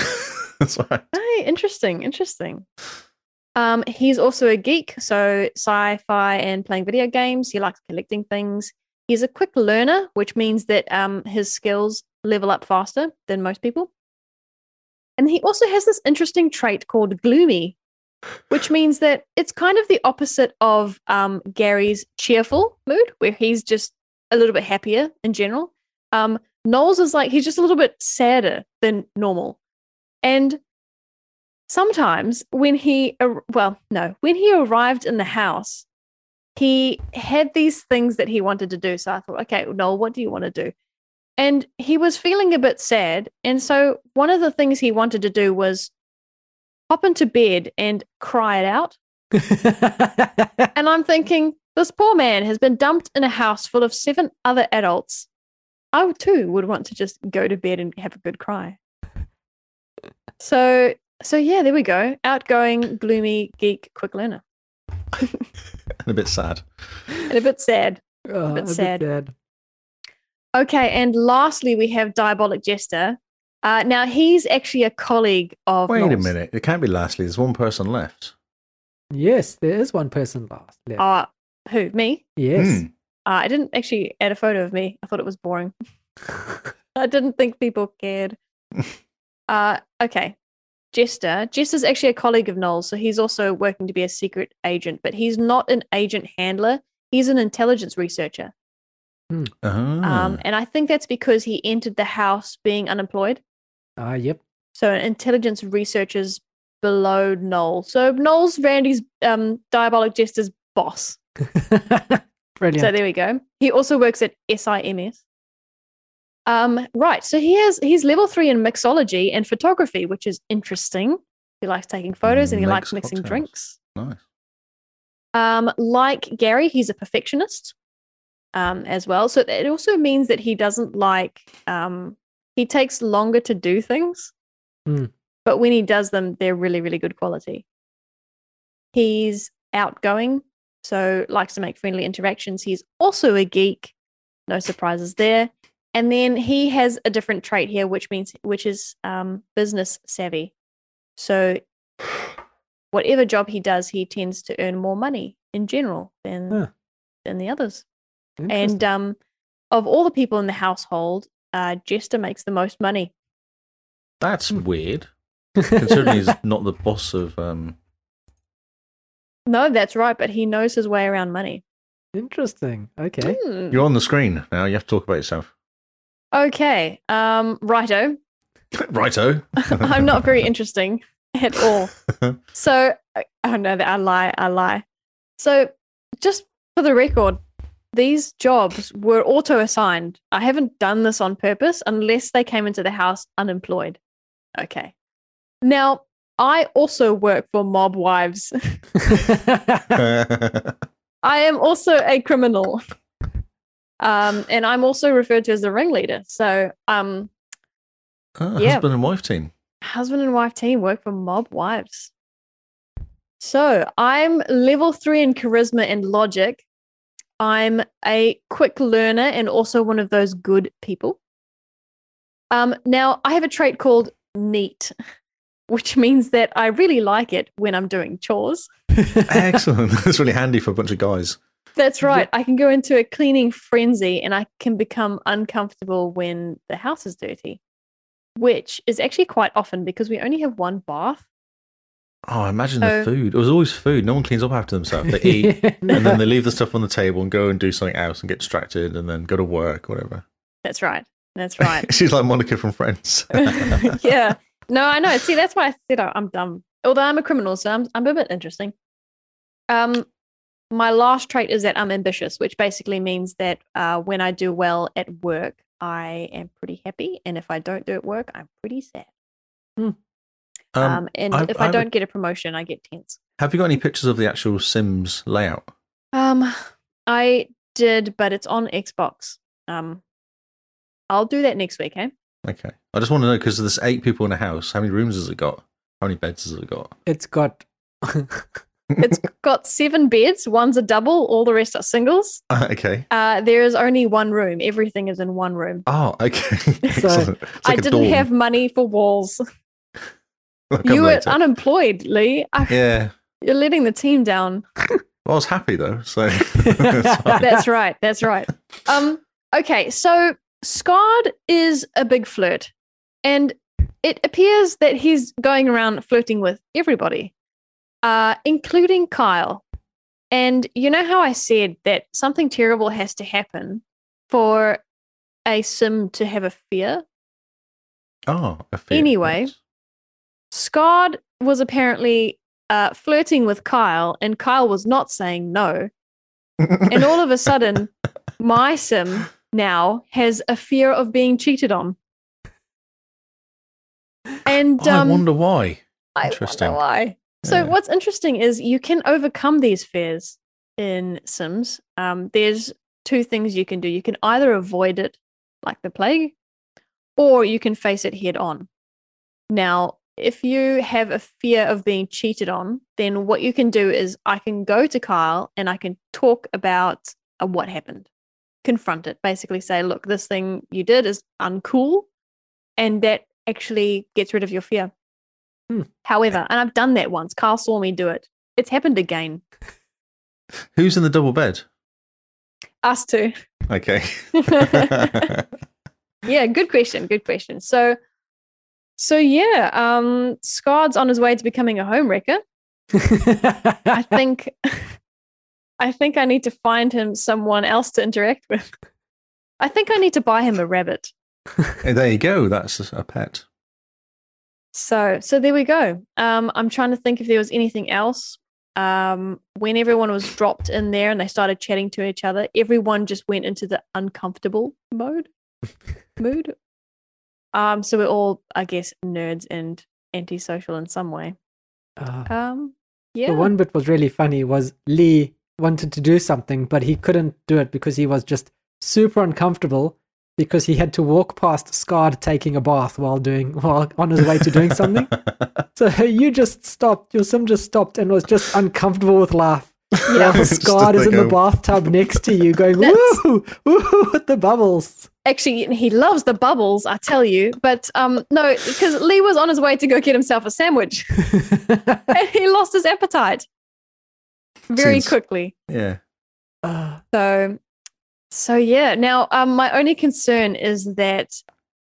[SPEAKER 4] That's right.
[SPEAKER 3] hey, interesting, interesting. Um, he's also a geek, so sci-fi and playing video games. He likes collecting things. He's a quick learner, which means that um, his skills level up faster than most people. And he also has this interesting trait called gloomy, which means that it's kind of the opposite of um, Gary's cheerful mood, where he's just a little bit happier in general. Um, Knowles is like, he's just a little bit sadder than normal. And sometimes when he, ar- well, no, when he arrived in the house, he had these things that he wanted to do. So I thought, okay, Noel, what do you want to do? And he was feeling a bit sad. And so one of the things he wanted to do was hop into bed and cry it out. And I'm thinking, this poor man has been dumped in a house full of seven other adults. I too would want to just go to bed and have a good cry. So, so yeah, there we go. Outgoing, gloomy, geek, quick learner,
[SPEAKER 4] And a bit sad.
[SPEAKER 3] and a bit sad.
[SPEAKER 1] Oh,
[SPEAKER 3] bit
[SPEAKER 1] a
[SPEAKER 3] sad. Okay, and lastly, we have Diabolic Jester. Uh, now he's actually a colleague of.
[SPEAKER 4] Wait a
[SPEAKER 3] Noel's.
[SPEAKER 4] minute. It can't be lastly. There's one person left.
[SPEAKER 1] Yes, there is one person last. Left.
[SPEAKER 3] Uh, who? Me?
[SPEAKER 1] yes.
[SPEAKER 4] Hmm.
[SPEAKER 3] Uh, I didn't actually add a photo of me. I thought it was boring. I didn't think people cared. uh, okay. Jester. Jester's actually a colleague of Noel's, so he's also working to be a secret agent, but he's not an agent handler. He's an intelligence researcher.
[SPEAKER 4] Ah.
[SPEAKER 3] Um, and I think that's because he entered the house being unemployed.
[SPEAKER 1] Ah, yep.
[SPEAKER 3] So intelligence researchers below Noel. So Noel's Randy's um, diabolic jester's boss.
[SPEAKER 1] Brilliant.
[SPEAKER 3] So there we go. He also works at SIMS. Um, right. So he has he's level three in mixology and photography, which is interesting. He likes taking photos and he likes
[SPEAKER 4] Makes
[SPEAKER 3] mixing
[SPEAKER 4] cocktails.
[SPEAKER 3] drinks.
[SPEAKER 4] nice.
[SPEAKER 3] Um, like Gary, he's a perfectionist um, as well. So it also means that he doesn't like um, he takes longer to do things,
[SPEAKER 1] Hmm.
[SPEAKER 3] but when he does them, they're really really good quality. He's outgoing, so likes to make friendly interactions. He's also a geek. No surprises there. And then he has a different trait here, which means which is um, business savvy. So whatever job he does, he tends to earn more money in general than
[SPEAKER 1] Huh.
[SPEAKER 3] than the others.
[SPEAKER 1] Interesting.
[SPEAKER 3] And um, of all the people in the household, uh, Jester makes the most money.
[SPEAKER 4] That's
[SPEAKER 3] mm.
[SPEAKER 4] weird. Considering he's not the boss of. Um,
[SPEAKER 3] No, that's right, but he knows his way around money.
[SPEAKER 1] Interesting. Okay.
[SPEAKER 3] Hmm.
[SPEAKER 4] you're on the screen now. You have to talk about yourself.
[SPEAKER 3] Okay, um, righto.
[SPEAKER 4] Righto.
[SPEAKER 3] I'm not very interesting at all. So, oh no, I lie, I lie. So, just for the record, these jobs were auto assigned. I haven't done this on purpose unless they came into the house unemployed. Okay. Now, I also work for Mob Wives. Hmm.
[SPEAKER 4] Ah,
[SPEAKER 3] I am also a criminal. Um, and I'm also referred to as the ringleader. So, um,
[SPEAKER 4] Ah,
[SPEAKER 3] Yeah.
[SPEAKER 4] Husband and wife team.
[SPEAKER 3] husband and wife team work for mob wives. So I'm level three in charisma and logic. I'm a quick learner and also one of those good people. Um, now I have a trait called neat, which means that I really like it when I'm doing chores.
[SPEAKER 4] Excellent. That's really handy for a bunch of guys.
[SPEAKER 3] That's right. I can go into a cleaning frenzy and I can become uncomfortable when the house is dirty, which is actually quite often because we only have one bath.
[SPEAKER 4] Oh, I imagine
[SPEAKER 3] Oh.
[SPEAKER 4] the food. It was always food. No one cleans up after themselves. They eat E and then they leave the stuff on the table and go and do something else and get distracted and then go to work, whatever.
[SPEAKER 3] That's right. That's right.
[SPEAKER 4] She's like Monica from Friends.
[SPEAKER 3] yeah. No, I know. See, that's why I said I- I'm dumb. Although I'm a criminal, so I'm, I'm a bit interesting. Um, my last trait is that I'm ambitious, which basically means that uh, when I do well at work, I am pretty happy, and if I don't do at work, I'm pretty sad. Um,
[SPEAKER 4] Um,
[SPEAKER 3] and
[SPEAKER 4] I-
[SPEAKER 3] if
[SPEAKER 4] I
[SPEAKER 3] I,
[SPEAKER 4] would-
[SPEAKER 3] don't get a promotion, I get tense.
[SPEAKER 4] have you got any pictures of the actual Sims layout?
[SPEAKER 3] Um, I did, but it's on Xbox. Um, I'll do that next week, eh?
[SPEAKER 4] Okay. I just want to know because there's eight people in a house. How many rooms has it got? How many beds has it got?
[SPEAKER 1] it's got
[SPEAKER 3] It's got seven beds. One's a double. All the rest are singles.
[SPEAKER 4] Uh, okay.
[SPEAKER 3] Uh, there is only one room. Everything is in one room.
[SPEAKER 4] Oh, okay. Excellent. It's like
[SPEAKER 3] I
[SPEAKER 4] a
[SPEAKER 3] didn't
[SPEAKER 4] dorm.
[SPEAKER 3] have money for walls.
[SPEAKER 4] I'll come
[SPEAKER 3] you were
[SPEAKER 4] later.
[SPEAKER 3] unemployed, Lee. I,
[SPEAKER 4] yeah.
[SPEAKER 3] You're letting the team down.
[SPEAKER 4] Well, I was happy though. So That's fine.
[SPEAKER 3] That's right. That's right. Um. Okay. So Scott is a big flirt, and it appears that he's going around flirting with everybody, uh, including Kyle. And you know how I said that something terrible has to happen for a sim to have a fear.
[SPEAKER 4] oh, I feel
[SPEAKER 3] Anyway.
[SPEAKER 4] it.
[SPEAKER 3] Scott was apparently uh, flirting with Kyle, and Kyle was not saying no. And all of a sudden, my sim now has a fear of being cheated on. And
[SPEAKER 4] I
[SPEAKER 3] um,
[SPEAKER 4] wonder why.
[SPEAKER 3] I
[SPEAKER 4] Interesting.
[SPEAKER 3] wonder why. So
[SPEAKER 4] Yeah.
[SPEAKER 3] what's interesting is you can overcome these fears in Sims. Um, there's two things you can do. You can either avoid it like the plague, or you can face it head on. Now, if you have a fear of being cheated on, then what you can do is I can go to Kyle and I can talk about uh, what happened, confront it, basically say, look, this thing you did is uncool. And that actually gets rid of your fear.
[SPEAKER 1] Hmm.
[SPEAKER 3] However, and I've done that once. Kyle saw me do it. It's happened again.
[SPEAKER 4] Who's in the double bed?
[SPEAKER 3] Us too.
[SPEAKER 4] Okay.
[SPEAKER 3] yeah, good question. Good question. So, so yeah, um, Scott's on his way to becoming a home wrecker. I think, I think I need to find him someone else to interact with. I think I need to buy him a rabbit.
[SPEAKER 4] Hey, there you go. That's a pet.
[SPEAKER 3] So, so there we go. Um, I'm trying to think if there was anything else. Um, when everyone was dropped in there and they started chatting to each other, everyone just went into the uncomfortable mode. mood. Um, so we're all, I guess, nerds and antisocial in some way.
[SPEAKER 1] Ah.
[SPEAKER 3] Um, yeah.
[SPEAKER 1] The one bit was really funny was Lee wanted to do something, but he couldn't do it because he was just super uncomfortable because he had to walk past Scard taking a bath while doing while on his way to doing something. so you just stopped, your sim just stopped and was just uncomfortable with laugh. Yeah,
[SPEAKER 4] Just
[SPEAKER 1] Scard is in the
[SPEAKER 4] like a-
[SPEAKER 1] bathtub next to you going,
[SPEAKER 3] That's-
[SPEAKER 1] woo, woo with the bubbles.
[SPEAKER 3] Actually, he loves the bubbles, I tell you. But um, no, because Lee was on his way to go get himself a sandwich and he lost his appetite very
[SPEAKER 4] Seems-
[SPEAKER 3] quickly.
[SPEAKER 4] Yeah.
[SPEAKER 1] Ah,
[SPEAKER 3] So, so yeah. Now, um, my only concern is that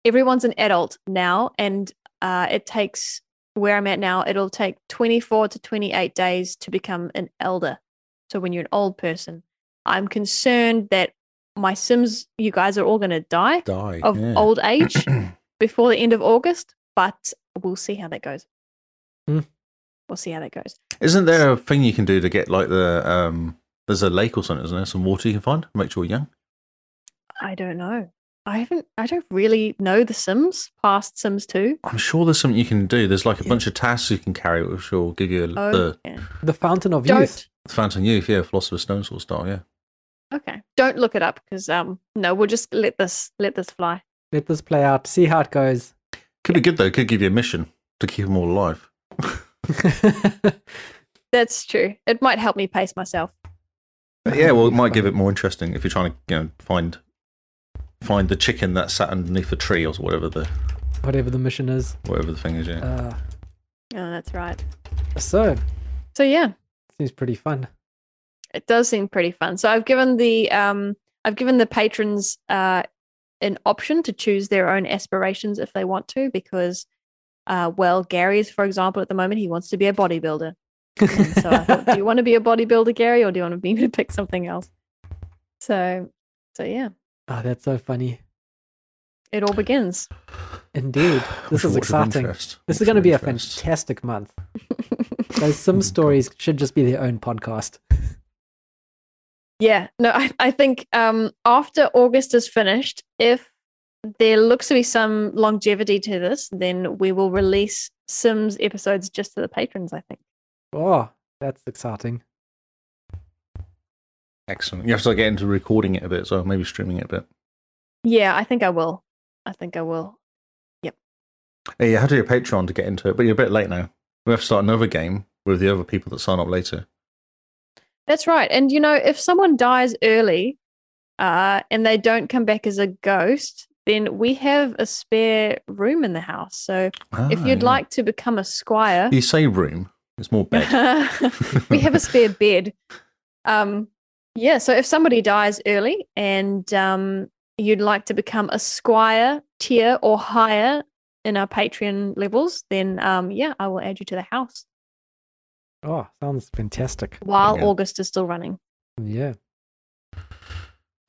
[SPEAKER 3] everyone's an adult now, and uh, it takes where I'm at now. It'll take 24 to 28 days to become an elder. So when you're an old person, I'm concerned that my Sims, you guys are all going to die
[SPEAKER 4] Die.
[SPEAKER 3] of
[SPEAKER 4] yeah.
[SPEAKER 3] old age before the end of August. But we'll see how that goes.
[SPEAKER 1] Hmm.
[SPEAKER 3] We'll see how that goes.
[SPEAKER 4] Isn't there a thing you can do to get like the um? There's a lake or something, isn't there? Some water you can find. Make sure you're young.
[SPEAKER 3] I don't know. I haven't. I don't really know The Sims past Sims Two.
[SPEAKER 4] I'm sure there's something you can do. There's like a
[SPEAKER 1] Yeah.
[SPEAKER 4] bunch of tasks you can carry, which will give you
[SPEAKER 3] Oh,
[SPEAKER 4] the
[SPEAKER 3] yeah.
[SPEAKER 1] the fountain of youth.
[SPEAKER 3] don't.
[SPEAKER 4] Fountain Youth, yeah, Philosopher's Stone sort of style, yeah.
[SPEAKER 3] Okay, don't look it up because um, no, we'll just let this let this fly.
[SPEAKER 1] Let this play out, see how it goes.
[SPEAKER 4] Could be good though. Could give you a mission to keep them all alive.
[SPEAKER 3] That's true. It might help me pace myself.
[SPEAKER 4] But yeah, well, it might give it more interesting if you're trying to, you know, find find the chicken that sat underneath a tree or whatever the
[SPEAKER 1] Whatever the mission is.
[SPEAKER 4] whatever the thing is. Yeah.
[SPEAKER 1] Uh,
[SPEAKER 3] Oh, that's right.
[SPEAKER 1] So,
[SPEAKER 3] So yeah,
[SPEAKER 1] seems pretty fun.
[SPEAKER 3] it does seem pretty fun. So I've given the um I've given the patrons uh an option to choose their own aspirations if they want to because uh well Gary's for example at the moment he wants to be a bodybuilder. And so I thought, do you want to be a bodybuilder Gary or do you want to be to pick something else? So so yeah,
[SPEAKER 1] oh, that's so funny.
[SPEAKER 3] it all begins.
[SPEAKER 1] Indeed. This is
[SPEAKER 4] Water of
[SPEAKER 1] exciting.
[SPEAKER 4] interest.
[SPEAKER 1] This
[SPEAKER 4] Water
[SPEAKER 1] is going to
[SPEAKER 4] of
[SPEAKER 1] be a
[SPEAKER 4] interest.
[SPEAKER 1] fantastic month. Those
[SPEAKER 3] Hmm.
[SPEAKER 1] Sim stories should just be their own podcast.
[SPEAKER 3] Yeah, no, I, I think um, after August is finished, if there looks to be some longevity to this, then we will release Sims episodes just to the patrons, I think.
[SPEAKER 1] Oh, that's exciting.
[SPEAKER 4] Excellent. You have to like, get into recording it a bit, so maybe streaming it a bit.
[SPEAKER 3] Yeah, I think I will. I think I will.
[SPEAKER 4] Hey, you have to do a Patreon to get into it, but you're a bit late now. We have to start another game with the other people that sign up later.
[SPEAKER 3] That's right. And, you know, if someone dies early uh, and they don't come back as a ghost, then we have a spare room in the house. So if
[SPEAKER 4] Ah,
[SPEAKER 3] you'd
[SPEAKER 4] yeah.
[SPEAKER 3] like to become a squire,
[SPEAKER 4] Ah. you say room, it's more bed.
[SPEAKER 3] we have a spare bed. Um, yeah, so if somebody dies early and um, you'd like to become a squire tier or higher in our Patreon levels, then um, yeah, I will add you to the house
[SPEAKER 1] Oh, sounds fantastic.
[SPEAKER 3] while
[SPEAKER 4] Yeah.
[SPEAKER 3] August is still running.
[SPEAKER 1] Yeah.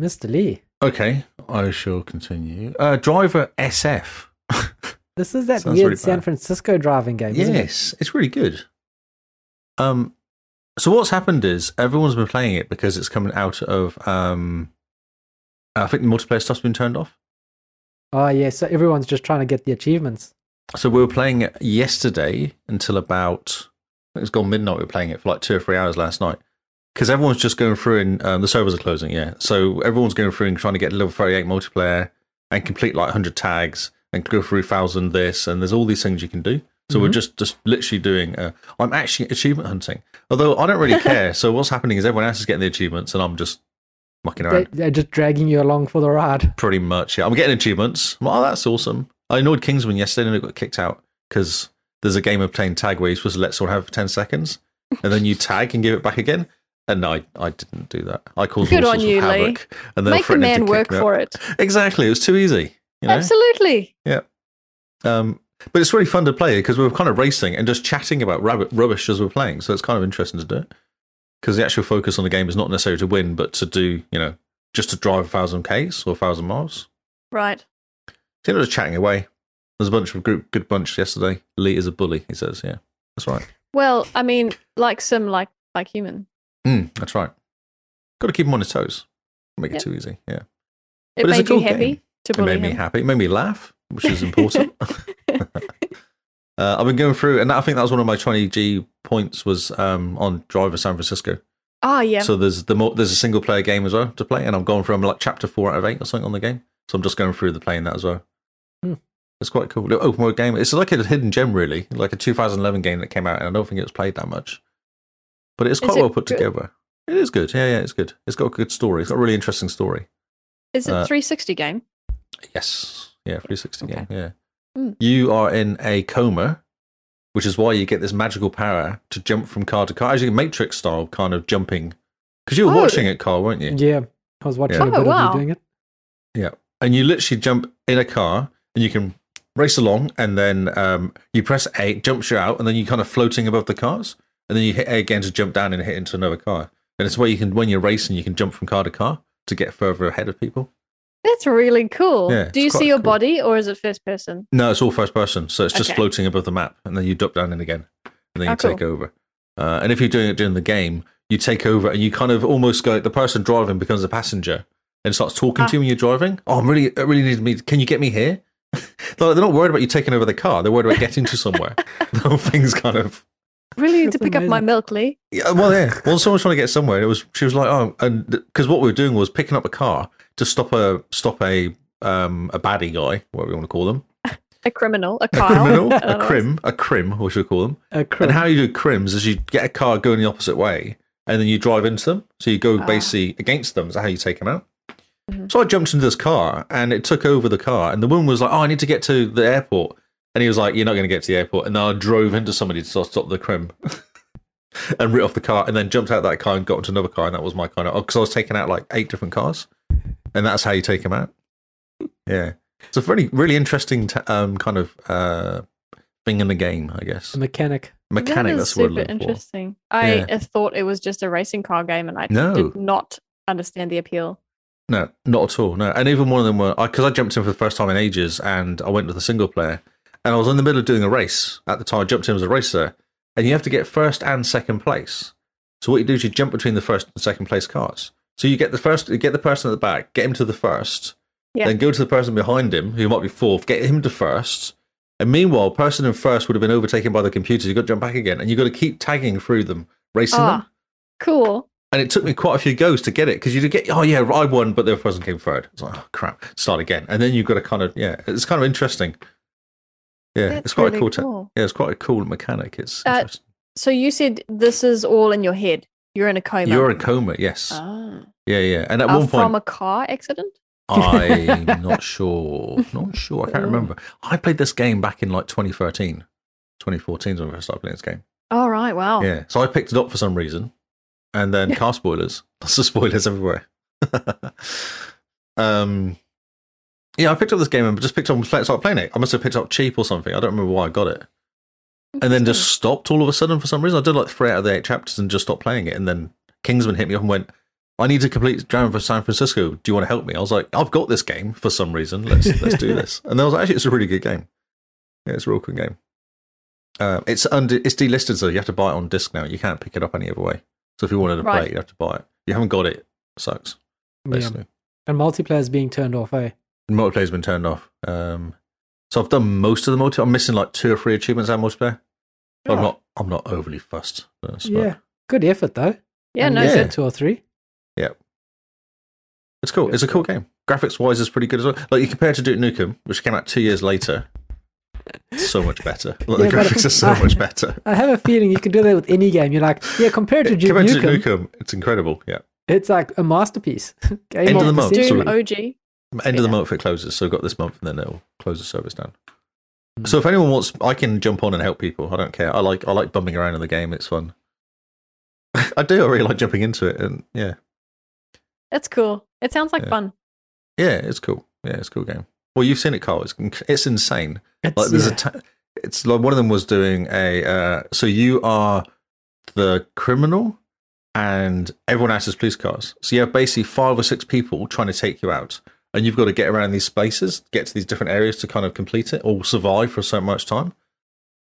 [SPEAKER 1] Mr. Lee,
[SPEAKER 4] okay, I shall continue. Uh, driver SF.
[SPEAKER 1] this is that
[SPEAKER 4] Sounds
[SPEAKER 1] weird
[SPEAKER 4] really
[SPEAKER 1] San
[SPEAKER 4] bad.
[SPEAKER 1] Francisco driving game. Isn't it?
[SPEAKER 4] Yes, it's really good. Um, so what's happened is everyone's been playing it because it's coming out of. Um, I think the multiplayer stuff's been turned off.
[SPEAKER 1] Oh, yeah. So everyone's just trying to get the achievements.
[SPEAKER 4] So we were playing it yesterday until about I think it's gone midnight. We were playing it for like two or three hours last night because everyone's just going through and um, the servers are closing. Yeah, so everyone's going through and trying to get level thirty-eight multiplayer and complete like hundred tags and go through thousand this and there's all these things you can do. So we're
[SPEAKER 1] Mhm.
[SPEAKER 4] just just literally doing. Uh, I'm actually achievement hunting, although I don't really care. so what's happening is everyone else is getting the achievements and I'm just mucking around.
[SPEAKER 1] They, they're just dragging you along for the ride.
[SPEAKER 4] Pretty much, yeah. I'm getting achievements. I'm like, oh, that's awesome. I annoyed Kingsman yesterday and it got kicked out because there's a game of playing tag where you're supposed to let someone have 10 seconds and then you tag and give it back again. And I, I didn't do that. I caused
[SPEAKER 3] Good
[SPEAKER 4] all
[SPEAKER 3] on
[SPEAKER 4] sorts
[SPEAKER 3] you,
[SPEAKER 4] of
[SPEAKER 3] Lee.
[SPEAKER 4] havoc. And then
[SPEAKER 3] Make the man work for it.
[SPEAKER 4] it. Exactly. It was too easy. You know?
[SPEAKER 3] Absolutely.
[SPEAKER 4] Um, but it's really fun to play because we were kind of racing and just chatting about rabbit rubbish as we're playing. So it's kind of interesting to do it because the actual focus on the game is not necessarily to win, but to do, you know, just to drive a thousand Ks or a thousand miles.
[SPEAKER 3] Right.
[SPEAKER 4] So they're just chatting away. There's a bunch of group, good bunch yesterday. Lee is a bully, he says. Yeah, that's right.
[SPEAKER 3] Well, I mean, like sim, like like human.
[SPEAKER 4] Mm, that's right. Got to keep him on his toes. Don't Make
[SPEAKER 3] Yeah.
[SPEAKER 4] it too easy. Yeah.
[SPEAKER 3] It
[SPEAKER 4] But it's a
[SPEAKER 3] made
[SPEAKER 4] cool
[SPEAKER 3] you happy
[SPEAKER 4] game.
[SPEAKER 3] to
[SPEAKER 4] It
[SPEAKER 3] bully
[SPEAKER 4] made me happy. It made me laugh, which is important.
[SPEAKER 3] him.
[SPEAKER 4] uh, I've been going through, and I think that was one of my 20G points was um, on Driver San Francisco.
[SPEAKER 3] Ah, yeah.
[SPEAKER 4] So there's the mo- there's a single player game as well to play, and I'm going from like chapter four out of eight or something on the game. So I'm just going through the playing that as well.
[SPEAKER 1] Hmm.
[SPEAKER 4] It's quite cool. Little Open world game. It's like a hidden gem, really, like a 2011 game that came out, and I don't think it was played that much. But it's
[SPEAKER 3] Is
[SPEAKER 4] quite
[SPEAKER 3] it
[SPEAKER 4] well put
[SPEAKER 3] good?
[SPEAKER 4] together. It is good. Yeah, yeah, it's good. It's got a good story. It's got a really interesting story.
[SPEAKER 3] is it
[SPEAKER 4] uh,
[SPEAKER 3] 360 game?
[SPEAKER 4] Yes. Yeah, 360
[SPEAKER 3] Okay.
[SPEAKER 4] game. Yeah.
[SPEAKER 3] Hmm.
[SPEAKER 4] You are in a coma, which is why you get this magical power to jump from car to car, actually Matrix style kind of jumping. Because you were
[SPEAKER 3] Oh.
[SPEAKER 4] watching it, Carl, weren't you?
[SPEAKER 1] Yeah. I was watching
[SPEAKER 4] Yeah.
[SPEAKER 1] a
[SPEAKER 3] Oh,
[SPEAKER 1] bit
[SPEAKER 3] wow.
[SPEAKER 1] of you doing it.
[SPEAKER 4] and you literally jump in a car and you can race along and then um, you press A, it jumps you out, and then you're kind of floating above the cars, and then you hit A again to jump down and hit into another car. And it's where you can, when you're racing, you can jump from car to car to get further ahead of people.
[SPEAKER 3] That's really cool.
[SPEAKER 4] Yeah,
[SPEAKER 3] Do
[SPEAKER 4] it's
[SPEAKER 3] you
[SPEAKER 4] quite
[SPEAKER 3] see your
[SPEAKER 4] cool.
[SPEAKER 3] body or is it first person?
[SPEAKER 4] No, it's all first person, so it's just
[SPEAKER 3] Okay.
[SPEAKER 4] floating above the map, and then you drop down in again, and then you
[SPEAKER 3] Oh, cool.
[SPEAKER 4] take over. Uh, and if you're doing it during the game, you take over, and you kind of almost go. The person driving becomes a passenger and starts talking
[SPEAKER 3] Ah.
[SPEAKER 4] to you when you're driving. Oh, I'm really, I really need me. Can you get me here? they're, like- they're not worried about you taking over the car. They're worried about getting to somewhere. the whole thing's kind of
[SPEAKER 3] Really need to
[SPEAKER 1] That's
[SPEAKER 3] pick up my
[SPEAKER 1] amazing.
[SPEAKER 3] milk, Lee.
[SPEAKER 4] yeah. Well, yeah. Well, someone's trying to get somewhere, and it was she was like, oh, and because what we were doing was picking up a car to stop a stop a um a baddie guy, whatever you want to call them,
[SPEAKER 3] A criminal, a Uh,
[SPEAKER 4] a
[SPEAKER 3] Kyle.
[SPEAKER 4] criminal,
[SPEAKER 3] I
[SPEAKER 4] a
[SPEAKER 3] don't know.
[SPEAKER 4] crim, a crim, we should call them.
[SPEAKER 1] A
[SPEAKER 4] And
[SPEAKER 1] crim.
[SPEAKER 4] how you do crims is you get a car going the opposite way, and then you drive into them. So you go
[SPEAKER 3] Ah.
[SPEAKER 4] basically against them. Is that how you take them out?
[SPEAKER 3] Mhm.
[SPEAKER 4] So I jumped into this car, and it took over the car. And the woman was like, "Oh, I need to get to the airport." And he was like, You're not going to get to the airport. And then I drove into somebody to sort of stop the crim and ripped off the car and then jumped out that car and got into another car. And that was my kind of, because I was taking out like eight different cars. And that's how you take them out. Yeah. It's a really, really interesting t- um, kind of uh, thing in the game, I guess.
[SPEAKER 1] A mechanic.
[SPEAKER 4] Mechanic,
[SPEAKER 3] that is
[SPEAKER 4] that's the word I'm
[SPEAKER 3] super
[SPEAKER 4] looking for.
[SPEAKER 3] interesting. I
[SPEAKER 4] Yeah.
[SPEAKER 3] uh, thought it was just a racing car game, and I
[SPEAKER 4] No.
[SPEAKER 3] did not understand the appeal.
[SPEAKER 4] No, not at all. No, and even one of them were because I, jumped in for the first time in ages, and I went with a single player, and I was in the middle of doing a race at the time. I jumped in as a racer, and you have to get first and second place. So what you do is you jump between the first and second place cars. So you get the first, you get the person at the back, get him to the first,
[SPEAKER 3] Yeah.
[SPEAKER 4] then go to the person behind him who might be fourth, get him to first. And meanwhile, person in first would have been overtaken by the computer. You've got to jump back again, and you've got to keep tagging through them, racing them.
[SPEAKER 3] Ah, cool.
[SPEAKER 4] And it took me quite a few goes to get it because you would get, oh yeah, I won, but the other person came third. It's like, oh crap, start again. And then you've got to kind of, yeah, it's kind of interesting. Yeah,
[SPEAKER 3] That's
[SPEAKER 4] it's quite
[SPEAKER 3] really
[SPEAKER 4] a cool, te- yeah, it's quite a cool mechanic. It's
[SPEAKER 3] Uh,
[SPEAKER 4] interesting.
[SPEAKER 3] So you said this is all in your head. You're in a coma.
[SPEAKER 4] You're in a coma, yes.
[SPEAKER 3] ah.
[SPEAKER 4] yeah, yeah. And at
[SPEAKER 3] Are
[SPEAKER 4] one
[SPEAKER 3] from
[SPEAKER 4] point,
[SPEAKER 3] a car accident.
[SPEAKER 4] i I'm not sure, not sure. I can't
[SPEAKER 3] Oh.
[SPEAKER 4] remember. I played this game back in like 2013, 2014 is when I first started playing this game.
[SPEAKER 3] All right. Wow.
[SPEAKER 4] Yeah, so I picked it up for some reason, and then car spoilers. Lots of spoilers everywhere. um, yeah, I picked up this game and just picked up and played- started playing it. I must have picked up cheap or something. I don't remember why I got it, and then just stopped all of a sudden for some reason. I did like three out of the eight chapters and just stopped playing it. And then Kingsman hit me up and went, "I need to complete Driving for San Francisco. Do you want to help me?" I was like, "I've got this game for some reason. Let's let's do this." And I was like, actually, it's a really good game. Yeah, it's a real good game. Uh, it's under it's delisted, so you have to buy it on disc now. You can't pick it up any other way. So if you wanted to play
[SPEAKER 3] Right.
[SPEAKER 4] it, you have to buy it. You haven't got it. Sucks.
[SPEAKER 1] Yeah.
[SPEAKER 4] Basically,
[SPEAKER 1] And multiplayer is being turned off, eh?
[SPEAKER 4] multiplayer's been turned off. Um, so I've done most of the multi. I'm missing like two or three achievements out of multiplayer. But I'm
[SPEAKER 1] Oh.
[SPEAKER 4] not. I'm not overly fussed. But,
[SPEAKER 1] Yeah. Good effort, though.
[SPEAKER 3] Yeah.
[SPEAKER 1] And
[SPEAKER 3] No.
[SPEAKER 1] you
[SPEAKER 4] Yeah.
[SPEAKER 1] said Two or three.
[SPEAKER 4] It's cool. It's a cool game. Graphics wise, it's pretty good as well. Like you compare it to Duke Nukem, which came out two years later. it's So much better. Like,
[SPEAKER 1] Yeah,
[SPEAKER 4] the
[SPEAKER 1] but-
[SPEAKER 4] graphics are so much better.
[SPEAKER 1] I have a feeling you can do that with any game. You're like, yeah, compared to Duke
[SPEAKER 4] compared to
[SPEAKER 1] Nukem,
[SPEAKER 4] Duke Nukem, it's incredible. Yeah.
[SPEAKER 1] it's like a masterpiece. game
[SPEAKER 4] End of the month,
[SPEAKER 1] century.
[SPEAKER 3] Doom
[SPEAKER 4] absolutely.
[SPEAKER 3] OG.
[SPEAKER 4] End of the
[SPEAKER 3] Yeah.
[SPEAKER 4] month it closes, so we've got this month and then it'll close the service down. So if anyone wants, I can jump on and help people. I don't care. I like I like bumming around in the game. It's fun. I do. I really like jumping into it, and yeah,
[SPEAKER 3] That's cool. It sounds like
[SPEAKER 4] Yeah.
[SPEAKER 3] fun.
[SPEAKER 4] yeah, it's cool. Yeah, it's a cool game. Well, you've seen it, Carl. It's it's insane.
[SPEAKER 1] It's-
[SPEAKER 4] like there's
[SPEAKER 1] yeah.
[SPEAKER 4] a ta- it's like one of them was doing a uh, so you are the criminal and everyone else is police cars so you have basically five or six people trying to take you out and you've got to get around these spaces get to these different areas to kind of complete it or survive for so much time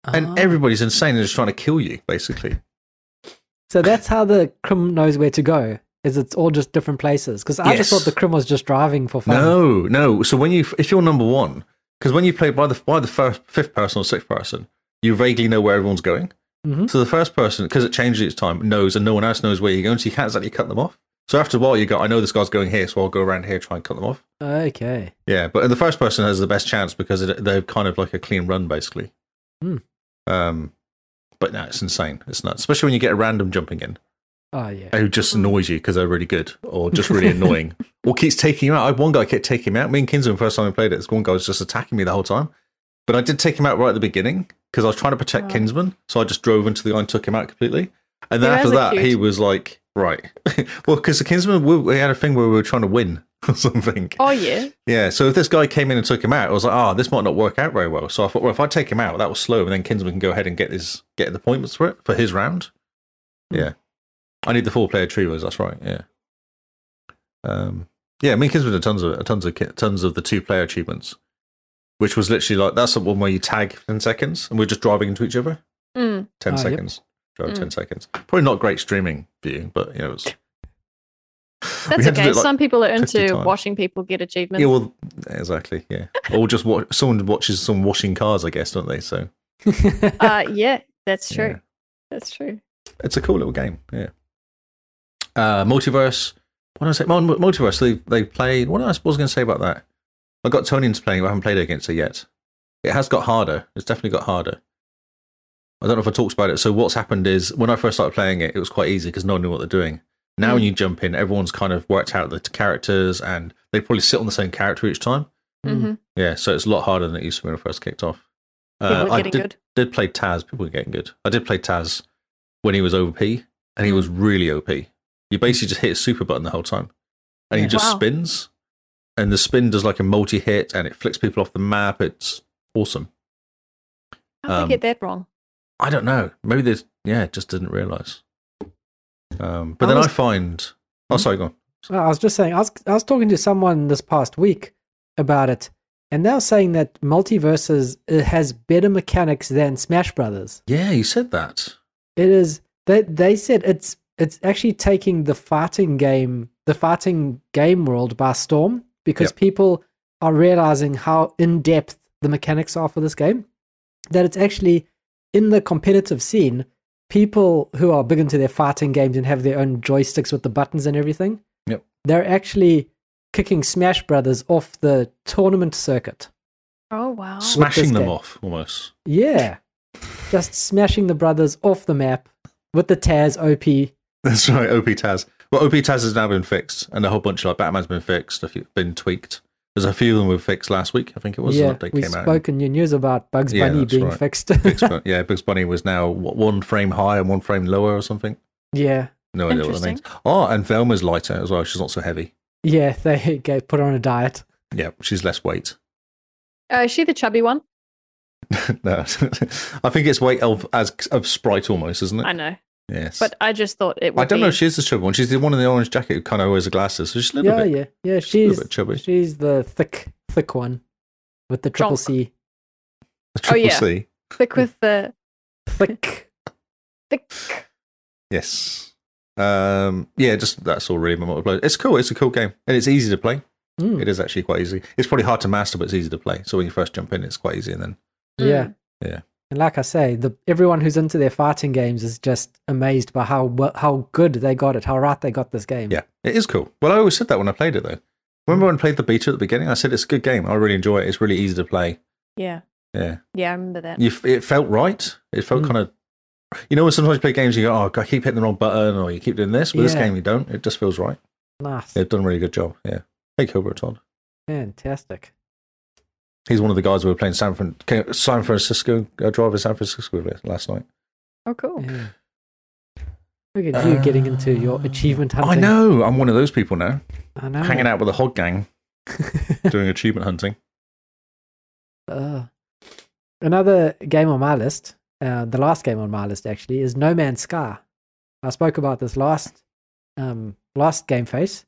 [SPEAKER 1] Ah.
[SPEAKER 4] and everybody's insane and is trying to kill you basically
[SPEAKER 1] So that's how the crim knows where to go. Is it's all just different places? Because I just
[SPEAKER 4] Yes.
[SPEAKER 1] thought the crim was just driving for fun.
[SPEAKER 4] no no so when you if you're number one because when you play by the by the first fifth person or sixth person you vaguely know where everyone's going
[SPEAKER 1] Mhm.
[SPEAKER 4] So the first person, because it changes each time, knows, and no one else knows where you're going, so you can't exactly cut them off. So after a while, you go, I know this guy's going here, so I'll go around here try and cut them off.
[SPEAKER 1] Okay.
[SPEAKER 4] Yeah, but the first person has the best chance because it, they're kind of like a clean run, basically.
[SPEAKER 1] Hmm.
[SPEAKER 4] Um, but no, it's insane. It's nuts, especially when you get a random jumping in
[SPEAKER 1] Oh yeah.
[SPEAKER 4] who just annoys you because they're really good or just really annoying or keeps taking him out. I had one guy kept taking him out. Me and Kinsman, first time we played it, this one guy was just attacking me the whole time. But I did take him out right at the beginning because I was trying to protect
[SPEAKER 3] Oh.
[SPEAKER 4] Kinsman. So I just drove into the guy and took him out completely. And then
[SPEAKER 3] You
[SPEAKER 4] after
[SPEAKER 3] guys are
[SPEAKER 4] that, he
[SPEAKER 3] cute.
[SPEAKER 4] was like, right. well, because the Kinsman, we, we had a thing where we were trying to win or something.
[SPEAKER 3] Oh yeah.
[SPEAKER 4] Yeah. So if this guy came in and took him out, I was like, ah, this might not work out very well. So I thought, well, if I take him out, that was slow, and then Kinsman can go ahead and get his get the appointments for it for his round. Yeah. I need the four player trios. That's right. Yeah. Um. Yeah. Me and Kinsman did tons of tons of ki- tons of the two player achievements, which was literally like that's the one where you tag for ten seconds, and we're just driving into each other.
[SPEAKER 3] Mm.
[SPEAKER 4] Ten
[SPEAKER 1] Ah, yep.
[SPEAKER 4] seconds. Drive
[SPEAKER 3] Mm.
[SPEAKER 4] ten seconds. Probably not great streaming view, but you know it's.
[SPEAKER 3] That's
[SPEAKER 4] had to do
[SPEAKER 3] okay.
[SPEAKER 4] it, like,
[SPEAKER 3] Some people are
[SPEAKER 4] 50
[SPEAKER 3] into
[SPEAKER 4] times.
[SPEAKER 3] watching people get achievements.
[SPEAKER 4] Yeah, well, exactly. Yeah, or just watch someone watches someone washing cars, I guess, don't they? So
[SPEAKER 3] uh, yeah. That's true.
[SPEAKER 4] yeah.
[SPEAKER 3] That's true.
[SPEAKER 4] it's a cool little game. Yeah. Uh, multiverse. What did I say? Mul- mul- Multiverse. They they played. What else was I going to say about that? I got Tony into playing. But I haven't played against it yet. It has got harder. It's definitely got harder. I don't know if I talked about it. So what's happened is when I first started playing it, it was quite easy because no one knew what they're doing. Now when you jump in, everyone's kind of worked out the t- characters, and they probably sit on the same character each time.
[SPEAKER 1] Mm.
[SPEAKER 3] hmm
[SPEAKER 4] Yeah, so it's a lot harder than it used to be when I first kicked off.
[SPEAKER 3] People
[SPEAKER 4] Uh,
[SPEAKER 3] were
[SPEAKER 4] I
[SPEAKER 3] getting
[SPEAKER 4] did,
[SPEAKER 3] good.
[SPEAKER 4] did play Taz. People were getting good. I did play Taz when he was OP,
[SPEAKER 3] Mm.
[SPEAKER 4] and he was really OP. You basically just hit his super button the whole time, and he
[SPEAKER 1] Yeah.
[SPEAKER 4] just
[SPEAKER 3] Wow.
[SPEAKER 4] spins, and the spin does like a multi hit, and it flicks people off the map. It's awesome.
[SPEAKER 3] How did
[SPEAKER 4] um,
[SPEAKER 3] I get that wrong?
[SPEAKER 4] I don't know. Maybe there's yeah, just didn't realize. Um, but
[SPEAKER 1] I
[SPEAKER 4] then
[SPEAKER 1] was-
[SPEAKER 4] I find.
[SPEAKER 3] Hmm?
[SPEAKER 4] Oh, sorry, go on.
[SPEAKER 1] Well, I was just saying, I was, I was talking to someone this past week about it, and they were saying that multiverses it has better mechanics than Smash Brothers.
[SPEAKER 4] Yeah, you said that.
[SPEAKER 1] It is they they said it's it's actually taking the fighting game the fighting game world by storm because
[SPEAKER 4] Yep.
[SPEAKER 1] people are realizing how in depth the mechanics are for this game. That it's actually in the competitive scene, people who are big into their fighting games and have their own joysticks with the buttons and everything,
[SPEAKER 4] Yep.
[SPEAKER 1] they're actually kicking Smash Brothers off the tournament circuit.
[SPEAKER 3] Oh wow.
[SPEAKER 4] Smashing
[SPEAKER 1] this
[SPEAKER 4] them
[SPEAKER 1] game.
[SPEAKER 4] off almost.
[SPEAKER 1] Yeah. Just smashing the brothers off the map with the Taz OP
[SPEAKER 4] That's right, OP Taz. Well, OP Taz has now been fixed, and a whole bunch of like Batman's been fixed, a few, been tweaked. There's a few of them were fixed last week. I think it was.
[SPEAKER 1] yeah,
[SPEAKER 4] an update
[SPEAKER 1] we
[SPEAKER 4] came out.
[SPEAKER 1] spoke in your news about Bugs
[SPEAKER 4] Yeah,
[SPEAKER 1] Bunny
[SPEAKER 4] that's
[SPEAKER 1] being
[SPEAKER 4] right.
[SPEAKER 1] fixed.
[SPEAKER 4] Bugs Bunny- yeah, Bugs Bunny was now what, one frame high and one frame lower or something.
[SPEAKER 1] yeah,
[SPEAKER 4] No idea what that means. Oh, and Velma's lighter as well. She's not so heavy.
[SPEAKER 1] yeah, they gave, put her on a diet.
[SPEAKER 4] Yeah, she's less weight.
[SPEAKER 3] Uh, is she the chubby one?
[SPEAKER 4] no, I think it's weight of as of Sprite almost, isn't it?
[SPEAKER 3] I know,
[SPEAKER 4] yes,
[SPEAKER 3] but I just thought it. Would
[SPEAKER 4] Uh, I don't
[SPEAKER 3] be...
[SPEAKER 4] know. if She's the chubby one. She's the one in the orange jacket who kind of wears the glasses. So she's a little
[SPEAKER 1] Yeah,
[SPEAKER 4] bit.
[SPEAKER 1] yeah, yeah.
[SPEAKER 4] a little
[SPEAKER 1] She's
[SPEAKER 4] bit chubby.
[SPEAKER 1] she's the thick, thick one with the triple
[SPEAKER 3] Chonk.
[SPEAKER 1] C.
[SPEAKER 4] the Triple
[SPEAKER 3] yeah.
[SPEAKER 4] C.
[SPEAKER 3] thick
[SPEAKER 4] Hmm.
[SPEAKER 3] with the
[SPEAKER 1] Thick.
[SPEAKER 3] thick.
[SPEAKER 4] Yes. Um, yeah, just that's all really my multiplayer. It's cool. It's a cool game, and it's easy to play.
[SPEAKER 1] Mm,
[SPEAKER 4] It is actually quite easy. It's probably hard to master, but it's easy to play. So when you first jump in, it's quite easy, and then
[SPEAKER 3] Hmm.
[SPEAKER 1] Yeah.
[SPEAKER 4] Yeah.
[SPEAKER 1] And like I say, the everyone who's into their fighting games is just amazed by how wo- how good they got it, how right they got this game.
[SPEAKER 4] yeah, it is cool. Well, I always said that when I played it though. Remember when I played the beta at the beginning? I said it's a good game. I really enjoy it. It's really easy to play.
[SPEAKER 3] Yeah,
[SPEAKER 4] Yeah,
[SPEAKER 3] yeah, I remember that.
[SPEAKER 4] you, f- it felt right. It felt
[SPEAKER 1] Mm.
[SPEAKER 4] kind of. You know, when sometimes you play games, you go, "Oh, I keep hitting the wrong button," or you keep doing this. With this
[SPEAKER 1] Yeah.
[SPEAKER 4] game, you don't. It just feels right.
[SPEAKER 1] Nice.
[SPEAKER 4] They've done a really good job. Yeah. Hey, Cobra Todd.
[SPEAKER 1] Fantastic.
[SPEAKER 4] He's one of the guys we were playing San, Fran- San Francisco uh, Drive in San Francisco with last night.
[SPEAKER 3] Oh, cool.
[SPEAKER 1] Yeah. Look at you getting into your
[SPEAKER 4] Uh,
[SPEAKER 1] achievement hunting.
[SPEAKER 4] I know. I'm one of those people now,
[SPEAKER 1] I know.
[SPEAKER 4] hanging out with a hog gang, doing achievement hunting.
[SPEAKER 1] Uh, another game on my list, uh, the last game on my list actually, is No Man's Sky. I spoke about this last um, last game face,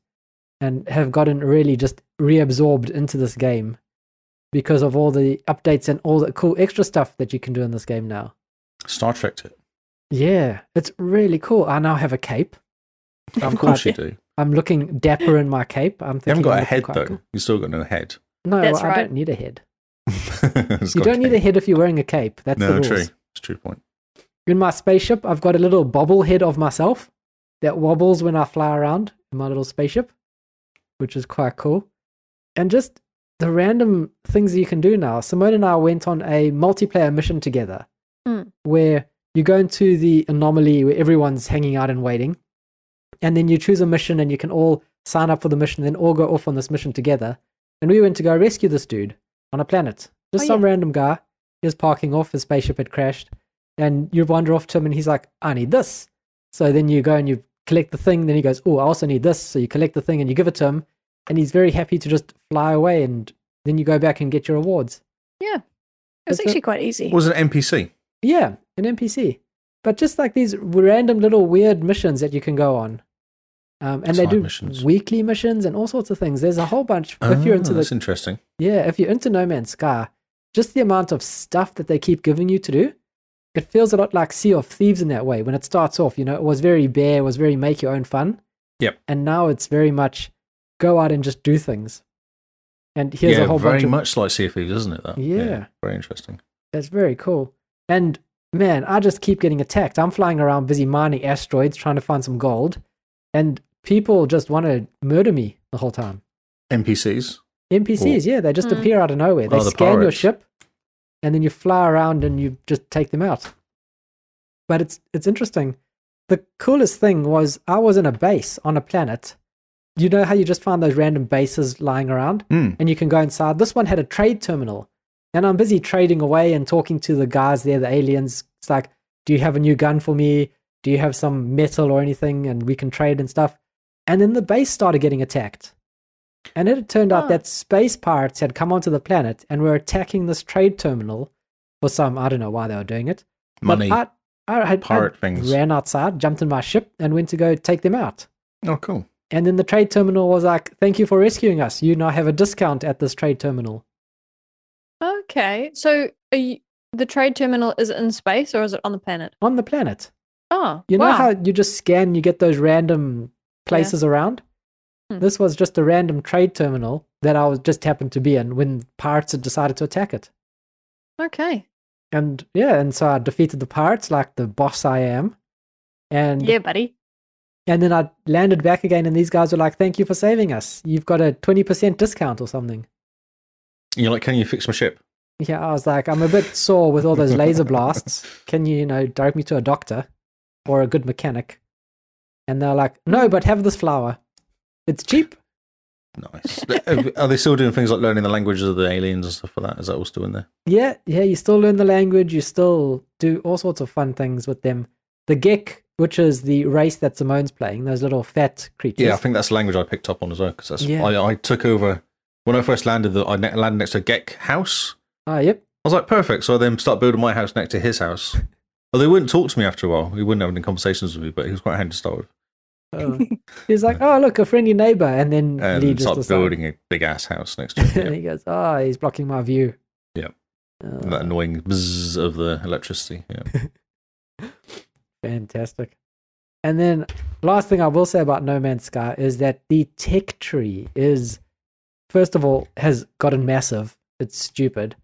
[SPEAKER 1] and have gotten really just reabsorbed into this game because of all the updates and all the cool extra stuff that you can do in this game now.
[SPEAKER 4] Star Trek. It.
[SPEAKER 1] Yeah, it's really cool. I now have a cape.
[SPEAKER 4] Of course you do. You
[SPEAKER 1] I'm looking dapper in my cape. I'm thinking
[SPEAKER 4] haven't got
[SPEAKER 1] I'm
[SPEAKER 4] a
[SPEAKER 1] looking
[SPEAKER 4] head
[SPEAKER 1] quite
[SPEAKER 4] though.
[SPEAKER 1] cool.
[SPEAKER 4] You still got no head.
[SPEAKER 1] No,
[SPEAKER 3] That's
[SPEAKER 1] I
[SPEAKER 3] right.
[SPEAKER 1] don't need a head.
[SPEAKER 4] It's
[SPEAKER 1] You
[SPEAKER 4] got a
[SPEAKER 1] don't need a
[SPEAKER 4] cape.
[SPEAKER 1] head if you're wearing a cape. That's the
[SPEAKER 4] No,
[SPEAKER 1] rules.
[SPEAKER 4] true. It's a true point.
[SPEAKER 1] in my spaceship, I've got a little bobblehead of myself that wobbles when I fly around in my little spaceship, which is quite cool. And just the random things that you can do now. Simone and I went on a multiplayer mission together
[SPEAKER 3] Mm.
[SPEAKER 1] where you go into the anomaly where everyone's hanging out and waiting. And then you choose a mission and you can all sign up for the mission, then all go off on this mission together. And we went to go rescue this dude on a planet. Just
[SPEAKER 3] Oh,
[SPEAKER 1] some
[SPEAKER 3] yeah.
[SPEAKER 1] random guy. He was parking off, his spaceship had crashed and you wander off to him and he's like, I need this. So then you go and you collect the thing. Then he goes, Oh, I also need this. So you collect the thing and you give it to him. And he's very happy to just fly away. And then you go back and get your awards.
[SPEAKER 3] It was
[SPEAKER 1] That's it.
[SPEAKER 3] actually quite easy.
[SPEAKER 4] It was an NPC.
[SPEAKER 1] Yeah, an NPC. But just like these random little weird missions that you can go on. Um, and they
[SPEAKER 4] Side
[SPEAKER 1] do
[SPEAKER 4] missions.
[SPEAKER 1] weekly missions and all sorts of things. There's a whole bunch. if you're into
[SPEAKER 4] Ah,
[SPEAKER 1] the
[SPEAKER 4] that's interesting.
[SPEAKER 1] Yeah, if you're into No Man's Sky, just the amount of stuff that they keep giving you to do, it feels a lot like Sea of Thieves in that way. When it starts off, you know, it was very bare, it was very make your own fun.
[SPEAKER 4] Yep.
[SPEAKER 1] And now it's very much go out and just do things. And here's
[SPEAKER 4] yeah,
[SPEAKER 1] a whole
[SPEAKER 4] very
[SPEAKER 1] bunch of
[SPEAKER 4] much like CFE, isn't it? That
[SPEAKER 1] Yeah.
[SPEAKER 4] very interesting.
[SPEAKER 1] that's very cool. And man, I just keep getting attacked. I'm flying around busy mining asteroids trying to find some gold, and people just want to murder me the whole time.
[SPEAKER 4] NPCs.
[SPEAKER 1] NPCs, yeah, they just
[SPEAKER 3] Mm.
[SPEAKER 1] appear out of nowhere. They
[SPEAKER 4] Oh, the
[SPEAKER 1] scan your
[SPEAKER 4] pirates.
[SPEAKER 1] ship, and then you fly around and you just take them out. But it's it's interesting. The coolest thing was I was in a base on a planet. You know how you just find those random bases lying around,
[SPEAKER 4] Mm.
[SPEAKER 1] and you can go inside. This one had a trade terminal, And I'm busy trading away and talking to the guys there, the aliens. It's like, do you have a new gun for me? Do you have some metal or anything? And we can trade and stuff. And then the base started getting attacked. And it had turned out
[SPEAKER 3] Oh.
[SPEAKER 1] that space pirates had come onto the planet and were attacking this trade terminal for some, I don't know why they were doing it. But
[SPEAKER 4] Money.
[SPEAKER 1] I, I, had- I
[SPEAKER 4] Pirate things.
[SPEAKER 1] ran outside, jumped in my ship, and went to go take them out.
[SPEAKER 4] Oh, cool.
[SPEAKER 1] And then the trade terminal was like, thank you for rescuing us. You now have a discount at this trade terminal.
[SPEAKER 3] Okay. So are you, the trade terminal is it in space or is it on the planet?
[SPEAKER 1] on the planet.
[SPEAKER 3] Oh,
[SPEAKER 1] You know
[SPEAKER 3] wow.
[SPEAKER 1] how you just scan, you get those random places around?
[SPEAKER 3] Hmm.
[SPEAKER 1] This was just a random trade terminal that I was just happened to be in when pirates had decided to attack it.
[SPEAKER 3] Okay.
[SPEAKER 1] And yeah, and so I defeated the pirates like the boss I am. And
[SPEAKER 3] Yeah, buddy.
[SPEAKER 1] and then I landed back again and these guys were like, Thank you for saving us. You've got a twenty percent discount or something.
[SPEAKER 4] And you're like, can you fix my ship?
[SPEAKER 1] Yeah, I was like, I'm a bit sore with all those laser blasts. Can you, you know, direct me to a doctor or a good mechanic? And they're like, no, but have this flower. It's cheap.
[SPEAKER 4] Nice. Are- Are they still doing things like learning the languages of the aliens and stuff like that? Is that all still in there?
[SPEAKER 1] Yeah, yeah, you still learn the language. You still do all sorts of fun things with them. The Gek, which is the race that Simone's playing, those little fat creatures.
[SPEAKER 4] Yeah, I think that's the language I picked up on as well because that's
[SPEAKER 1] Yeah.
[SPEAKER 4] I, I took over when I first landed. The, I ne- landed next to a Gek house.
[SPEAKER 1] Ah, yep.
[SPEAKER 4] I was like, perfect. So I then start building my house next to his house. Well, they wouldn't talk to me after a while. He wouldn't have any conversations with me, but he was quite handy to start with. Uh.
[SPEAKER 1] Oh. He's like, oh, look, a friendly neighbor. And then
[SPEAKER 4] And
[SPEAKER 1] Lee just
[SPEAKER 4] start
[SPEAKER 1] decided.
[SPEAKER 4] building a big ass house next to him.
[SPEAKER 1] and
[SPEAKER 4] yeah.
[SPEAKER 1] he goes, oh, he's blocking my view.
[SPEAKER 4] Yeah.
[SPEAKER 1] Oh,
[SPEAKER 4] that annoying buzz of the electricity. Yeah.
[SPEAKER 1] Fantastic. And then last thing I will say about No Man's Sky is that the tech tree is first of all has gotten massive. It's stupid.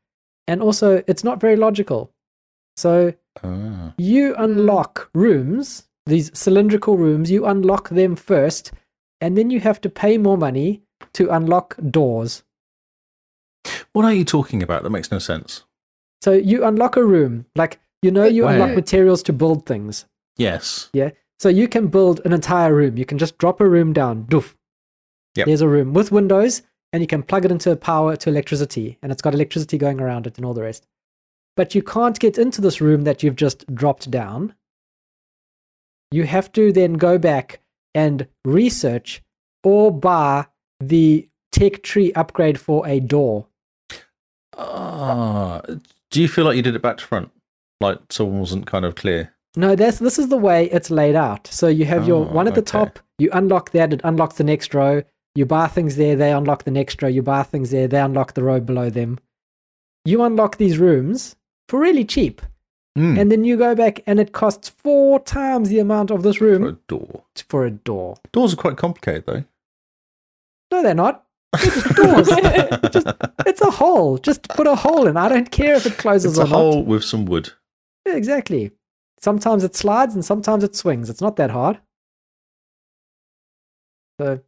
[SPEAKER 1] And also it's not very logical. So
[SPEAKER 4] Ah.
[SPEAKER 1] you unlock rooms, these cylindrical rooms, you unlock them first, and then you have to pay more money to unlock doors.
[SPEAKER 4] What are you talking about? That makes no sense.
[SPEAKER 1] So you unlock a room, like you know you
[SPEAKER 4] Wait.
[SPEAKER 1] unlock materials to build things.
[SPEAKER 4] Yes.
[SPEAKER 1] Yeah. So you can build an entire room. You can just drop a room down. Doof.
[SPEAKER 4] Yep.
[SPEAKER 1] There's a room with windows, and you can plug it into power to electricity, and it's got electricity going around it and all the rest. But you can't get into this room that you've just dropped down. You have to then go back and research or buy the tech tree upgrade for a door.
[SPEAKER 4] Ah. Do you feel like you did it back to front? Like someone wasn't kind of clear?
[SPEAKER 1] No, that's this is the way it's laid out. So you have your
[SPEAKER 4] Oh,
[SPEAKER 1] one at the
[SPEAKER 4] okay.
[SPEAKER 1] top, you unlock that, it unlocks the next row. You buy things there, they unlock the next row. You buy things there, they unlock the row below them. You unlock these rooms for really cheap,
[SPEAKER 4] Mm.
[SPEAKER 1] and then you go back, and it costs four times the amount of this room
[SPEAKER 4] For a door.
[SPEAKER 1] for a door.
[SPEAKER 4] Doors are quite complicated, though.
[SPEAKER 1] No, they're not. They're just doors. Just- it's a hole. Just put a hole in. I don't care if it closes
[SPEAKER 4] It's
[SPEAKER 1] or
[SPEAKER 4] a
[SPEAKER 1] not.
[SPEAKER 4] hole with some wood.
[SPEAKER 1] Yeah, exactly. Sometimes it slides and sometimes it swings. It's not that hard. So,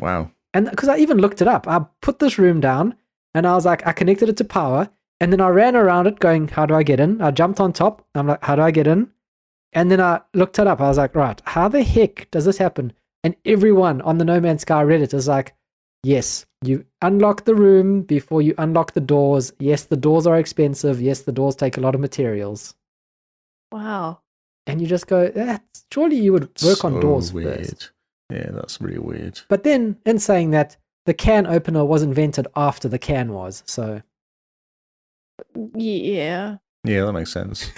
[SPEAKER 4] Wow.
[SPEAKER 1] and because I even looked it up, I put this room down and I was like, I connected it to power and then I ran around it going, How do I get in? I jumped on top. I'm like, How do I get in? And then I looked it up. I was like, Right, how the heck does this happen? And everyone on the No Man's Sky Reddit is like, Yes, you unlock the room before you unlock the doors. Yes, the doors are expensive. Yes, the doors take a lot of materials
[SPEAKER 3] Wow.
[SPEAKER 1] and you just go, that's, surely you would work on
[SPEAKER 4] So
[SPEAKER 1] doors
[SPEAKER 4] weird.
[SPEAKER 1] first.
[SPEAKER 4] Yeah, that's really weird.
[SPEAKER 1] But then, in saying that, the can opener was invented after the can was. So,
[SPEAKER 3] Yeah.
[SPEAKER 4] Yeah, that makes sense.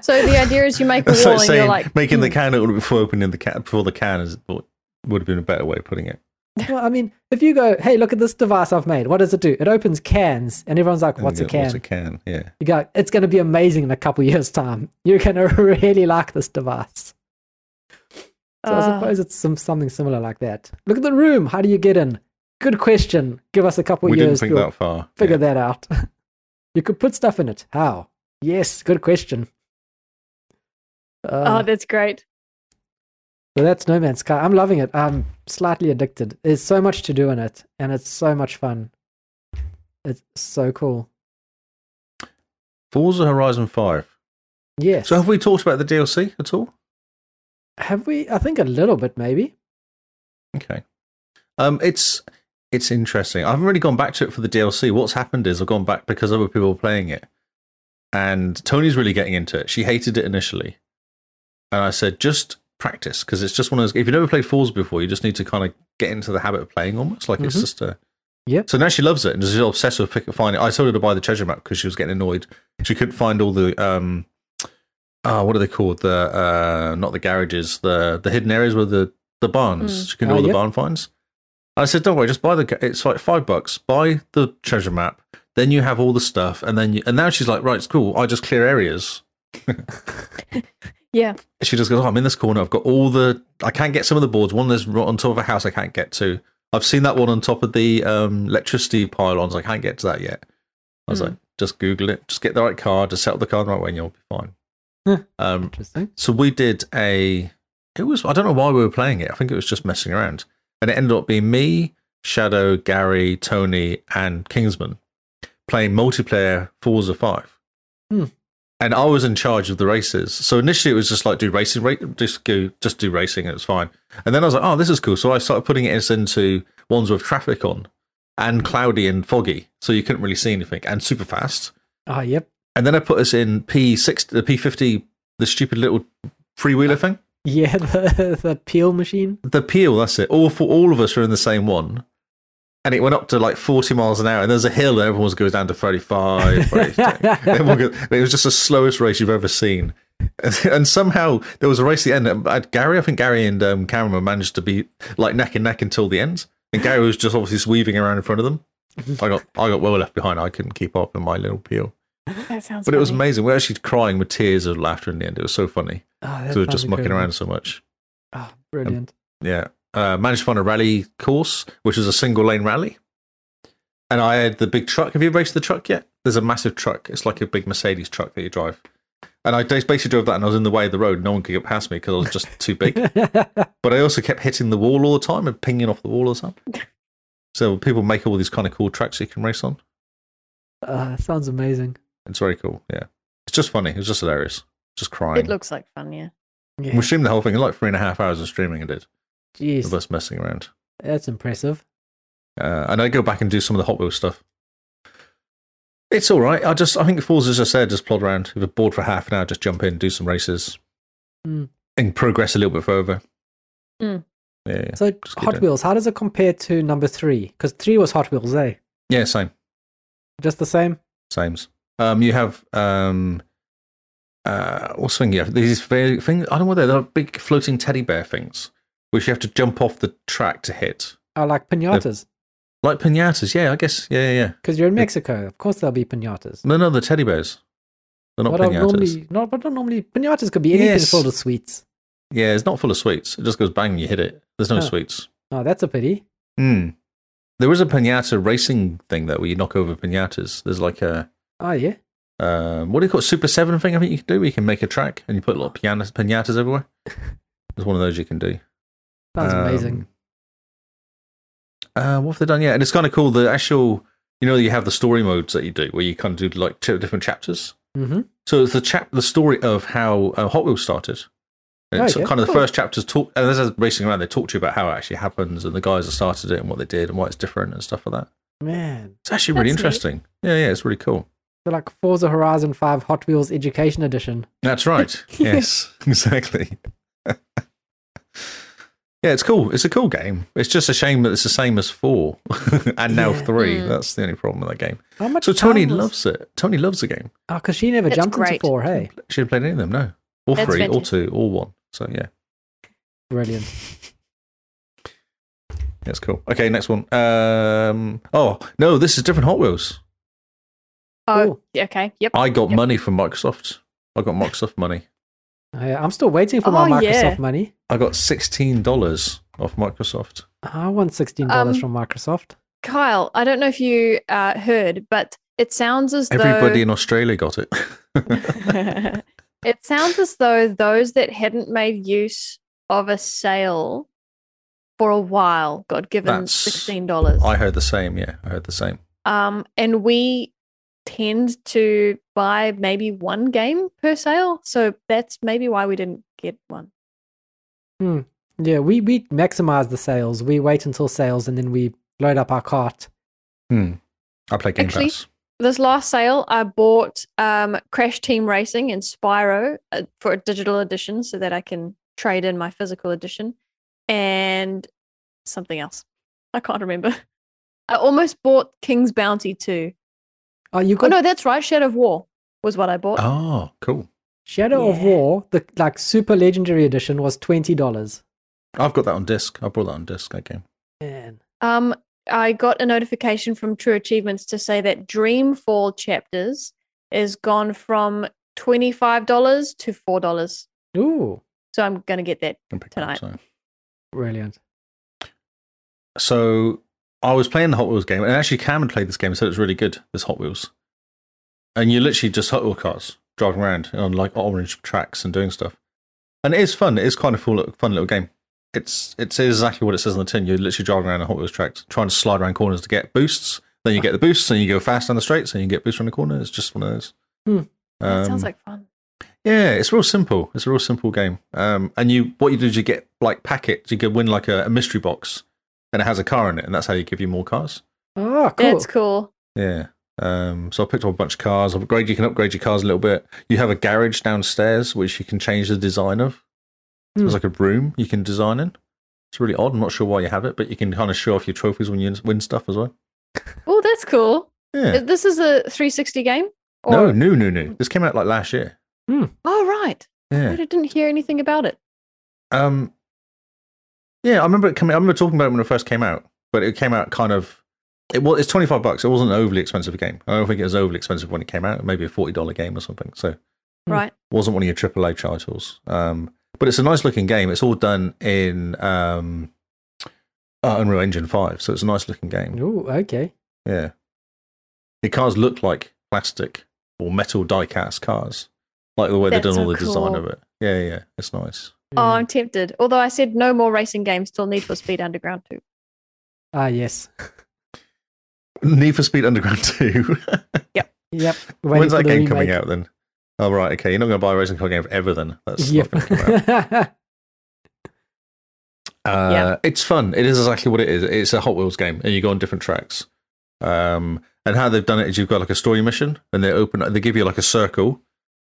[SPEAKER 3] So the idea is you make a
[SPEAKER 4] That's
[SPEAKER 3] wall
[SPEAKER 4] like
[SPEAKER 3] and you're
[SPEAKER 4] saying
[SPEAKER 3] like
[SPEAKER 4] making the
[SPEAKER 3] "Hmm,
[SPEAKER 4] can opener before opening the can before the can is would have been a better way of putting it.
[SPEAKER 1] well, I mean, if you go, hey, look at this device I've made, what does it do? It opens cans, and everyone's like,
[SPEAKER 4] And
[SPEAKER 1] what's a
[SPEAKER 4] you go,
[SPEAKER 1] can?
[SPEAKER 4] What's a can? Yeah.
[SPEAKER 1] You go, it's going to be amazing in a couple years' time. You're going to really like this device. So, I
[SPEAKER 3] uh,
[SPEAKER 1] suppose it's some, something similar like that. Look at the room. How do you get in? Good question. Give us a couple
[SPEAKER 4] we didn't
[SPEAKER 1] years.
[SPEAKER 4] think
[SPEAKER 1] we'll
[SPEAKER 4] that far.
[SPEAKER 1] figure
[SPEAKER 4] Yeah.
[SPEAKER 1] that out. you could put stuff in it. How? Yes, good question.
[SPEAKER 3] oh,
[SPEAKER 1] Uh,
[SPEAKER 3] that's great.
[SPEAKER 1] so that's No Man's Sky. I'm loving it. I'm slightly addicted. There's so much to do in it, and it's so much fun. It's so cool.
[SPEAKER 4] Forza Horizon Five.
[SPEAKER 1] Yes.
[SPEAKER 4] So have we talked about the DLC at all?
[SPEAKER 1] have we? I think a little bit, maybe.
[SPEAKER 4] Okay. Um, it's it's interesting. I haven't really gone back to it for the DLC. What's happened is I've gone back because other people were playing it. And Tony's really getting into it. She hated it initially. And I said, just practice because it's just one of those. If you've never played Falls before, you just need to kind of get into the habit of playing almost. Like it's
[SPEAKER 1] Mhm.
[SPEAKER 4] just a.
[SPEAKER 1] Yep.
[SPEAKER 4] So now she loves it and she's obsessed with pick, finding I told her to buy the treasure map because she was getting annoyed. She couldn't find all the. um Oh, what are they called? The uh not the garages, the the hidden areas where the the barns.
[SPEAKER 3] Mm.
[SPEAKER 4] She couldn't do
[SPEAKER 1] Oh,
[SPEAKER 4] all the
[SPEAKER 1] yep.
[SPEAKER 4] barn finds. I said, don't worry, just buy the. ga- It's like five bucks. Buy the treasure map. Then you have all the stuff, and then you, and now she's like, right, it's cool. I just clear areas
[SPEAKER 3] Yeah.
[SPEAKER 4] she just goes, oh, I'm in this corner. I've got all the. I can't get some of the boards. One is on top of a house I can't get to. I've seen that one on top of the um, electricity pylons. I can't get to that yet. I was
[SPEAKER 3] Hmm.
[SPEAKER 4] like, just Google it. Just get the right card. Just set up the card the right way and you'll be fine.
[SPEAKER 1] Huh.
[SPEAKER 4] um,
[SPEAKER 1] Interesting.
[SPEAKER 4] so we did a. It was I don't know why we were playing it. I think it was just messing around, and it ended up being me, Shadow, Gary, Tony, and Kingsman playing multiplayer Forza Five.
[SPEAKER 1] Hmm.
[SPEAKER 4] And I was in charge of the races. So initially it was just like do racing, ra- just go, just do racing, and it's fine. And then I was like, oh, this is cool. So I started putting it into ones with traffic on, and cloudy and foggy, so you couldn't really see anything, and super fast.
[SPEAKER 1] Ah, yep.
[SPEAKER 4] And then I put us in P6, the P50, the stupid little freewheeler thing.
[SPEAKER 1] Yeah, the, the peel machine.
[SPEAKER 4] The peel, that's it. All for all of us were in the same one. And it went up to like 40 miles an hour. And there's a hill, and everyone goes down to 35. 36. Everyone goes- it was just the slowest race you've ever seen. And somehow there was a race at the end. and I- Gary, I think Gary and um, Cameron managed to be like neck and neck until the end. And Gary was just obviously weaving around in front of them. I got, I got well left behind. I couldn't keep up in my little peel.
[SPEAKER 3] That sounds
[SPEAKER 4] But it was
[SPEAKER 3] funny.
[SPEAKER 4] amazing. We We're actually crying with tears of laughter in the end. It was so funny.
[SPEAKER 1] Ah, that
[SPEAKER 4] Because we were
[SPEAKER 1] sounds
[SPEAKER 4] just mucking
[SPEAKER 1] incredible.
[SPEAKER 4] around so much.
[SPEAKER 1] Ah, brilliant.
[SPEAKER 4] Yeah. Uh, managed to find a rally course, which was a single lane rally. And I had the big truck. Have you raced the truck yet? There's a massive truck. It's like a big Mercedes truck that you drive. And I just basically drove that and I was in the way of the road. No one could get past me because I was just too big. but I also kept hitting the wall all the time and pinging off the wall or something. So people make all these kind of cool tracks you can race on.
[SPEAKER 1] Ah, sounds amazing.
[SPEAKER 4] It's very cool. Yeah. It's just funny. It was just hilarious. Just crying.
[SPEAKER 3] It looks like fun, yeah.
[SPEAKER 1] Yeah.
[SPEAKER 4] We streamed the whole thing in like three and a half hours of streaming. I did of
[SPEAKER 1] Jeez,
[SPEAKER 4] us messing around,
[SPEAKER 1] that's impressive.
[SPEAKER 4] uh, and I go back and do some of the Hot Wheels stuff. It's all right. I just I think Falls, as I said, just plod around. If you're bored for half an hour, just jump in, do some races,
[SPEAKER 1] Hmm.
[SPEAKER 4] and progress a little bit further.
[SPEAKER 3] Hmm.
[SPEAKER 4] Yeah, yeah,
[SPEAKER 1] So,
[SPEAKER 4] Just keep
[SPEAKER 1] Hot
[SPEAKER 4] doing-
[SPEAKER 1] Wheels, how does it compare to number three? Because three was Hot Wheels, eh?
[SPEAKER 4] yeah, same,
[SPEAKER 1] Just the same?
[SPEAKER 4] same's. Um, you have um, uh, what's the thing? You have these very things. I don't know what they're. They're big floating teddy bear things, which you have to jump off the track to hit,
[SPEAKER 1] Oh, like pinatas.
[SPEAKER 4] like pinatas. Yeah, I guess. Yeah, yeah, yeah.
[SPEAKER 1] Because you're in Mexico. Of course, there'll be pinatas.
[SPEAKER 4] No, no, they're teddy bears. They're not
[SPEAKER 1] what
[SPEAKER 4] pinatas.
[SPEAKER 1] are normally, not, but not normally, pinatas could be anything
[SPEAKER 4] Yes.
[SPEAKER 1] filled with sweets.
[SPEAKER 4] Yeah, it's not full of sweets. It just goes bang, you hit it. There's no
[SPEAKER 1] Oh.
[SPEAKER 4] sweets.
[SPEAKER 1] Oh, that's a pity.
[SPEAKER 4] Mm. There is a pinata racing thing though, where you knock over pinatas. There's like a
[SPEAKER 1] Oh, yeah.
[SPEAKER 4] um, what do you call it? Super Seven thing? I think you can do. Where you can make a track and you put a lot of pianas, pinatas everywhere. There's one of those you can do.
[SPEAKER 1] Sounds amazing.
[SPEAKER 4] Um, Uh, what have they done? Yeah, and it's kind of cool. The actual, you know, you have the story modes that you do where you kind of do like two different chapters.
[SPEAKER 1] Mm-hmm.
[SPEAKER 4] So it's the chap, the story of how uh, Hot Wheels started. And it's
[SPEAKER 1] Okay,
[SPEAKER 4] kind of the
[SPEAKER 1] Oh, cool.
[SPEAKER 4] first chapters talk, and as they're racing around, they talk to you about how it actually happens and the guys that started it and what they did and why it's different and stuff like that.
[SPEAKER 1] Man.
[SPEAKER 4] It's actually really
[SPEAKER 3] That's neat.
[SPEAKER 4] interesting. Yeah, yeah, it's really cool.
[SPEAKER 1] So, like Forza Horizon 5 Hot Wheels Education Edition.
[SPEAKER 4] That's right. yes, exactly. yeah, it's cool. It's a cool game. It's just a shame that it's the same as four and now
[SPEAKER 1] Yeah.
[SPEAKER 4] three.
[SPEAKER 3] Mm.
[SPEAKER 4] That's the only problem with that game.
[SPEAKER 1] How much?
[SPEAKER 4] So Tony
[SPEAKER 1] time was-
[SPEAKER 4] loves it. Tony loves the game.
[SPEAKER 1] Oh, because she never
[SPEAKER 3] That's
[SPEAKER 1] jumped into
[SPEAKER 3] great.
[SPEAKER 1] four, hey?
[SPEAKER 4] She didn't play any of them, no. Or
[SPEAKER 3] That's
[SPEAKER 4] three, or
[SPEAKER 3] fantastic.
[SPEAKER 4] two, or one. So yeah.
[SPEAKER 1] Brilliant.
[SPEAKER 4] That's cool. Okay, next one. Um, oh no, this is different Hot Wheels.
[SPEAKER 3] Oh,
[SPEAKER 1] Cool.
[SPEAKER 3] okay. Yep.
[SPEAKER 4] I got
[SPEAKER 3] Yep.
[SPEAKER 4] money from Microsoft. I got Microsoft money.
[SPEAKER 1] I, Oh, I'm still waiting for my
[SPEAKER 3] Oh,
[SPEAKER 1] Microsoft
[SPEAKER 3] yeah.
[SPEAKER 1] money.
[SPEAKER 4] I got sixteen dollars off Microsoft.
[SPEAKER 1] I want $16
[SPEAKER 3] Um,
[SPEAKER 1] from Microsoft.
[SPEAKER 3] Kyle, I don't know if you uh, heard, but it sounds as
[SPEAKER 4] Everybody
[SPEAKER 3] though
[SPEAKER 4] in Australia got it.
[SPEAKER 3] it sounds as though those that hadn't made use of a sale for a while got given
[SPEAKER 4] That's-
[SPEAKER 3] sixteen dollars.
[SPEAKER 4] I heard the same. Yeah, I heard the same.
[SPEAKER 3] Um, and we tend to buy maybe one game per sale, so that's maybe why we didn't get one.
[SPEAKER 1] Yeah, we, we maximize the sales. We wait until sales and then we load up our cart.
[SPEAKER 4] Hmm. I play Game
[SPEAKER 3] Actually-
[SPEAKER 4] Pass.
[SPEAKER 3] This last sale, I bought um, Crash Team Racing and Spyro uh, for a digital edition so that I can trade in my physical edition and something else. I can't remember. I almost bought King's Bounty too.
[SPEAKER 1] Oh, you
[SPEAKER 3] Oh,
[SPEAKER 1] got
[SPEAKER 3] no, that's right. Shadow of War was what I bought.
[SPEAKER 4] Oh, cool.
[SPEAKER 1] Shadow of
[SPEAKER 3] Yeah.
[SPEAKER 1] War, the like super legendary edition was twenty dollars.
[SPEAKER 4] I've got that on disc. I bought that on disc. That game.
[SPEAKER 1] Man,
[SPEAKER 3] Um, I got a notification from True Achievements to say that Dreamfall chapters is gone from $25 to $4.
[SPEAKER 1] ooh,
[SPEAKER 3] So I'm going to get that.
[SPEAKER 4] Can pick that up, so.
[SPEAKER 1] brilliant.
[SPEAKER 4] so I was playing the Hot Wheels game, and actually Cam had played this game and said it's really good. This Hot Wheels, and you're literally just Hot Wheel cars driving around on like orange tracks and doing stuff, and it is fun. It is kind of cool, fun little game. It's it's exactly what it says on the tin. You're literally driving around on Hot Wheels tracks, trying to slide around corners to get boosts. Then you get the boosts, and you go fast down the straights, and you get boosts around the corner. It's just one of those.
[SPEAKER 1] Hmm.
[SPEAKER 3] That
[SPEAKER 4] Um,
[SPEAKER 3] sounds like fun.
[SPEAKER 4] yeah, it's real simple. It's a real simple game. Um, and you, what you do is you get like packets. You can win like a, a mystery box, and it has a car in it, and that's how you give you more cars.
[SPEAKER 1] Oh, cool.
[SPEAKER 3] That's cool.
[SPEAKER 4] Yeah. Um, so I picked up a bunch of cars. I've upgrade. You can upgrade your cars a little bit. You have a garage downstairs which you can change the design of. So
[SPEAKER 1] Hmm.
[SPEAKER 4] It's like a room you can design in. It's really odd. I'm not sure why you have it, but you can kind of show off your trophies when you win stuff as well.
[SPEAKER 3] Oh, that's cool.
[SPEAKER 4] Yeah.
[SPEAKER 3] This is a 360 game?
[SPEAKER 4] no, no, no, no. This came out like last year.
[SPEAKER 3] Oh, right.
[SPEAKER 4] Yeah.
[SPEAKER 3] I didn't hear anything about it.
[SPEAKER 4] Um, yeah, I remember it coming. I remember talking about it when it first came out, but it came out kind of. It was it's twenty five bucks. It wasn't an overly expensive game. I don't think it was overly expensive when it came out. Maybe a forty dollar game or something. So it
[SPEAKER 1] Hmm.
[SPEAKER 3] Right.
[SPEAKER 4] wasn't one of your AAA titles. Um, but it's a nice looking game. It's all done in um, uh, Unreal Engine five, so it's a nice looking game.
[SPEAKER 1] Ooh, okay.
[SPEAKER 4] Yeah, the cars look like plastic or metal die-cast cars, like the way they've
[SPEAKER 3] That's
[SPEAKER 4] done all the
[SPEAKER 3] so
[SPEAKER 4] design
[SPEAKER 3] cool.
[SPEAKER 4] of it. Yeah, yeah, it's nice.
[SPEAKER 3] Oh,
[SPEAKER 1] Mm.
[SPEAKER 3] I'm tempted. Although I said no more racing games till Need for Speed Underground 2.
[SPEAKER 1] ah, yes.
[SPEAKER 4] Need for Speed Underground 2.
[SPEAKER 1] Yep. waiting
[SPEAKER 4] When's
[SPEAKER 1] for
[SPEAKER 4] that
[SPEAKER 1] the
[SPEAKER 4] game coming
[SPEAKER 1] remake.
[SPEAKER 4] out then? Oh, right. Okay. You're not going to buy a racing car game ever then. That's not
[SPEAKER 1] Yep.
[SPEAKER 4] gonna come out. Uh,
[SPEAKER 3] Yeah.
[SPEAKER 4] It's fun. It is exactly what it is. It's a Hot Wheels game and you go on different tracks. Um, and how they've done it is you've got like a story mission and they open, they give you like a circle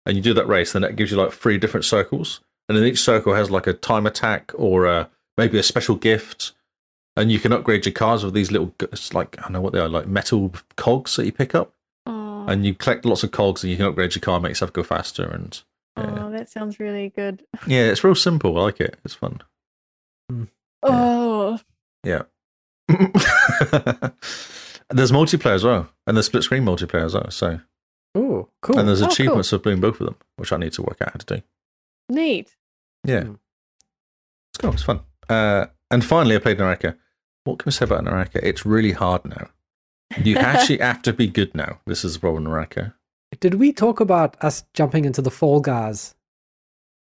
[SPEAKER 4] and you do that race. Then that gives you like three different circles. And then each circle has like a time attack or a, maybe a special gift. And you can upgrade your cars with these little, g- it's like, I don't know what they are, like metal cogs that you pick up
[SPEAKER 3] Oh,
[SPEAKER 4] and you collect lots of cogs and you can upgrade your car make yourself go faster and yeah.
[SPEAKER 3] oh, that sounds really good.
[SPEAKER 4] yeah it's real simple i like it it's fun
[SPEAKER 3] Oh,
[SPEAKER 4] there's multiplayer as well and there's split screen multiplayer as well so
[SPEAKER 1] Ooh, cool.
[SPEAKER 4] and there's
[SPEAKER 3] Oh, cool.
[SPEAKER 4] achievements of doing both of them which i need to work out how to do
[SPEAKER 3] neat.
[SPEAKER 4] yeah
[SPEAKER 1] Hmm.
[SPEAKER 4] it's cool it's fun uh, and finally i played naraka what can we say about naraka it's really hard now you actually have to be good now this is the problem with naraka
[SPEAKER 1] Did we talk about us jumping into the Fall Guys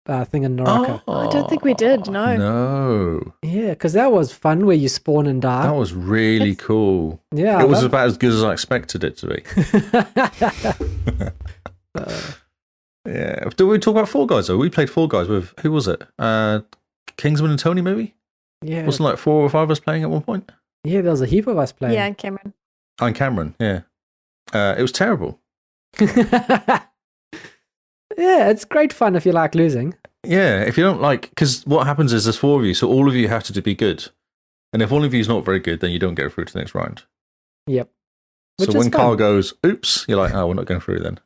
[SPEAKER 1] uh, thing in Naraka?
[SPEAKER 3] I don't think we did,
[SPEAKER 4] Oh,
[SPEAKER 3] no.
[SPEAKER 4] no
[SPEAKER 1] Yeah, because that was fun where you spawn and die.
[SPEAKER 4] that was really
[SPEAKER 3] It's-
[SPEAKER 4] cool
[SPEAKER 1] yeah, I
[SPEAKER 4] it was
[SPEAKER 1] love-
[SPEAKER 4] about as good as I expected it to be.
[SPEAKER 1] Uh,
[SPEAKER 4] yeah. Did we talk about Four Guys though? We played Four Guys with who was it? Uh, Kingsman and Tony maybe?
[SPEAKER 1] yeah,
[SPEAKER 4] Wasn't like four or five of us playing at one point? Oh,
[SPEAKER 1] yeah. There was a heap of us
[SPEAKER 3] Yeah,
[SPEAKER 1] playing.
[SPEAKER 3] and Cameron.
[SPEAKER 4] And Cameron, yeah. Uh, it was terrible.
[SPEAKER 1] Yeah. it's great fun if you like losing.
[SPEAKER 4] Yeah, if you don't like, because what happens is there's four of you, so all of you have to do- be good, and if one of you is not very good, then you don't go through to the next round.
[SPEAKER 1] Yep. Which
[SPEAKER 4] so
[SPEAKER 1] is
[SPEAKER 4] when Carl
[SPEAKER 1] fun.
[SPEAKER 4] goes, "Oops," you're like, "Oh, we're not going through then."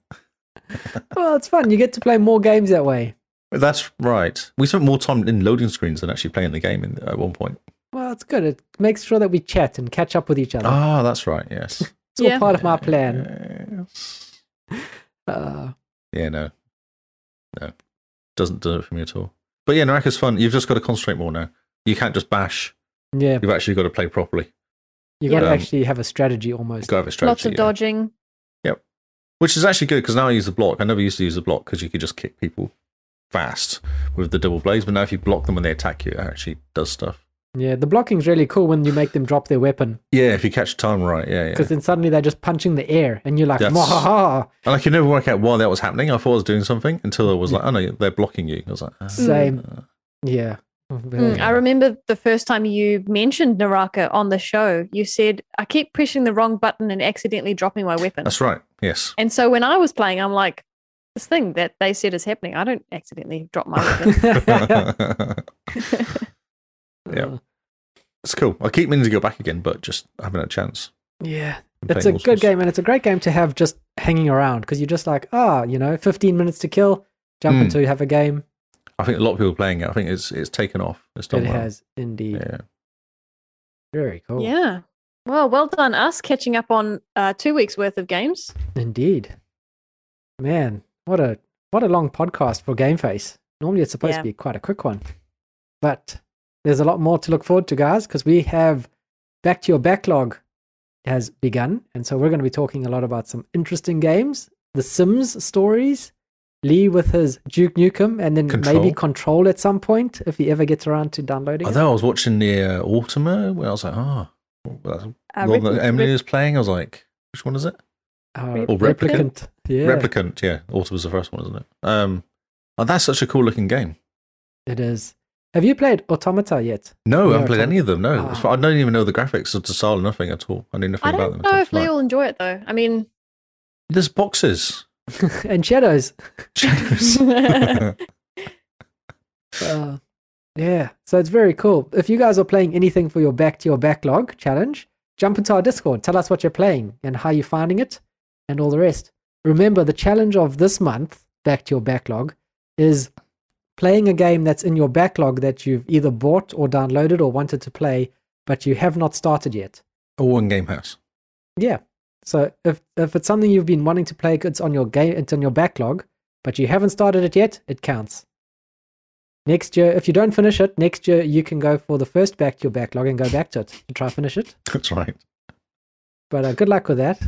[SPEAKER 1] Well, it's fun. You get to play more games that way.
[SPEAKER 4] That's right. We spent more time in loading screens than actually playing the game in, at one point.
[SPEAKER 1] Well, it's good. It makes sure that we chat and catch up with each other.
[SPEAKER 4] Ah, that's right. Yes.
[SPEAKER 1] it's all
[SPEAKER 3] yeah.
[SPEAKER 1] part of my plan.
[SPEAKER 4] Yes.
[SPEAKER 1] Uh,
[SPEAKER 4] Yeah, no. No. Doesn't do it for me at all. But yeah, Naraka's fun. You've just got to concentrate more now. You can't just bash.
[SPEAKER 1] yeah,
[SPEAKER 4] You've actually got to play properly.
[SPEAKER 1] you got to
[SPEAKER 4] Yeah.
[SPEAKER 1] actually have a strategy
[SPEAKER 4] You've
[SPEAKER 1] almost.
[SPEAKER 4] got to have a strategy.
[SPEAKER 3] Lots of
[SPEAKER 4] yeah.
[SPEAKER 3] dodging.
[SPEAKER 4] Which is actually good because now I use the block. I never used to use the block because you could just kick people fast with the double blades. But now if you block them when they attack you, it actually does stuff.
[SPEAKER 1] Yeah, the blocking's really cool when you make them drop their weapon
[SPEAKER 4] Yeah, if you catch time right. Yeah, yeah.
[SPEAKER 1] because then suddenly they're just punching the air and you're like,
[SPEAKER 4] Yes.
[SPEAKER 1] "Mwahaha."
[SPEAKER 4] And I could never work out why that was happening. I thought I was doing something until I was like, oh no, they're blocking you. I was like, ah.
[SPEAKER 1] Same. Yeah, Very
[SPEAKER 3] Mm, I remember the first time you mentioned Naraka on the show, you said, I keep pressing the wrong button and accidentally dropping my weapon.
[SPEAKER 4] That's right. Yes.
[SPEAKER 3] And so when I was playing, I'm like, this thing that they said is happening. I don't accidentally drop my weapon.
[SPEAKER 4] it's Yeah.
[SPEAKER 1] Uh,
[SPEAKER 4] cool. I keep meaning to go back again, but just haven't had a chance.
[SPEAKER 1] yeah.
[SPEAKER 4] Been
[SPEAKER 1] It's a
[SPEAKER 4] playing all
[SPEAKER 1] good
[SPEAKER 4] sorts.
[SPEAKER 1] game, and it's a great game to have just hanging around because you're just like, ah, you know, 15 minutes to kill, jump
[SPEAKER 4] Mm.
[SPEAKER 1] into have a game.
[SPEAKER 4] I think a lot of people are playing it. I think it's it's taken off. It's done
[SPEAKER 1] it
[SPEAKER 4] well.
[SPEAKER 1] has indeed.
[SPEAKER 4] Yeah.
[SPEAKER 1] Very
[SPEAKER 4] Oh.
[SPEAKER 1] cool.
[SPEAKER 3] yeah. Well, well done us catching up on uh, two weeks worth of games.
[SPEAKER 1] Indeed. Man, what a what a long podcast for Game Face. Normally it's supposed
[SPEAKER 3] Yeah.
[SPEAKER 1] to be quite a quick one. But there's a lot more to look forward to, guys, because we have Back to Your Backlog has begun. And so we're going to be talking a lot about some interesting games, the Sims stories, Lee with his Duke Nukem, and then maybe
[SPEAKER 4] Control.
[SPEAKER 1] Control at some point if he ever gets around to downloading it.
[SPEAKER 4] Although I was watching the uh, Automa, where I was like, ah, oh, that's
[SPEAKER 3] Uh,
[SPEAKER 4] the one
[SPEAKER 3] Rep-
[SPEAKER 4] that Emily
[SPEAKER 3] Rep-
[SPEAKER 4] was playing. I was like, which one is it?
[SPEAKER 1] Uh,
[SPEAKER 4] Or Replicant.
[SPEAKER 1] Yeah,
[SPEAKER 4] Replicant. Yeah, Automa's the first one, isn't it? Um, oh, that's such a cool looking game.
[SPEAKER 1] it is. Have you played Automata yet?
[SPEAKER 4] No, I
[SPEAKER 1] Yeah,
[SPEAKER 4] haven't played
[SPEAKER 1] Automata.
[SPEAKER 4] any of them. No, It's-
[SPEAKER 1] Ah.
[SPEAKER 4] I don't even know the graphics of Tasal, nothing at all. I knew nothing
[SPEAKER 3] I don't
[SPEAKER 4] about them.
[SPEAKER 3] know
[SPEAKER 4] until
[SPEAKER 3] if Lee
[SPEAKER 4] tonight.
[SPEAKER 3] will enjoy it though. I mean,
[SPEAKER 4] There's boxes.
[SPEAKER 1] and Shadows.
[SPEAKER 4] Shadows.
[SPEAKER 1] Uh, yeah, so it's very cool. If you guys are playing anything for your back to your backlog challenge, jump into our Discord. Tell us what you're playing and how you're finding it, and all the rest. Remember, the challenge of this month, back to your backlog, is playing a game that's in your backlog that you've either bought or downloaded or wanted to play, but you have not started yet.
[SPEAKER 4] All in Game House.
[SPEAKER 1] Yeah. So if if it's something you've been wanting to play, it's on your game, it's on your backlog, but you haven't started it yet, it counts. Next year, if you don't finish it, next year you can go for the first back to your backlog and go back to it to try finish it.
[SPEAKER 4] That's right.
[SPEAKER 1] But uh, good luck with that.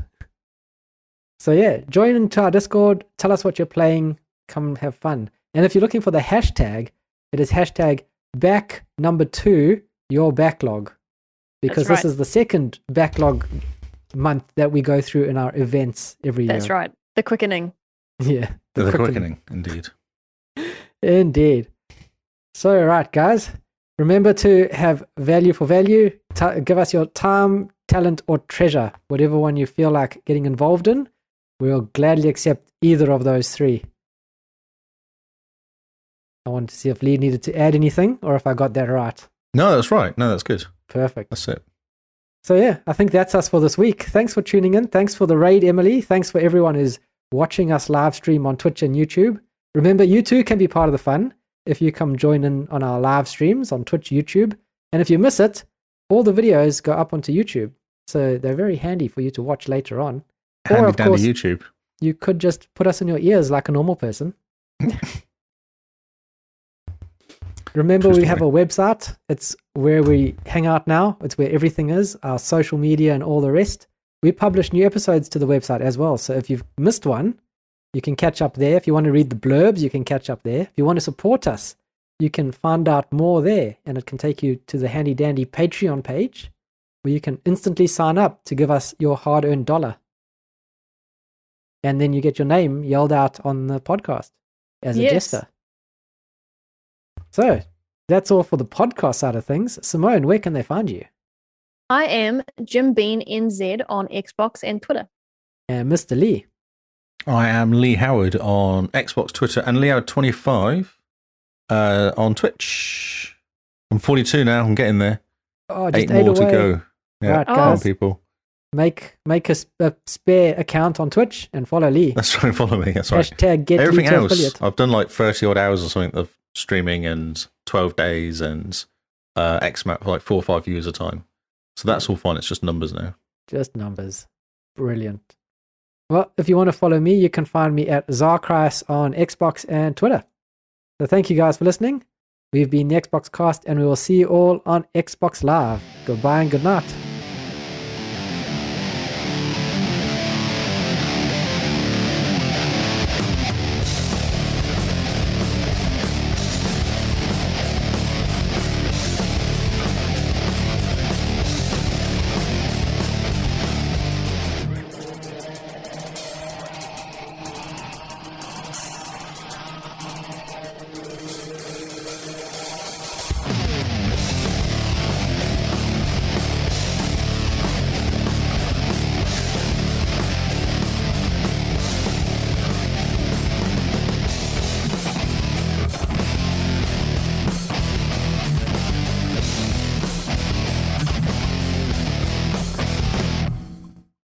[SPEAKER 1] So yeah, join into our Discord. Tell us what you're playing. Come have fun. And if you're looking for the hashtag, it is hashtag back number two your backlog, because
[SPEAKER 3] That's
[SPEAKER 1] this
[SPEAKER 3] right.
[SPEAKER 1] is the second backlog month that we go through in our events every
[SPEAKER 3] that's
[SPEAKER 1] year.
[SPEAKER 3] right. The quickening.
[SPEAKER 1] That's right. Yeah.
[SPEAKER 4] The,
[SPEAKER 1] Quickening.
[SPEAKER 4] quickening, indeed.
[SPEAKER 1] Indeed. So, right, guys, remember to have value for value. T- give us your time, talent, or treasure, whatever one you feel like getting involved in. We'll gladly accept either of those three. I wanted to see if Lee needed to add anything or if I got that right.
[SPEAKER 4] No, that's right. No, that's good.
[SPEAKER 1] Perfect.
[SPEAKER 4] That's it.
[SPEAKER 1] So yeah, I think that's us for this week. Thanks for tuning in. Thanks for the raid, Emily. Thanks for everyone who's watching us live stream on Twitch and YouTube. Remember, you too can be part of the fun if you come join in on our live streams on Twitch, YouTube. And if you miss it, all the videos go up onto YouTube. So they're very handy for you to watch later on. Or,
[SPEAKER 4] Handy
[SPEAKER 1] of
[SPEAKER 4] dandy
[SPEAKER 1] course-
[SPEAKER 4] YouTube.
[SPEAKER 1] You could just put us in your ears like a normal person. Remember, we have a website. It's where we hang out now. It's where everything is our social media and all the rest. We publish new episodes to the website as well. So if you've missed one, you can catch up there. If you want to read the blurbs, you can catch up there. If you want to support us, you can find out more there. And it can take you to the handy dandy Patreon page where you can instantly sign up to give us your hard earned dollar. And then you get your name yelled out on the podcast as
[SPEAKER 3] Yes.
[SPEAKER 1] a jester. So that's all for the podcast side of things. Simone, where can they find you?
[SPEAKER 3] I am Jim Bean NZ on Xbox and Twitter.
[SPEAKER 1] And Mr. Lee.
[SPEAKER 4] I am Lee Howard on Xbox, Twitter, and Lee Howard25 uh, on Twitch. I'm 42 now. I'm getting there.
[SPEAKER 1] Oh, just
[SPEAKER 4] Eight more
[SPEAKER 1] away.
[SPEAKER 4] to go. Yeah,
[SPEAKER 1] Right,
[SPEAKER 3] Oh.
[SPEAKER 4] come on,
[SPEAKER 1] guys.
[SPEAKER 4] people.
[SPEAKER 1] Make make a, s- a spare account on Twitch and follow Lee.
[SPEAKER 4] That's right. Follow me. That's right.
[SPEAKER 1] Hashtag get
[SPEAKER 4] Everything
[SPEAKER 1] Lee to
[SPEAKER 4] else,
[SPEAKER 1] affiliate.
[SPEAKER 4] I've done like 30 odd hours or something of streaming and 12 days and uh, X map for like four or five views a time. So that's all fine. It's just numbers now.
[SPEAKER 1] Just numbers. Brilliant. Well, if you want to follow me, you can find me at Zarkris on Xbox and Twitter. So thank you guys for listening. We've been the Xbox Cast, and we will see you all on Xbox Live. Goodbye and good night.